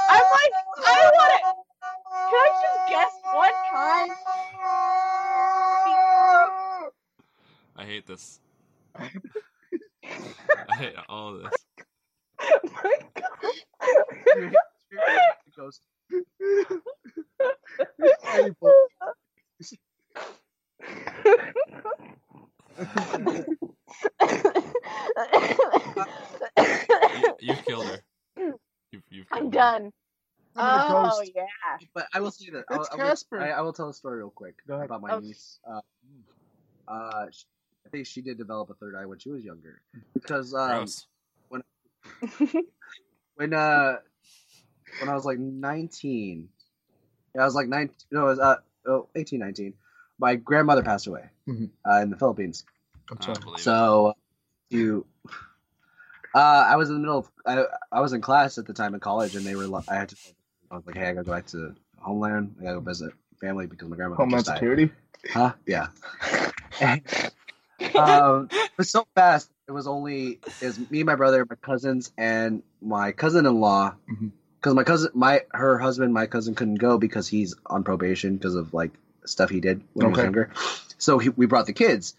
S1: I'm like, I want it. Can I just guess one time?
S3: I hate this. I hate all of this.
S2: Ghost.
S3: You, you've killed her. You've, you've
S1: I'm
S3: killed
S1: done.
S4: I'm the
S1: Oh
S4: ghost.
S1: yeah.
S2: But I will say that
S4: It's
S2: I, I will-
S4: Casper.
S2: I, I will tell a story real quick
S4: Go ahead.
S2: about my
S1: Oh.
S2: niece. Uh, uh, sh I think she did develop a third eye when she was younger because um,
S3: Gross.
S2: when uh when I was like 19, yeah, I was like 19, no, it was uh, oh, 18, 19. My grandmother passed away
S4: Mhm.
S2: uh, in the Philippines.
S4: I'm
S3: I
S4: sorry.
S3: don't believe it.
S2: So you, uh, I was in the middle of I, I was in class at the time in college, and they were li- I had to I was like, hey, I gotta go back to homeland. I gotta go visit family because my grandma
S4: Homeland
S2: just died.
S4: Security.
S2: Huh? Yeah. um, it was so fast. It was only it was me, my brother, my cousins, and my cousin-in-law.
S4: Mhm.
S2: Because my cousin, my her husband, my cousin couldn't go because he's on probation because of like stuff he did when he
S4: Okay.
S2: was younger. So he, we brought the kids,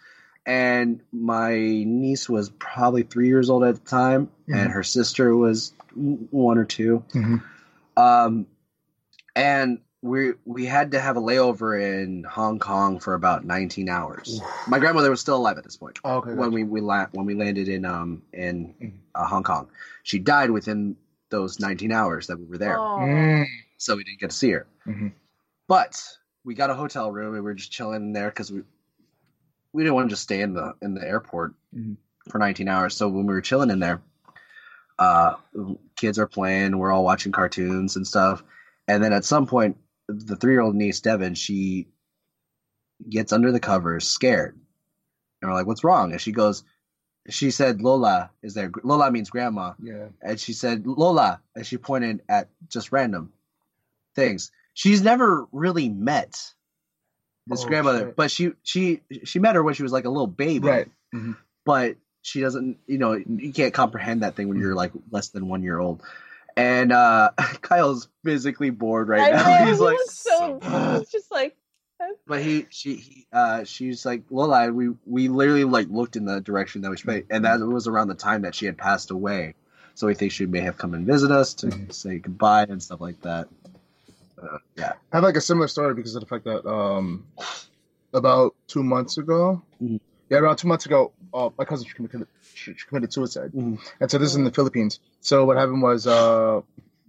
S2: and my niece was probably three years old at the time, and her sister was w- one or two
S4: Mhm.
S2: um, and we we had to have a layover in Hong Kong for about 19 hours. My grandmother was still alive at this point
S4: Oh, okay.
S2: when we we la- when we landed in um
S4: Mhm.
S2: in uh, Hong Kong. She died within those 19 hours that we were there,
S1: Oh.
S4: Mm.
S2: so we didn't get to see her.
S4: Mhm.
S2: But we got a hotel room and we were just chilling in there because we we didn't want to just stay in the in the airport
S4: Mhm.
S2: for 19 hours. So when we were chilling in there, uh, kids are playing, we're all watching cartoons and stuff. And then at some point, the three year old niece Devin, she gets under the covers, scared, and we're like, "What's wrong?" And she goes, "She said Lola is there. Lola means grandma."
S4: Yeah.
S2: and she said Lola, and she pointed at just random things. She's never really met this
S4: Oh,
S2: grandmother,
S4: shit.
S2: but she she she met her when she was like a little baby,
S4: Right.
S2: But she doesn't, you know, you can't comprehend that thing when you're like less than one year old. And uh, Kyle's physically bored right
S1: I
S2: now.
S1: know,
S2: He's
S1: he
S2: like,
S1: was so.
S4: so-
S1: he's just like.
S2: but he she he, uh, she's like Lola. and We we literally like looked in the direction that we spent, and that was around the time that she had passed away. So we think she may have come and visit us to
S4: Mhm.
S2: say goodbye and stuff like that.
S4: I have like a similar story because of the fact that um about two months ago,
S2: Mhm.
S4: yeah, around two months ago, uh, my cousin she committed, she, she committed suicide,
S2: Mhm.
S4: and so this is in the Philippines. So what happened was uh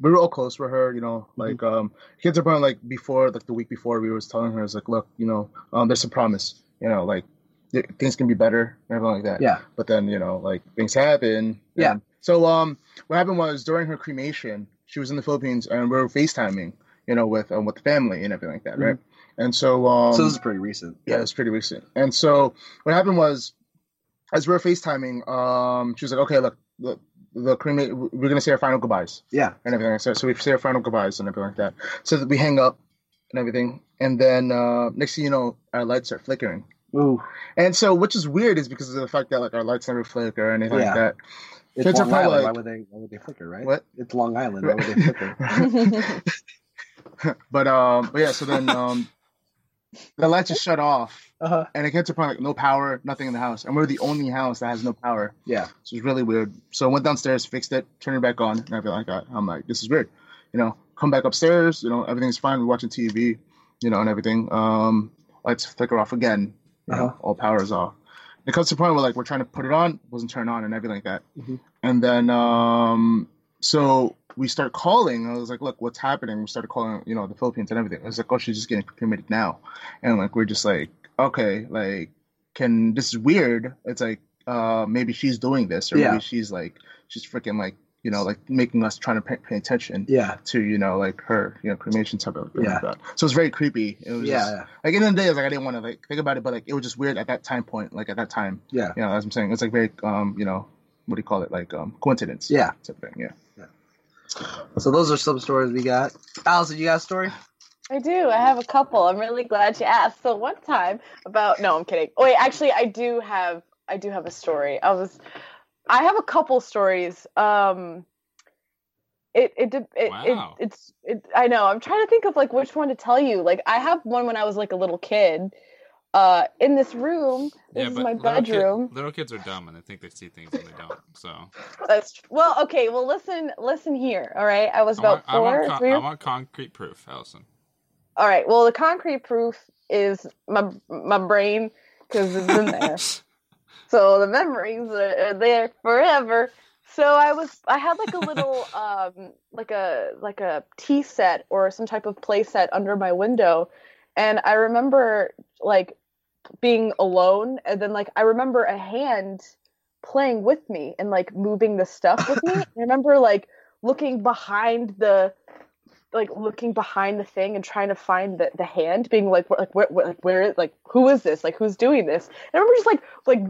S4: we were all close with her, you know, like um kids are probably like before like the week before we was telling her it's like look, you know, um there's a promise, you know, like th- things can be better and everything like that
S2: Yeah,
S4: but then you know like things happen
S2: Yeah.
S4: And so um what happened was during her cremation she was in the philippines and we were facetiming you know with um, with the family and everything like that right and so um
S2: Mm-hmm. so this is pretty recent.
S4: yeah, it's pretty recent. And so what happened was, as we were FaceTiming, um, she was like, "Okay, look, look the crema- we're gonna say our final goodbyes."
S2: Yeah.
S4: and everything. like that. So we say our final goodbyes and everything like that. So that we hang up and everything, and then uh, next thing you know, our lights are flickering.
S2: Ooh,
S4: And so, which is weird, is because of the fact that like our lights never flicker or anything
S2: Yeah.
S4: like that.
S2: it's
S4: Kids are
S2: Long Island.
S4: probably
S2: Why
S4: like-
S2: would they? Why would they flicker? Right?
S4: What?
S2: It's Long Island. Why would they flicker?
S4: But um, but yeah. So then um, the lights just shut off,
S2: Uh-huh.
S4: and it came to a point like no power, nothing in the house, and we're the only house that has no power.
S2: Yeah.
S4: So it's really weird. So I went downstairs, fixed it, turned it back on, and everything like that. I'm like, this is weird. You know, come back upstairs, you know, everything's fine. We're watching TV, you know, and everything. Um, lights flicker off again. You know,
S2: Uh-huh.
S4: all power is off. It comes to a point where like we're trying to put it on, wasn't turned on and everything like that.
S2: Mhm.
S4: And then um so we start calling. I was like, look, what's happening? We started calling, you know, the Philippines and everything. I was like, oh, she's just getting committed now. And like we're just like, okay, like can this is weird. It's like uh maybe she's doing this or
S2: Yeah.
S4: maybe she's like she's freaking like you know like making us trying to pay, pay attention
S2: Yeah.
S4: to you know like her you know cremation type of thing
S2: Yeah.
S4: like that. So it's very creepy. It was just,
S2: Yeah.
S4: like in the end of the day, it's like I didn't want to like think about it, but like it was just weird at that time point, like at that time.
S2: Yeah.
S4: You know, as I'm saying, it's like very um, you know, what do you call it? Like um, coincidence.
S2: Yeah.
S4: Type of thing. Yeah.
S2: So those are some stories we got. Allison, you got a story?
S1: I do. I have a couple. I'm really glad you asked. So one time about no, I'm kidding. Oh, Wait, actually, I do have. I do have a story. I was. I have a couple stories. Um, it it de- it,
S3: Wow.
S1: it it's it. I know. I'm trying to think of like which one to tell you. Like I have one when I was like a little kid. Uh, in this room, this is my
S3: little kid-
S1: bedroom.
S3: little kids are dumb and they think they see things and they don't. So
S1: That's well, okay. Well, listen, listen here. All right, I was
S3: I
S1: about
S3: want, I
S1: four,
S3: want, con-
S1: three.
S3: I
S1: Or...
S3: want concrete proof, Allison.
S1: All right. Well, the concrete proof is my my brain because it's in there, so the memories are, are there forever. So I was I had like a little um like a like a tea set or some type of play set under my window and I remember like being alone and then like I remember a hand playing with me and like moving the stuff with me. I remember like looking behind the like looking behind the thing and trying to find the, the hand being like wh- like where, where like where like who is this like who's doing this and i remember just like like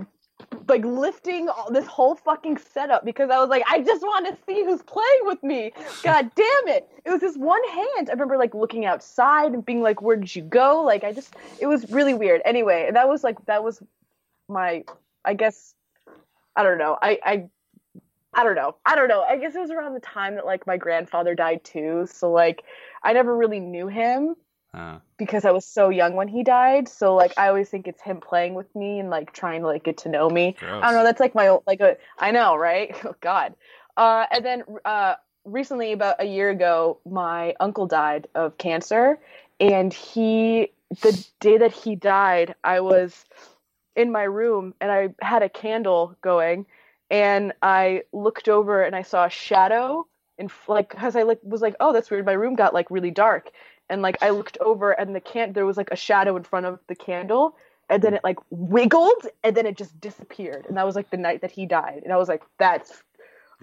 S1: like lifting all this whole fucking setup because i was like i just want to see who's playing with me god damn it it was this one hand i remember like looking outside and being like where did you go like i just it was really weird anyway and that was like that was my i guess i don't know i i I don't know. I don't know. I guess it was around the time that like my grandfather died too. So like I never really knew him
S3: Uh,
S1: because I was so young when he died. So like I always think it's him playing with me and like trying to like get to know me.
S3: gross.
S1: I don't know. That's like my like a I know right. Oh God. Uh, and then uh, recently, about a year ago, my uncle died of cancer, and he the day that he died, I was in my room and I had a candle going, and I looked over and I saw a shadow. And f- like, cause I like was like, oh, that's weird. My room got like really dark, and like I looked over and the can there was like a shadow in front of the candle, and
S2: Hmm.
S1: then it like wiggled and then it just disappeared and that was like the night that he died and i was like that's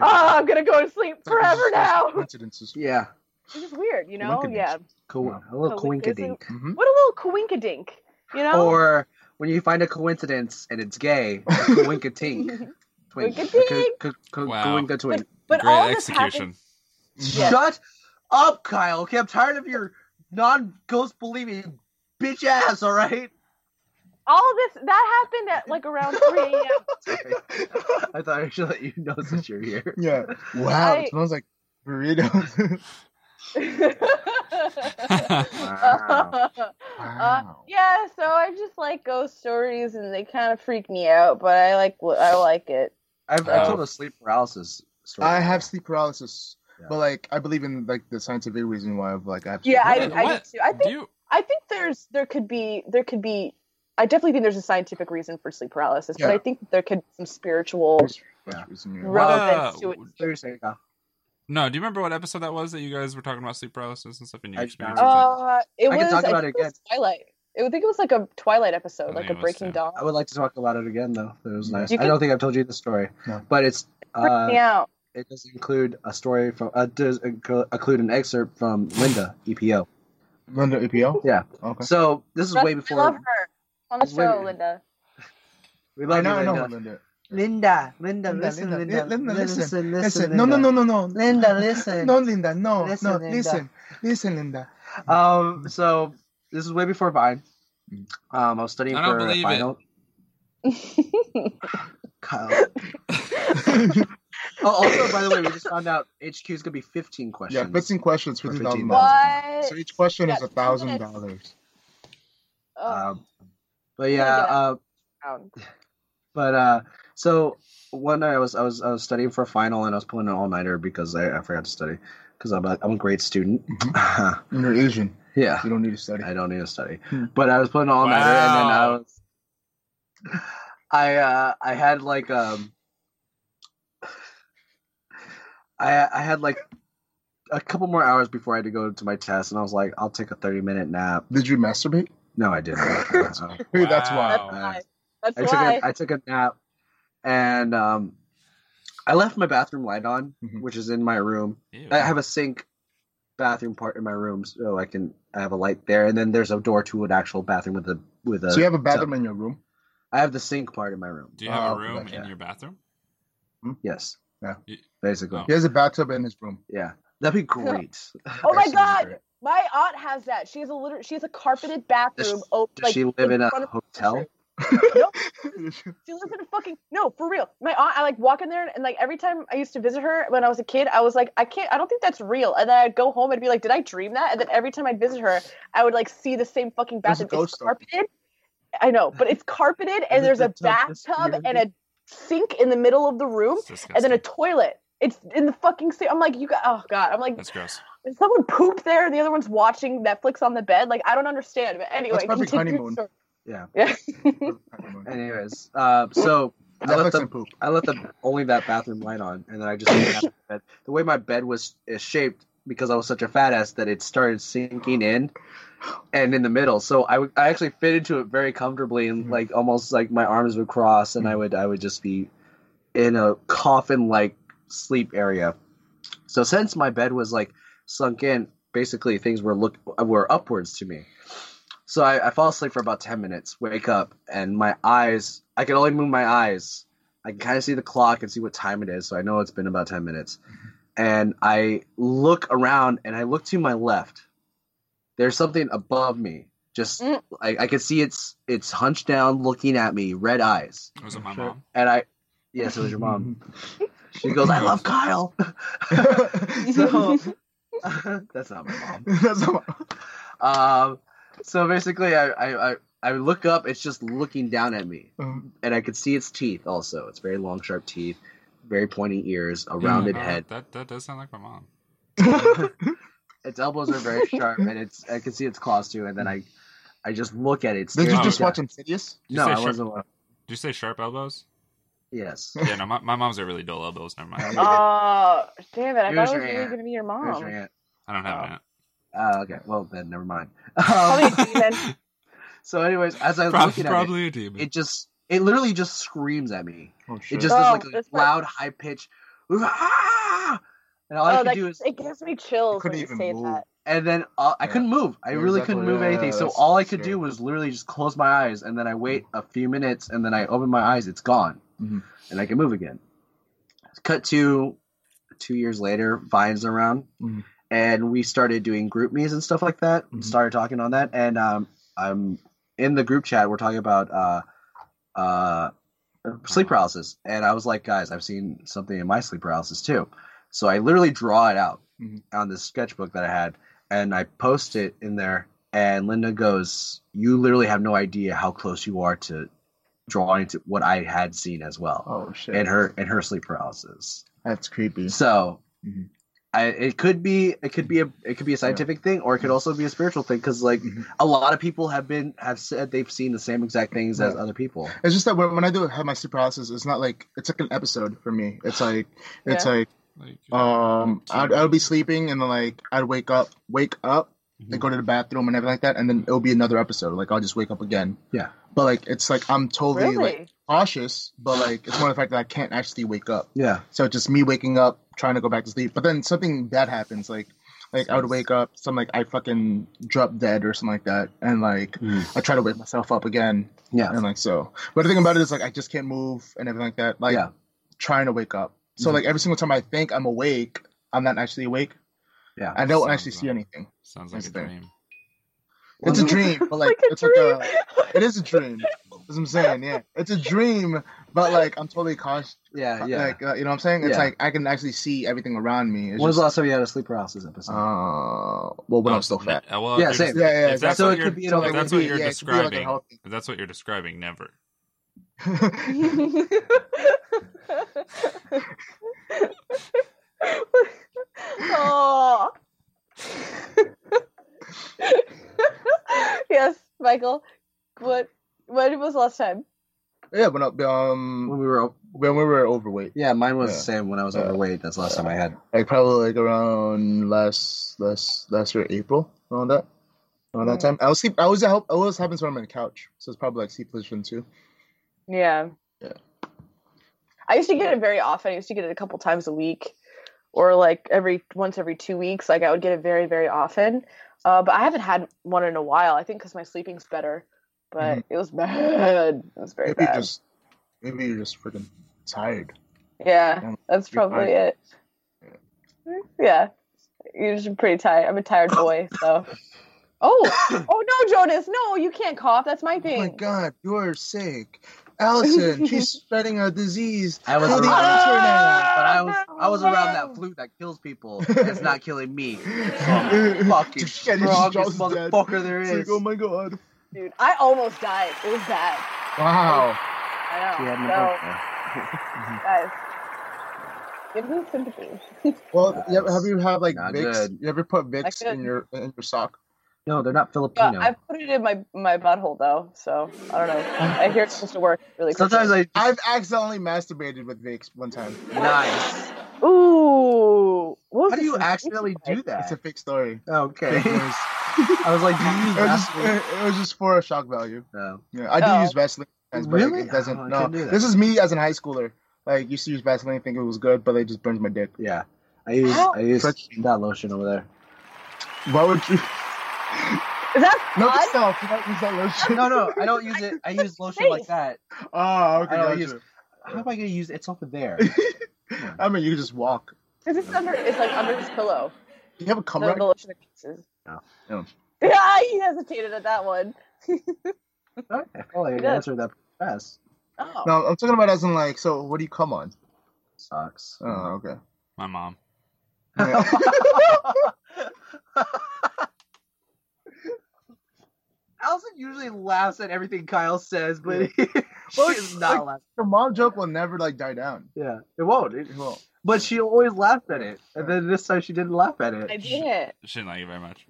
S1: oh i'm gonna go to sleep forever now
S4: Coincidences.
S2: Yeah.
S1: it's just weird you know
S4: Coincidence.
S1: yeah
S2: Cool. A little
S1: So we- this
S2: coinkadink.
S4: hmm
S1: what a little coinkadink you know
S2: Or when you find a coincidence and it's gay, coinkatink. Twink.
S1: Coinkadink.
S2: Co- co-
S3: Wow.
S2: coinka twink.
S1: but
S3: Great
S1: all this
S3: execution.
S1: happened Yeah.
S2: Shut up, Kyle. Okay, I'm tired of your non-ghost believing bitch ass. All right.
S1: all this that happened at like around 3 a.m
S2: I thought I should let you know since you're here.
S4: Yeah. Wow.
S1: I-
S4: It smells like burritos.
S2: Wow.
S1: Uh, yeah so i just like ghost stories and they kind of freak me out but i like i like it
S2: I've, I've
S3: Oh.
S2: told a sleep paralysis story.
S4: I have sleep paralysis,
S2: Yeah.
S4: but like I believe in like the scientific reason why of like I have.
S1: yeah i,
S4: sleep
S1: I do
S3: What?
S1: too i think
S3: Do you?
S1: I think there's there could be there could be I definitely think there's a scientific reason for sleep paralysis, but
S4: Yeah.
S1: I think there could be some spiritual
S4: paralysis reason, yeah.
S3: Right.
S1: relevance
S3: uh,
S1: to it.
S2: Seriously, Kyle.
S3: No, do you remember what episode that was that you guys were talking about sleep paralysis and stuff in your
S2: I-
S3: experience? with it?
S1: Uh, it
S2: I
S1: was
S2: could talk
S1: I
S2: about
S1: think
S2: it
S1: it was Twilight. It, I think it was like a Twilight episode,
S3: I
S1: like
S3: mean,
S1: a
S3: it was
S1: Breaking
S3: too.
S1: Dawn.
S2: I would like to talk about it again, though. It was nice.
S1: You
S2: I don't think I've told you the story,
S4: No.
S2: but it's
S1: Freaked me
S2: uh,
S1: out.
S2: it does include a story from uh, does inclu- include an excerpt from Linda E EPO.
S4: Linda APL.
S2: Yeah.
S4: Okay.
S2: So this is way
S1: Russ,
S2: before
S1: I love her on the
S2: Wait,
S1: show,
S2: wait.
S1: Linda.
S2: we
S4: I
S2: love
S4: know. I
S2: you,
S4: know
S2: Linda.
S4: Linda.
S2: Linda, Linda,
S4: Linda,
S2: listen,
S4: Linda,
S2: Linda,
S4: Linda, listen,
S2: listen,
S4: Listen. No. No. No. No. No.
S2: Linda, listen.
S4: No, Linda. No.
S2: Listen,
S4: no.
S2: Linda.
S4: Listen. Listen, Linda.
S2: Um, so this is way before Vine.
S4: Mm.
S2: Um, I was studying
S3: I don't
S2: for a
S3: believe
S2: final.
S3: it.
S2: Kyle. oh, also, by the way, we just found out HQ is gonna be 15 questions.
S4: Yeah. Fifteen questions for
S2: For
S4: two thousand dollars.
S1: what?
S4: So each question is
S1: Yeah,
S4: a thousand
S1: minutes.
S4: dollars.
S1: Oh,
S2: Um, but yeah, uh,
S1: sound.
S2: but uh, so one night I was I was I was studying for a final and I was pulling an all nighter because I, I forgot to study because I'm a, I'm a great student.
S4: You're Asian.
S2: yeah,
S4: You don't need to study.
S2: I don't need to study.
S4: Hmm.
S2: But I was putting all nighter, and then I
S3: Wow.
S2: was, I uh, I had like um, I I had like a couple more hours before I had to go to my test, and I was like, I'll take a thirty minute nap.
S4: Did you masturbate?
S2: No, I didn't. Uh,
S4: That's
S1: That's
S4: why.
S3: Wow.
S1: why. That's
S2: I took
S1: why.
S2: a, I took a nap, and um, I left my bathroom light on,
S4: Mhm.
S2: which is in my room.
S3: Ew.
S2: I have a sink bathroom part in my room, so I can I have a light there, and then there's a door to an actual bathroom with a with a.
S4: So you have a bathroom in your room?
S2: I have the sink part in my room.
S3: Do you have
S4: Oh,
S3: a room
S4: gotcha.
S3: in your bathroom?
S2: Yes.
S4: Yeah.
S3: Y-
S2: Basically.
S3: Oh.
S4: He has a bathtub in his room.
S2: Yeah. That'd be great.
S1: oh my
S2: Actually,
S1: god,
S2: great.
S1: my aunt has that. She has a liter- she has a carpeted bathroom. Oh,
S2: Does
S1: like
S2: she live in a
S1: front of the
S2: hotel?
S1: picture. She lives in a fucking no, for real. My aunt, I like walk in there and like every time I used to visit her when I was a kid, I was like, I can't, I don't think that's real. And then I'd go home and be like, did I dream that? And then every time I'd visit her, I would like see the same fucking
S4: There's a
S1: bathroom. It's
S4: ghost over
S1: carpeted. I know, but it's carpeted and there's a
S2: The tub is
S1: bathtub and
S2: weird.
S1: a sink in the middle of the room
S3: It's
S1: and then a
S3: disgusting.
S1: toilet. It's in the fucking sink. I'm like, you got, oh god. I'm like,
S3: That's gross.
S1: someone pooped there and the other one's watching Netflix on the bed. Like, I don't understand. But anyway,
S4: probably
S1: continue
S4: honeymoon.
S1: your story.
S2: Yeah.
S1: Yeah.
S2: Anyways, uh, so I
S4: Netflix
S2: left the-
S4: and poop.
S2: I left the, only that bathroom light on, and then I just went back to bed. the way my bed was is shaped because I was such a fat ass that it started sinking in and in the middle. So I would- I actually fit into it very comfortably, and
S4: Mhm.
S2: like almost like my arms would cross, and I would I would just be in a coffin like sleep area. So since my bed was like sunk in, basically things were look were upwards to me. So I, I fall asleep for about ten minutes, wake up, and my eyes I can only move my eyes. I can kind of see the clock and see what time it is, so I know it's been about ten minutes. And I look around and I look to my left. There's something above me. Just
S1: Mm.
S2: I, I can see it's it's hunched down looking at me, red eyes.
S3: Was it my
S4: Sure.
S3: mom?
S2: And I Yes, it was your mom. She goes, I love Kyle. so that's not my mom.
S4: That's how-
S2: Um, so basically, I, I, I, I look up. It's just looking down at me,
S4: um,
S2: and I could see its teeth. Also, it's very long, sharp teeth, very pointy ears, a rounded
S3: Yeah, no,
S2: head.
S3: Uh, That that does sound like my mom.
S2: Its elbows are very sharp, and it's I can see its claws too. And then I, I just look at it.
S4: Did you
S3: Oh,
S4: just
S2: staring
S4: watch
S2: down.
S4: Insidious?
S3: Did you
S2: No,
S3: say
S2: I
S3: sharp-
S2: wasn't. wa-
S3: Did you say sharp elbows?
S2: Yes.
S3: Yeah, no, my, my mom's are really dull elbows. Never mind.
S1: Oh, damn it! I thought
S2: Here's
S1: it
S2: your
S1: was really
S2: aunt.
S1: gonna be your
S2: Here's your
S1: mom.
S2: aunt.
S3: I don't have an aunt.
S2: Oh, okay. Well, then never mind.
S1: Probably
S2: Um,
S1: a demon.
S2: so, anyways, as I was
S3: Prob-
S2: looking at it,
S3: probably a demon.
S2: it just it literally just screams at me.
S4: Oh,
S2: It
S4: shit.
S2: just
S1: Oh,
S2: is like
S1: that's
S2: a
S1: right.
S2: loud, high pitch. "Ah!" And all I
S1: Oh,
S2: could
S1: that,
S2: do is,
S1: it gives me chills
S4: I
S1: when
S4: couldn't
S1: you
S4: even
S1: say
S4: move.
S1: that.
S2: and then uh, I
S4: Yeah.
S2: couldn't move. I
S4: Yeah,
S2: really
S4: exactly.
S2: couldn't move
S4: Yeah,
S2: anything. So
S4: that's
S2: all I could
S4: scary.
S2: do was literally just close my eyes, and then I wait a few minutes, and then I open my eyes. It's gone,
S4: Mhm.
S2: and I can move again. Cut to two years later, Vine's around,
S4: Mhm.
S2: and we started doing group me's and stuff like that.
S4: Mhm.
S2: Started talking on that, and um, I'm in the group chat. We're talking about uh, uh,
S4: Uh-huh.
S2: sleep paralysis, and I was like, guys, I've seen something in my sleep paralysis too. So I literally draw it out
S4: Mhm.
S2: on this sketchbook that I had, and I post it in there. And Linda goes, "You literally have no idea how close you are to drawing to what I had seen as well
S4: Oh shit.
S2: in her in her sleep paralysis."
S4: That's creepy.
S2: So,
S4: Mhm.
S2: I, it could be it could be a it could be a scientific thing, or it could also be a spiritual thing. Because like
S4: Mhm.
S2: a lot of people have been have said they've seen the same exact things as
S4: Yeah.
S2: other people.
S4: It's just that when, when I do have my sleep paralysis, it's not like it's like an episode for me. It's like it's
S1: Yeah.
S4: like
S3: Like,
S2: oh,
S4: um I'd, I'd be sleeping and then like I'd wake up, wake up,
S3: Mhm.
S4: and go to the bathroom and everything like that, and then it'll be another episode. Like I'll just wake up again.
S2: Yeah.
S4: But like it's like I'm
S1: Really?
S4: totally like cautious, but like it's more the fact that I can't actually wake up.
S2: Yeah,
S4: So it's just me waking up, trying to go back to sleep. But then something bad happens, like like I would wake up, some like I fucking drop dead or something like that, and like I try to wake myself up again,
S2: yeah.
S4: and like so. But the thing about it is like I just can't move and everything like that. Like
S2: Yeah.
S4: trying to wake up. So
S2: Mhm.
S4: like every single time I think I'm awake, I'm not actually awake.
S2: Yeah.
S4: I don't
S3: Sounds
S4: actually see
S3: right.
S4: anything.
S3: Sounds like a
S4: That's the thing.
S3: dream.
S4: It's a dream, but like,
S1: Like a
S4: it's like a, it is a dream. That's what I'm saying. Yeah, it's a dream, but like I'm totally conscious.
S2: Yeah, yeah.
S4: Like uh, you know what I'm saying? It's
S2: Yeah.
S4: like I can actually see everything around me. It's
S2: when was
S4: just-
S2: the last time you had a sleep paralysis episode?
S4: Uh, well, when I was still fat.
S3: Uh, well,
S2: Yeah,
S3: if you're
S2: same.
S3: des-
S4: Yeah, yeah,
S3: If that's
S4: exactly.
S2: So
S3: what
S2: it
S3: you're,
S2: could be an
S3: if
S2: overweight-
S3: that's
S4: Yeah,
S3: what
S4: it
S3: you're
S4: could be like
S3: describing,
S4: unhealthy.
S3: if that's what you're describing, never.
S1: oh. yes, Michael. What? When was the last time?
S4: yeah, when I,
S2: when
S4: um
S2: we were
S4: when we were overweight,
S2: yeah, mine was
S4: Yeah.
S2: the same when I was
S4: Yeah.
S2: overweight. That's the last time I had.
S4: like probably like around last last last year April around that around that
S1: Mm.
S4: time. I was sleep. I always help. Always happens when I'm on the couch, so it's probably like sleep position too.
S1: Yeah.
S4: Yeah.
S1: I used to get it very often. I used to get it a couple times a week or like every once every two weeks. Like I would get it very, very often. Uh, but I haven't had one in a while. I think because my sleeping's better. But
S2: Mm-hmm.
S1: it was bad. It was very
S4: Maybe
S1: bad.
S4: you're just maybe you're just freaking tired.
S1: yeah,
S4: Yeah,
S1: that's
S4: you're
S1: probably it. Yeah. You're just pretty tired. I'm a tired boy, so. Oh, oh no, Jonas! No, you can't cough. That's my
S4: Oh
S1: thing.
S4: my god, you're sick, Allison. she's spreading a disease.
S2: I was
S4: to the
S2: around,
S4: internet.
S1: Oh,
S2: but I was I was around that flu that kills people. It's not killing me. I'm fucking
S4: Yeah, this is
S2: strongest
S4: Charles' dad.
S2: motherfucker there
S4: It's
S2: is.
S4: like, oh my god!
S1: Dude, I almost died. It was bad.
S4: Wow.
S1: I know.
S2: He had
S1: so, guys, give
S2: pneumonia.
S1: me sympathy.
S4: Well, you ever-
S2: Nice.
S4: have you have like
S2: Not
S4: Vicks?
S2: good.
S4: You ever put Vicks
S1: could.
S4: in your in your sock?
S2: No, they're not
S1: Yeah,
S2: Filipino.
S1: I put it in my my butthole though, so I don't know. I hear it's supposed to work really.
S2: Sometimes I
S4: I've accidentally masturbated with Vicks one time.
S2: nice.
S1: quickly. Ooh. What was
S2: How do
S1: it
S2: you
S1: supposed to
S2: accidentally
S1: be
S2: do
S4: It's a
S2: that? Oh,
S4: fake story.
S2: Okay.
S4: Fake news.
S2: I was like, do you use
S4: It was, just,
S2: Vaseline?
S4: it was just for a shock value.
S2: No.
S4: Yeah, I do
S1: Oh.
S4: use Vaseline. sometimes, But
S2: Really?
S4: It doesn't.
S2: Oh, I
S4: no,
S2: couldn't do that.
S4: this is me as an high schooler. Like used to use Vaseline, think it was good, but it just burns my dick.
S2: Yeah. I use
S1: How-
S2: I use
S4: Friction.
S2: that lotion over there.
S4: Why would you?
S1: Is that
S4: No,
S1: fun?
S4: yourself. You don't use that lotion.
S2: No, no, I don't use it. I use lotion like that.
S4: Oh, okay.
S2: I don't
S4: gotcha.
S2: use- How am I gonna use? It's over there.
S4: I mean, you can just walk.
S1: Because it's under. It's like under his pillow.
S4: Do you have a cum
S1: The,
S4: rack?
S1: the lotion that kisses.
S2: Oh.
S4: Yeah.
S1: Yeah, Ah, he hesitated at that one.
S2: Okay, I probably
S1: It is.
S2: answered that fast.
S1: Oh.
S4: No, I'm talking about as in like. So, what do you cum on?
S2: Sucks.
S4: Oh, okay.
S3: My mom.
S4: Yeah.
S2: Allison usually laughs at everything Kyle says, but
S4: Well,
S2: she is
S4: it's
S2: not
S4: like-
S2: laughing.
S4: the mom joke will never like die down.
S2: Yeah, it won't. It-
S4: It will.
S2: but she always laughed at it, and then this time she didn't laugh at
S1: I
S2: it.
S1: didn't.
S3: She didn't like it very much.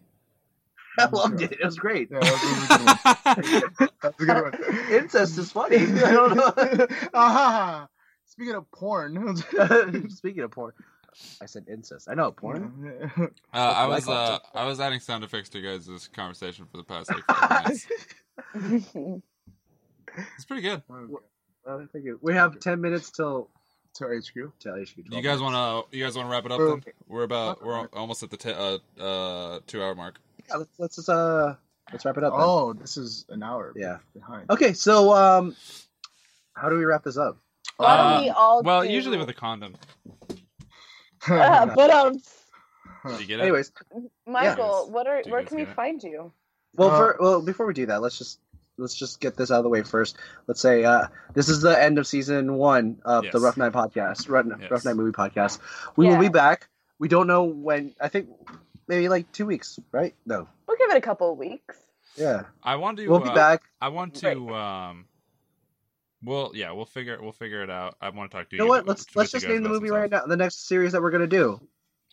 S2: I loved it. It was great.
S4: Yeah,
S3: Uh,
S4: that was a good one. That was a good one.
S2: Incest is funny. I don't know.
S4: Aha! Speaking of porn,
S2: Speaking of porn, I said incest. I know porn.
S3: uh, I was
S2: Like-
S3: uh, I was adding sound effects to you guys this conversation for the past like five minutes. It's pretty good.
S2: Uh, thank you. We have ten minutes till
S4: To HQ.
S2: till HQ.
S3: You guys want to you guys want to wrap it up? Then
S4: Okay.
S3: we're about we're al- almost at the t- uh, uh, two hour mark.
S2: Yeah, let's, let's just uh let's wrap it up. then.
S4: Oh, this is an hour
S2: Yeah.
S4: behind.
S2: Okay, so um, how do we wrap this up?
S1: Why don't
S3: Uh,
S1: we all?
S3: Well,
S1: do-
S3: usually with a condom.
S1: Uh, but um,
S3: Do you get it?
S2: Anyways,
S1: Michael,
S3: Yeah.
S1: what are?
S3: Do you
S1: Where
S3: guys
S1: can we
S3: get it?
S1: find you?
S2: well,
S4: Uh,
S2: for, well, before we do that, let's just let's just get this out of the way first. Let's say uh, this is the end of season one of the
S3: Yes.
S2: Rough Night podcast, Rough,
S3: Yes.
S2: Rough Night movie podcast. We will
S1: Yeah.
S2: be back. We don't know when. I think maybe like two weeks, right? No,
S1: We'll give it a couple of weeks.
S2: yeah,
S3: I want to.
S2: we'll be
S3: uh,
S2: back.
S3: I want to. Um, well, yeah, we'll figure we'll figure it out. I want to talk to
S2: You
S3: you.
S2: know what?
S3: with-
S2: Let's let's
S3: with
S2: just
S3: you guys
S2: name the
S3: about
S2: movie
S3: some
S2: right
S3: stuff.
S2: now. The next series that we're gonna do,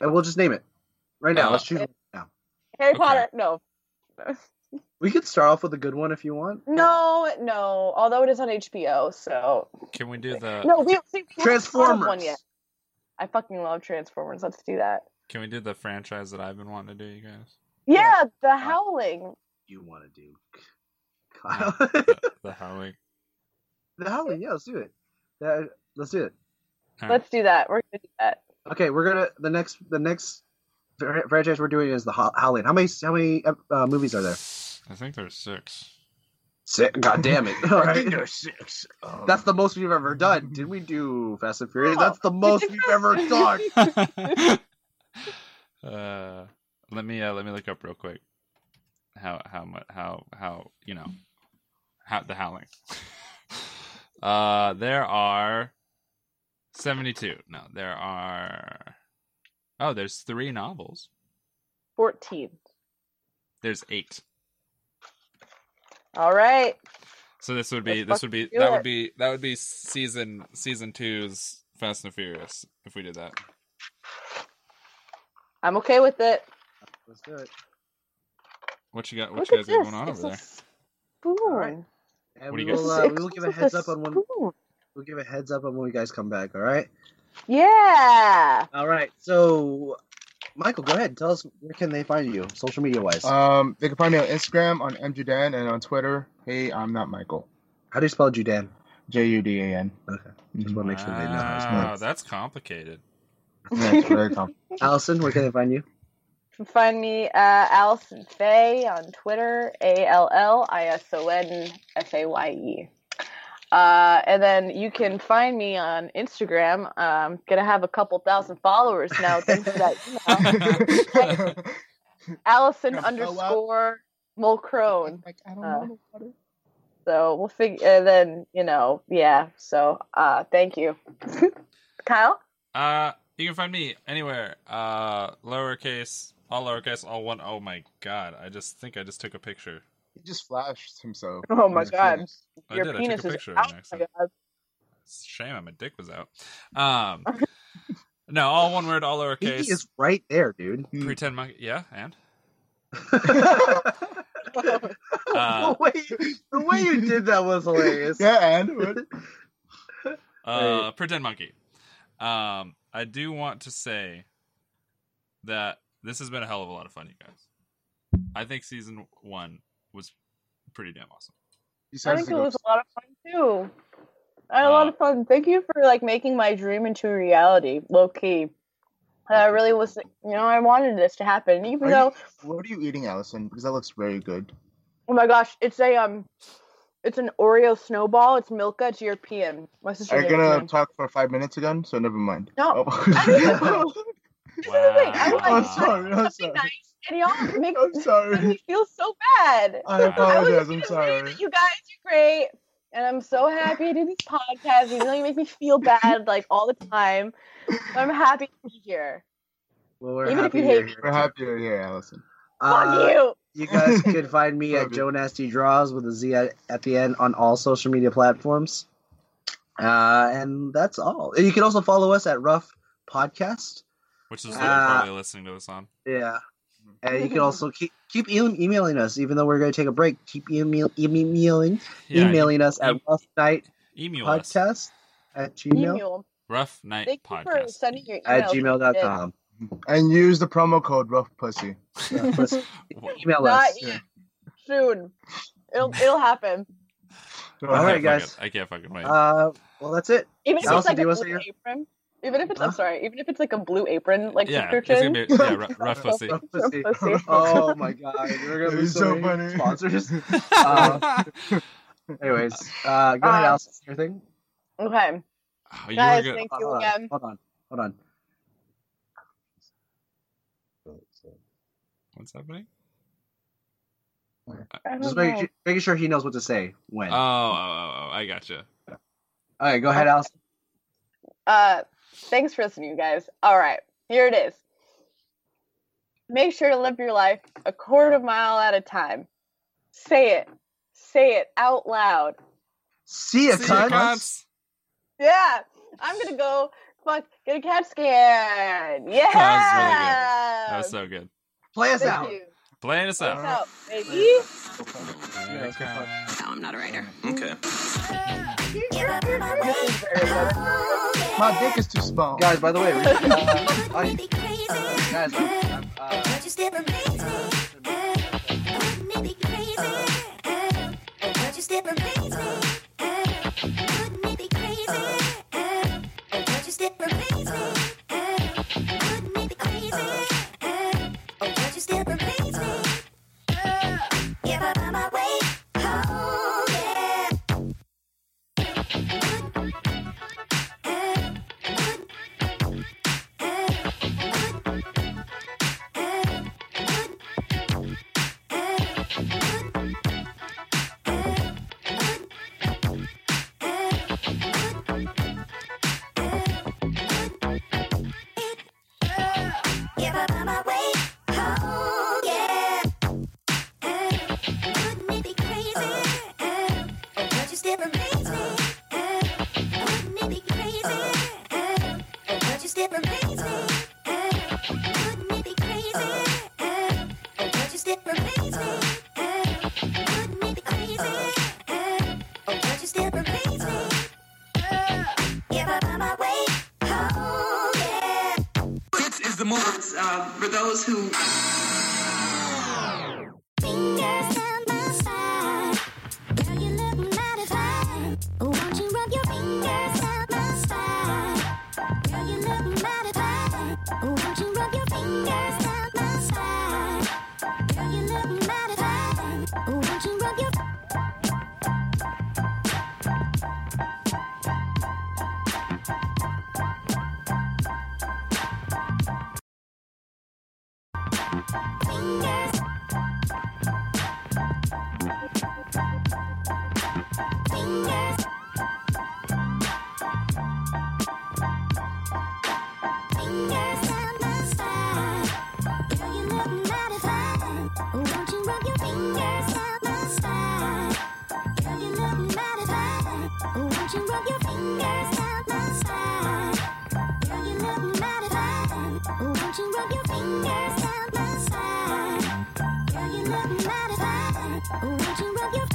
S2: and we'll just name it right now.
S3: Uh,
S2: let's choose.
S1: Okay.
S2: Now
S1: Harry
S3: Okay.
S1: Potter? No,
S2: we could start off with a good one if you want.
S1: no, no. Although it is on HBO, so
S3: Can we do the?
S1: no. We, we haven't thought of
S2: Transformers.
S1: one yet. I fucking love Transformers. Let's do that.
S3: Can we do the franchise that I've been wanting to do, you guys?
S1: Yeah, The Howling.
S2: You want to do? Kyle.
S3: The, the Howling.
S2: The Howling, yeah, let's do it. That, let's do it.
S3: All right.
S1: Let's do that. We're gonna do that.
S2: Okay, we're gonna the next the next fr- franchise we're doing is the Ho- Howling. How many how many uh, movies are there?
S3: I think there's six.
S2: Six. God damn it! All
S4: I think
S2: right.
S4: there's six. Um,
S2: That's the most we've ever done. Did we do Fast and Furious?
S1: No.
S2: That's the most
S1: did
S2: we've
S1: Fast
S2: ever
S1: and
S2: done.
S3: uh, let me uh, let me look up real quick. How how mu- how how you know how the howling. uh, there are seventy-two. No, there are. Oh, there's three novels.
S1: Fourteen.
S3: There's eight.
S1: All right.
S3: So this would be
S1: Let's
S3: this would be
S1: fucking do
S3: that
S1: it.
S3: would be that would be season season two's Fast and Furious if we did that.
S1: I'm okay with it.
S2: Let's do it.
S3: What you got? What
S1: Look
S3: you
S1: at
S3: guys
S1: this.
S3: got going on
S1: it's
S3: over
S1: a
S3: there?
S1: spoon.
S2: All right. And
S3: What do
S2: we
S3: you guys
S2: will
S1: This
S2: uh,
S1: is-
S2: we will give a
S1: it's
S2: heads up on when
S1: spoon.
S2: we'll give a heads up on when you guys come back. All right.
S1: Yeah.
S2: All right. So, Michael, go ahead and tell us where can they find you, social media wise.
S4: Um, they can find me on Instagram on mjudan and on Twitter. Hey, I'm not Michael.
S2: How do you spell Judan?
S4: J U D A N.
S2: Okay. Just
S4: Mhm.
S2: want to make sure they know.
S4: it's
S3: Wow,
S4: not.
S3: that's complicated.
S4: Yeah, it's very complicated.
S2: Allison, where can they find you?
S1: You can find me uh, Allison Fay on Twitter, A L L I S O N F A Y E. Uh, and then you can find me on Instagram. I'm gonna have a couple thousand followers now thanks to that email. Allison
S4: Gonna blow up.
S1: underscore Mulcrone.
S4: Like, I don't
S1: Uh,
S4: know about it.
S1: So we'll figure. And then you know, yeah. So uh, thank you, Kyle.
S3: Uh, you can find me anywhere. Uh, lowercase, all lowercase, all one. Oh my god! I just think I just took a picture.
S4: He just flashed himself.
S1: Oh my
S4: His
S1: God.
S4: penis.
S3: I
S1: Your
S3: did. I
S1: penis
S3: took
S1: is
S3: a picture.
S1: out.
S3: Of an
S1: my
S3: accident.
S1: God.
S3: It's a shame my dick was out. Um, no, all one word, all
S2: He
S3: lowercase.
S2: is right there, dude.
S3: Pretend monkey. Yeah, and Uh,
S1: Oh,
S2: the, way you, the way you did that was hilarious.
S4: yeah, and what?
S3: uh, pretend monkey. Um, I do want to say that this has been a hell of a lot of fun, you guys. I think season one was pretty damn awesome.
S1: I
S4: Besides
S1: think
S4: the
S1: it was
S4: ghost.
S1: a lot of fun too. I had a lot
S3: Uh,
S1: of fun. Thank you for like making my dream into a reality, low key. I really was, you know, I wanted this to happen, even
S4: Are you-
S1: though,
S4: What are you eating, Allison? Because that looks very good.
S1: oh my gosh, it's a um, it's an Oreo snowball. It's Milka. It's European. My sister.
S4: Are you
S1: made
S4: gonna
S1: it for me.
S4: talk for five minutes again? So never mind.
S1: No.
S4: Oh.
S1: This is the thing. I
S3: Wow.
S1: was
S4: I'm
S1: like,
S4: sorry. I'm
S1: something
S4: sorry.
S1: nice, and y'all make,
S4: I'm
S1: make me
S4: sorry.
S1: feel so bad.
S4: I
S1: I was
S4: apologize.
S1: gonna
S4: I'm
S1: say
S4: sorry.
S1: that You guys are great, and I'm so happy to do these podcasts. You know, you make me feel bad like all the time. But I'm happy to be here.
S2: Well, we're
S1: Even if
S2: happy
S1: you
S2: you're
S1: hate-
S2: here.
S4: We're happy you're here, Allison.
S2: Uh,
S1: Fuck you.
S2: You guys can find me at
S4: Love you.
S2: Joe Nasty Draws with a Z at, at the end on all social media platforms. Uh, and that's all. You can also follow us at Rough Podcast.
S3: Which is
S2: Uh,
S3: what you're probably listening to this on.
S2: Yeah. And you can also keep keep e- emailing us, even though we're going to take a break. Keep e-, email, emailing
S3: Yeah,
S2: emailing us at
S3: em-
S2: Rough Night
S3: email us.
S2: Podcast at gmail
S1: Email.
S3: Rough Night
S1: Thank you for
S3: Podcast.
S1: sending your email.
S2: at gmail.com.
S4: And use the promo code Rough Pussy.
S2: Yeah, plus,
S3: Wha-
S2: email
S1: Not
S2: us.
S1: yet. Soon. It'll it'll happen.
S2: All
S3: I
S2: right,
S3: can't
S2: guys.
S3: fucking- I can't fucking wait.
S2: Uh, well, that's it.
S1: Even if it's
S2: Allison,
S1: like
S2: do
S1: a
S2: you wanna
S1: blue
S2: say
S1: apron. Even if it's I'm
S2: Huh?
S1: sorry, even if it's like a blue apron like
S3: yeah, it's gonna
S1: subscription.
S3: be yeah, rough, rough pussy.
S2: Rough pussy.
S1: Pussy.
S2: Oh my god, we're gonna
S4: It'd
S2: lose
S4: be
S2: so
S4: so
S2: many
S4: funny.
S2: sponsors.
S3: Oh,
S2: Anyways, uh, go ahead,
S1: Uh,
S2: Allison. Your thing.
S1: Okay.
S3: you were
S1: Guys,
S3: good.
S1: thank you
S2: Hold on,
S1: again.
S2: hold on, hold on.
S3: What's happening?
S1: I
S2: Just
S1: don't
S2: making,
S1: know.
S2: su- making sure he knows what to say when.
S3: Oh, oh, oh, oh, I gotcha.
S2: All right, go ahead, Allison.
S1: Uh thanks for listening, you guys. All right. Here it is. Make sure to live your life a quarter mile at a time. Say it. Say it out loud.
S2: See ya,
S3: See ya,
S2: cunts.
S3: cunts.
S1: Yeah, I'm gonna go fuck get a CAT scan. Yeah,
S3: That was so good.
S2: Play us
S1: Thank
S2: out.
S1: you.
S3: Playing us
S1: That's
S3: out.
S1: out, baby.
S2: Yeah, that's good fun.
S5: No, I'm not a writer.
S6: Okay.
S4: My dick is too small.
S2: Guys, by the way, we- uh, I-
S6: Guys,
S2: guys, uh, I'm, uh,
S7: Oh,
S6: This is the moment uh, for those who
S7: Fingers down my spine. Girl, you look mighty fine. Won't you rub your fingers down my spine? Girl, you look mighty fine. Won't you rub your fingers down my spine? Girl, you look mighty fine. Won't you rub your fingers? Fingers. Fingers down my spine. Girl, you look mighty fine. Won't you rub your fingers down my spine? Girl, you look mighty fine. Won't you rub your fingers down my spine? Girl, you look mighty fine. Won't you rub your fingers down my spine? Won't you rub your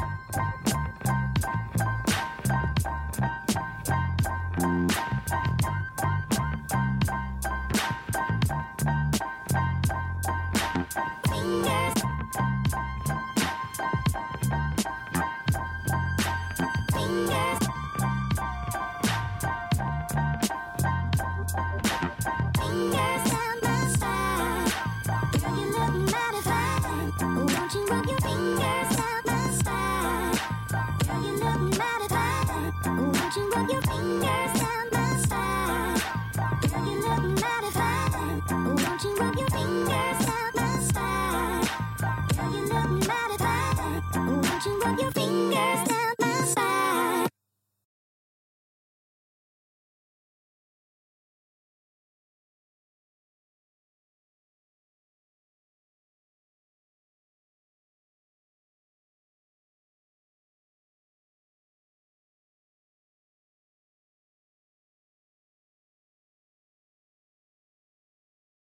S7: fingers? Fingers. Fingers down my spine. Girl, you look mighty fine. Won't you rub your fingers down my spine? Girl, you look mighty fine. Won't you rub your fingers down my spine? Girl, you look mighty fine. Won't you rub your fingers?